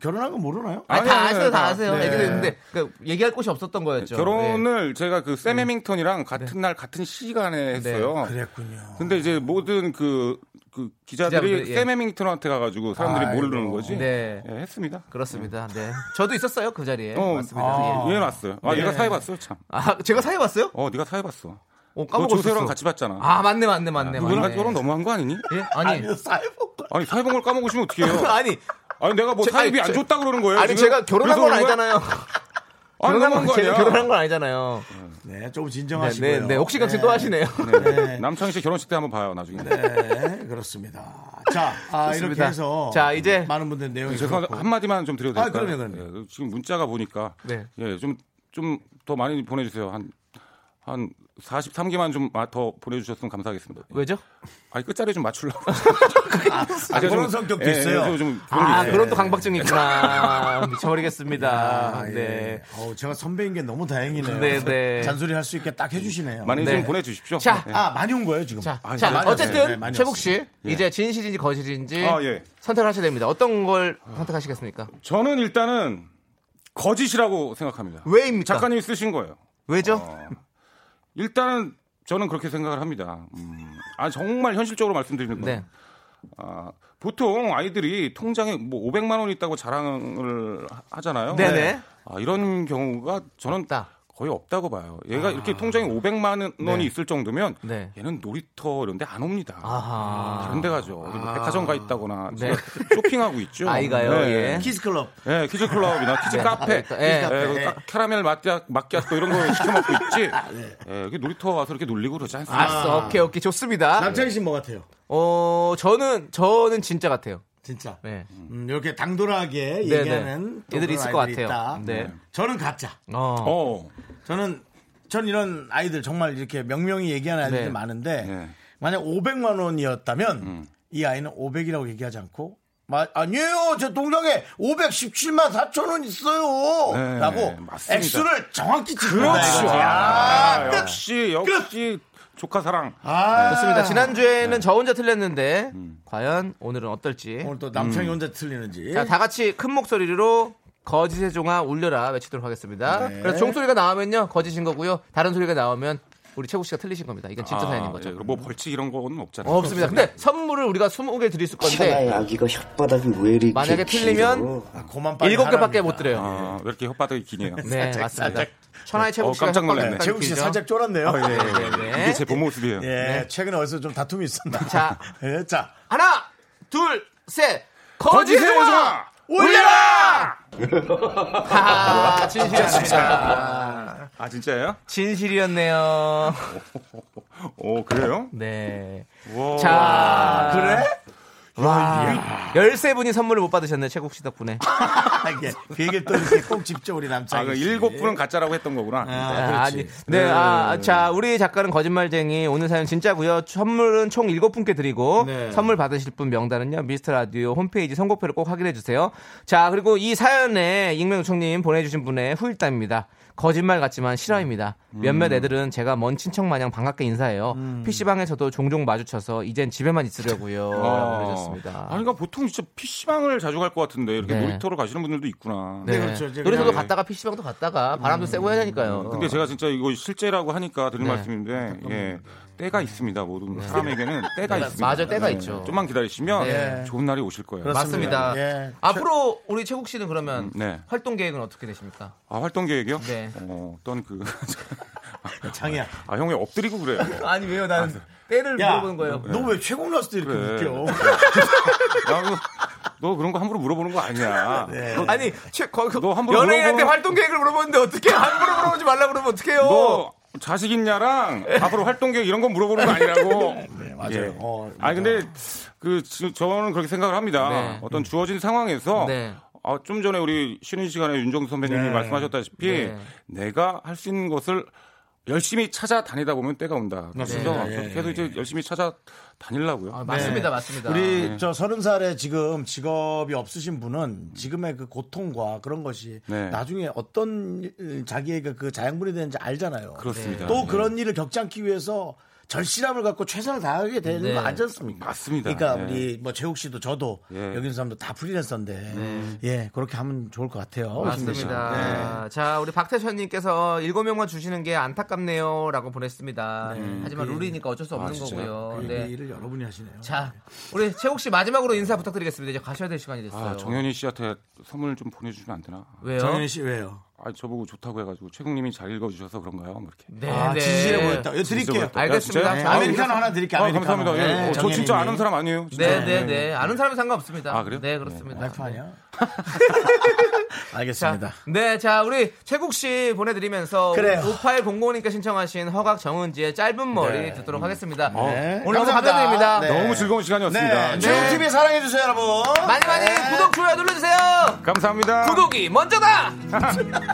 Speaker 1: 결혼한 거 모르나요?
Speaker 8: 아니,
Speaker 7: 아니,
Speaker 8: 다
Speaker 7: 아니,
Speaker 8: 아세요, 다
Speaker 7: 다-
Speaker 8: 아세요.
Speaker 1: 네.
Speaker 8: 애기도 있는데 그러니까 얘기할 곳이 없었던 거였죠. 예.
Speaker 7: 결혼을 제가 그 샘 해밍턴이랑 같은 날 같은 시간에 했어요.
Speaker 1: 그랬군요.
Speaker 7: 근데 이제 모든 그, 그 기자들이
Speaker 8: 기자분들, 예.
Speaker 7: 샘 해밍턴한테 가가지고 사람들이
Speaker 1: 아이고.
Speaker 7: 모르는 거지.
Speaker 8: 네.
Speaker 7: 예, 했습니다.
Speaker 8: 그렇습니다. 네, 저도 있었어요 그 자리에.
Speaker 7: 어,
Speaker 8: 맞습니다.
Speaker 7: 아,
Speaker 8: 예.
Speaker 7: 얘 났어요. 아, 얘가 사해봤어, 참.
Speaker 8: 아, 제가 사회 봤어요?
Speaker 7: 어, 네가 사해봤어.
Speaker 8: 어,
Speaker 7: 너
Speaker 8: 까먹었어.
Speaker 7: 조세호랑 같이 봤잖아.
Speaker 8: 아, 맞네, 맞네, 맞네.
Speaker 7: 누구랑
Speaker 8: 맞네.
Speaker 7: 같이 결혼 너무한 거 아니니?
Speaker 8: 예? 아니,
Speaker 7: 아니, 사해본 걸 까먹으시면 어떡해요.
Speaker 8: [laughs] 아니,
Speaker 7: 아니, 내가 뭐
Speaker 8: 제- 아니,
Speaker 7: 사입이 안
Speaker 8: 제-
Speaker 7: 좋다 그러는 거예요.
Speaker 8: 아니 제가 결혼한 건 아니잖아요.
Speaker 7: 아니,
Speaker 8: 결혼한
Speaker 7: 너무한
Speaker 8: 건
Speaker 7: 거
Speaker 8: 제가
Speaker 7: 아니야.
Speaker 8: 결혼한 건 아니잖아요.
Speaker 1: 네, 조금
Speaker 8: 네,
Speaker 1: 진정하시고요.
Speaker 8: 네, 네. 혹시 같이 또 하시네요.
Speaker 7: 네. 남창희 씨 결혼식 때 한번 봐요, 나중에.
Speaker 1: 네, 그렇습니다. 자, 아, 이렇게
Speaker 8: [laughs] 좋습니다.
Speaker 1: 해서
Speaker 8: 자, 이제
Speaker 1: 많은 분들 내용이
Speaker 7: 죄송한데
Speaker 1: 그렇고.
Speaker 7: 한마디만 좀 드려도 될까요?
Speaker 1: 아, 그럼요, 그럼요.
Speaker 7: 예, 지금 문자가 보니까
Speaker 8: 네.
Speaker 7: 예, 좀 좀 더 많이 보내 주세요. 한 한 43개만 좀 더 보내주셨으면 감사하겠습니다.
Speaker 8: 왜죠?
Speaker 7: 아니 끝자리 좀
Speaker 8: [laughs]
Speaker 7: 맞추려고.
Speaker 1: 아,
Speaker 7: 제가
Speaker 1: 그런
Speaker 7: 좀-
Speaker 1: 성격도
Speaker 7: 예, 예,
Speaker 1: 있어요.
Speaker 7: 좀- 좀 그런 게
Speaker 8: 아,
Speaker 7: 있어요.
Speaker 8: 그런 또 강박증이 있구나. 미쳐버리겠습니다.
Speaker 1: 아, 예.
Speaker 8: 네.
Speaker 1: 어우, 제가 선배인 게 너무 다행이네요.
Speaker 8: 네, 네.
Speaker 1: 잔소리 할 수 있게 딱 해주시네요.
Speaker 7: 많이
Speaker 8: 네.
Speaker 7: 좀 보내주십시오.
Speaker 8: 자,
Speaker 7: 예.
Speaker 1: 아, 많이 온 거예요, 지금.
Speaker 8: 자,
Speaker 7: 아,
Speaker 8: 자
Speaker 7: 네, 많이
Speaker 1: 왔어요. 네,
Speaker 8: 어쨌든
Speaker 1: 많이
Speaker 8: 최국 씨 이제 진실인지 거실인지
Speaker 7: 아, 예.
Speaker 8: 선택하셔야 됩니다. 어떤 걸 선택하시겠습니까?
Speaker 7: 저는 일단은 거짓이라고 생각합니다.
Speaker 8: 왜입니까?
Speaker 7: 작가님이 쓰신 거예요. 어,
Speaker 8: 왜죠?
Speaker 7: 일단은 저는 그렇게 생각을 합니다. 음, 아 정말 현실적으로 말씀드리는 거예요.
Speaker 8: 네.
Speaker 7: 아, 보통 아이들이 통장에 뭐 500만 원 있다고 자랑을 하- 하잖아요.
Speaker 8: 네네.
Speaker 7: 아, 이런 경우가 저는
Speaker 8: 없다. 아.
Speaker 7: 거의 없다고 봐요. 얘가 이렇게 통장에 500만 원이
Speaker 8: 네.
Speaker 7: 있을 정도면
Speaker 8: 네.
Speaker 7: 얘는 놀이터 이런 데 안 옵니다.
Speaker 8: 아하.
Speaker 7: 다른 데 가죠. 어디 뭐 백화점 가 있다거나
Speaker 8: 네.
Speaker 7: 지금 쇼핑하고 있죠.
Speaker 8: 아이가요, 예.
Speaker 1: 키스클럽.
Speaker 7: 예, 키즈 클럽이나 키즈 카페,
Speaker 8: 예, 예.
Speaker 7: 예, 그 까- 캐러멜 마띠아, 마끼아또 이런
Speaker 8: [laughs]
Speaker 7: 거 시켜 먹고 있지.
Speaker 8: 아, 네.
Speaker 7: 예, 이렇게 놀이터 와서 이렇게 놀리고 그러지 않습니까?
Speaker 8: 알았어. 오케이, 오케이. 좋습니다.
Speaker 1: 남창희 씨뭐 같아요?
Speaker 8: 어, 저는, 저는 진짜 같아요.
Speaker 1: 진짜.
Speaker 8: 네.
Speaker 1: 음, 이렇게 당돌하게
Speaker 8: 네.
Speaker 1: 얘기하는 또
Speaker 8: 애들이
Speaker 1: 그런
Speaker 8: 있을 것
Speaker 1: 아이들이
Speaker 8: 같아요.
Speaker 1: 있다.
Speaker 8: 네.
Speaker 1: 저는 가짜.
Speaker 8: 어.
Speaker 7: 어,
Speaker 1: 저는 전 이런 아이들 정말 이렇게 명명이 얘기하는 아이들이
Speaker 8: 네.
Speaker 1: 많은데
Speaker 7: 네. 음.
Speaker 1: 만약 500만 원이었다면 이 아이는 500이라고 얘기하지 않고 마- 아니에요 제 통장에 517만 4천 원 있어요
Speaker 7: 네,
Speaker 1: 라고
Speaker 7: 맞습니다.
Speaker 1: 액수를 정확히
Speaker 7: 그렇죠.
Speaker 1: 아,
Speaker 7: 아, 역시 역시 조카 사랑.
Speaker 1: 아,
Speaker 8: 좋습니다. 지난주에는 저 혼자 틀렸는데, 과연 오늘은 어떨지.
Speaker 1: 오늘 또
Speaker 7: 음.
Speaker 1: 남창이 혼자 틀리는지
Speaker 8: 자, 다 같이 큰 목소리로 거짓의 종아 울려라 외치도록 하겠습니다.
Speaker 1: 네.
Speaker 8: 그래서 종소리가 나오면요, 거짓인 거고요. 다른 소리가 나오면 우리 최국 씨가 틀리신 겁니다. 이건 진짜
Speaker 7: 아,
Speaker 8: 사연인 거죠. 어,
Speaker 7: 예, 그리고 뭐 벌칙 이런 거는 없잖아요.
Speaker 8: 없습니다. 근데 선물을 우리가 20개 드릴 수
Speaker 10: 차라리
Speaker 8: 건데,
Speaker 10: 아기가 혓바닥이 왜 이렇게
Speaker 8: 만약에 틀리면
Speaker 10: 길어?
Speaker 1: 고만 빨리
Speaker 8: 일곱 개밖에못
Speaker 1: 하랍니다.
Speaker 8: 드려요.
Speaker 7: 아, 왜 이렇게 혓바닥이 기네요.
Speaker 8: 네,
Speaker 1: 살짝,
Speaker 8: 맞습니다.
Speaker 1: 살짝.
Speaker 8: 천하의 최국
Speaker 7: 어,
Speaker 8: 씨가
Speaker 7: 깜짝 놀랐네.
Speaker 8: 혓바닥이
Speaker 1: 최국 씨
Speaker 8: 길죠?
Speaker 1: 살짝 쫄았네요
Speaker 8: 네, 네.
Speaker 7: 이게 제 본 모습이에요.
Speaker 1: 예, 최근에 어디서 좀 다툼이 있었나
Speaker 8: 자.
Speaker 1: [laughs] 예, 자
Speaker 8: 하나, 둘, 셋. 거짓의
Speaker 7: 거짓의
Speaker 8: 종아!
Speaker 7: 오자
Speaker 8: 올려라! 아, 진실이었습니다.
Speaker 7: 아 진짜예요?
Speaker 8: 진실이었네요.
Speaker 7: 오 그래요?
Speaker 8: 네.
Speaker 7: 와.
Speaker 8: 자,
Speaker 1: 그래?
Speaker 8: 와. 13분이 선물을 못 받으셨네, 최국 씨 덕분에.
Speaker 1: 아, 이게 그 얘기를 또 이렇게 꼭 짚죠 우리
Speaker 7: 아,
Speaker 8: 네,
Speaker 1: 남창이
Speaker 7: 그
Speaker 1: 씨.
Speaker 7: 일곱 분은 가짜라고 했던 거구나.
Speaker 8: 아, 아니. 네, 아, 자,
Speaker 1: 음.
Speaker 8: 우리 작가는 거짓말쟁이. 오늘 사연 진짜고요 선물은 총 일곱 분께 드리고,
Speaker 1: 네.
Speaker 8: 선물 받으실 분 명단은요, 미스터 라디오 홈페이지 선곡표를 꼭 확인해주세요. 자, 그리고 이 사연에 익명요청님 보내주신 분의 후일담입니다. 거짓말 같지만 실화입니다.
Speaker 1: 음.
Speaker 8: 몇몇 애들은 제가 먼 친척 마냥 반갑게 인사해요. PC방에서도 종종 마주쳐서 이젠 집에만 있으려고요.
Speaker 1: 아.
Speaker 8: 라고 그러셨습니다.
Speaker 7: 아니, 그러니까 보통 진짜 PC방을 자주 갈 것 같은데 이렇게
Speaker 8: 네.
Speaker 7: 놀이터로 가시는 분들도 있구나.
Speaker 8: 네.
Speaker 1: 그렇죠. 이제
Speaker 8: 놀이터도
Speaker 1: 그냥- 음.
Speaker 8: 갔다가 PC방도 갔다가 바람도 쐬고 해야 되니까요. 어.
Speaker 7: 근데 제가 진짜 이거 실제라고 하니까 드릴
Speaker 8: 네.
Speaker 7: 말씀인데 예, 때가 있습니다. 모든 사람에게는 때가
Speaker 8: 맞아요,
Speaker 7: 있습니다. 네.
Speaker 8: 때가 있죠.
Speaker 7: 좀만 기다리시면
Speaker 8: 네.
Speaker 7: 좋은 날이 오실 거예요.
Speaker 8: 맞습니다.
Speaker 1: 예.
Speaker 8: 앞으로 우리 최국 씨는 그러면
Speaker 7: 음, 네.
Speaker 8: 활동 계획은 어떻게 되십니까?
Speaker 7: 아 활동 계획이요?
Speaker 8: 네.
Speaker 7: 어, 어떤 그 [laughs]
Speaker 1: 장이야.
Speaker 7: 아, 형이 엎드리고 그래요.
Speaker 8: 아니 왜요? 나는 때를
Speaker 1: 야,
Speaker 8: 물어보는 거예요.
Speaker 1: 너 왜 최고 났을 때 이렇게
Speaker 7: 그래.
Speaker 1: 웃겨?
Speaker 7: 야, 그, 너 그런 거 함부로 물어보는 거 아니야.
Speaker 8: 네. 아니 최, 거, 거,
Speaker 7: 너 함부로
Speaker 8: 연예인한테
Speaker 7: 물어보-
Speaker 8: 활동 계획을 물어보는데 어떻게 함부로 물어보지 말라 그러면 어떡해요?
Speaker 7: 너 자식 있냐랑 앞으로 활동 계획 이런 건 물어보는
Speaker 1: [laughs]
Speaker 7: 거 아니라고. 네,
Speaker 1: 맞아요. 어,
Speaker 7: 아니 근데 그 지- 저는 그렇게 생각을 합니다.
Speaker 8: 네.
Speaker 7: 어떤 주어진 상황에서
Speaker 8: 네.
Speaker 7: 아, 좀 전에 우리 쉬는 시간에 윤정수 선배님이
Speaker 1: 네.
Speaker 7: 말씀하셨다시피
Speaker 8: 네.
Speaker 7: 내가 할 수 있는 것을 열심히 찾아다니다 보면 때가 온다. 그래서
Speaker 1: 맞습니다. 예,
Speaker 7: 계속 이제 열심히 찾아다니려고요.
Speaker 8: 아, 맞습니다, 맞습니다.
Speaker 1: 우리 저 서른 살에 지금 직업이 없으신 분은 지금의 그 고통과 그런 것이
Speaker 7: 네.
Speaker 1: 나중에 어떤 일, 자기의 그 자양분이 되는지 알잖아요.
Speaker 8: 그렇죠.
Speaker 7: 그렇습니다.
Speaker 1: 또
Speaker 7: 네.
Speaker 1: 그런 일을 겪지 않기 위해서 절실함을 갖고 최선을 다하게 되는
Speaker 8: 네.
Speaker 1: 거 아니지 않습니까?
Speaker 7: 맞습니다.
Speaker 1: 그러니까
Speaker 7: 네.
Speaker 1: 우리 뭐 재욱 씨도 저도
Speaker 7: 예.
Speaker 1: 여기 있는 사람도 다 프리랜서인데
Speaker 8: 네.
Speaker 1: 예 그렇게 하면 좋을 것 같아요.
Speaker 8: 맞습니다. 자, 우리 박태천님께서 일곱 명만 주시는 게 안타깝네요라고 보냈습니다. 하지만 룰이니까 어쩔 수 없는 거고요.
Speaker 1: 그
Speaker 8: 네.
Speaker 1: 얘기를 여러분이 하시네요.
Speaker 8: 자, 우리 최욱 씨 마지막으로 인사 부탁드리겠습니다. 이제 가셔야 될 시간이 됐어요.
Speaker 7: 아, 정현희 씨한테 선물 좀 보내주시면 안 되나?
Speaker 8: 왜요?
Speaker 1: 정현 씨 왜요?
Speaker 7: 아, 저보고 좋다고 해가지고 최국님이 잘 읽어주셔서 그런가요? 뭐 이렇게.
Speaker 8: 네,
Speaker 1: 아
Speaker 8: 네.
Speaker 1: 진실해 보였다. 이거 드릴게요.
Speaker 7: 보였다.
Speaker 8: 알겠습니다.
Speaker 7: 야, 진짜요?
Speaker 1: 네, 아메리카노 하나 드릴게요.
Speaker 7: 아,
Speaker 1: 아메리카노.
Speaker 7: 감사합니다. 예,
Speaker 1: 네,
Speaker 7: 어, 저
Speaker 1: 정혜림이.
Speaker 7: 진짜 아는 사람 아니에요. 진짜.
Speaker 8: 네, 네, 네. 아는 사람은 상관없습니다.
Speaker 7: 아, 그래요?
Speaker 8: 네, 그렇습니다.
Speaker 1: 와이프 아니야? [laughs]
Speaker 8: 자,
Speaker 1: 알겠습니다.
Speaker 8: 네, 자, 우리 최국 씨 보내드리면서
Speaker 1: 그래요.
Speaker 8: 5805님께 신청하신 허각 정은지의 짧은 머리
Speaker 1: 음.
Speaker 8: 듣도록 하겠습니다.
Speaker 1: 네.
Speaker 8: 오늘 너무
Speaker 1: 감사합니다.
Speaker 8: 감사드립니다.
Speaker 1: 네.
Speaker 7: 너무 즐거운 시간이었습니다.
Speaker 1: 네.
Speaker 7: 네.
Speaker 1: 최욱 TV 사랑해 주세요, 여러분.
Speaker 8: 많이 많이
Speaker 1: 네.
Speaker 8: 구독, 좋아요 눌러주세요!
Speaker 7: 감사합니다.
Speaker 8: 구독이 먼저다!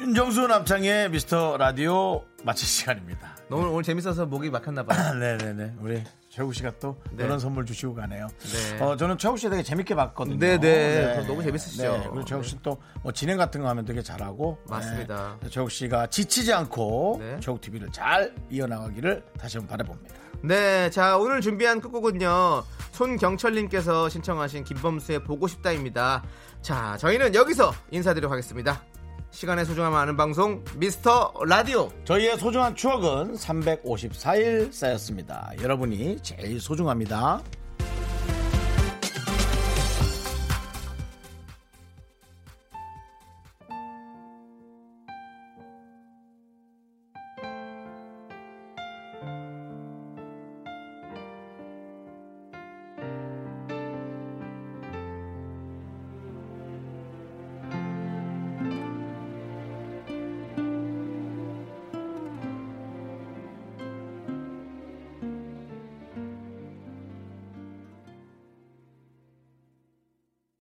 Speaker 1: 윤정수 남창의 미스터 라디오 마칠 시간입니다.
Speaker 8: 오늘, 오늘 재밌어서 목이 막혔나봐요.
Speaker 1: 아, 네네네. 우리 최우 씨가 또
Speaker 8: 네.
Speaker 1: 이런 선물 주시고 가네요.
Speaker 8: 네.
Speaker 1: 어, 저는 최우 씨 되게 재밌게 봤거든요. 네.
Speaker 8: 네네. 그럼 너무 재밌으시죠?
Speaker 1: 그리고 최우 씨또뭐 진행 같은 거 하면 되게 잘하고.
Speaker 8: 맞습니다.
Speaker 1: 네. 최우 씨가 지치지 않고
Speaker 8: 네.
Speaker 1: 최우 TV를 잘 이어나가기를 다시 한번 바라봅니다.
Speaker 8: 네, 자, 오늘 준비한 끝곡은요. 손경철님께서 신청하신 김범수의 보고 싶다입니다. 자, 저희는 여기서 인사드리도록 하겠습니다. 시간의 소중함 아는 방송, 미스터 라디오.
Speaker 1: 저희의 소중한 추억은 354일 쌓였습니다. 여러분이 제일 소중합니다.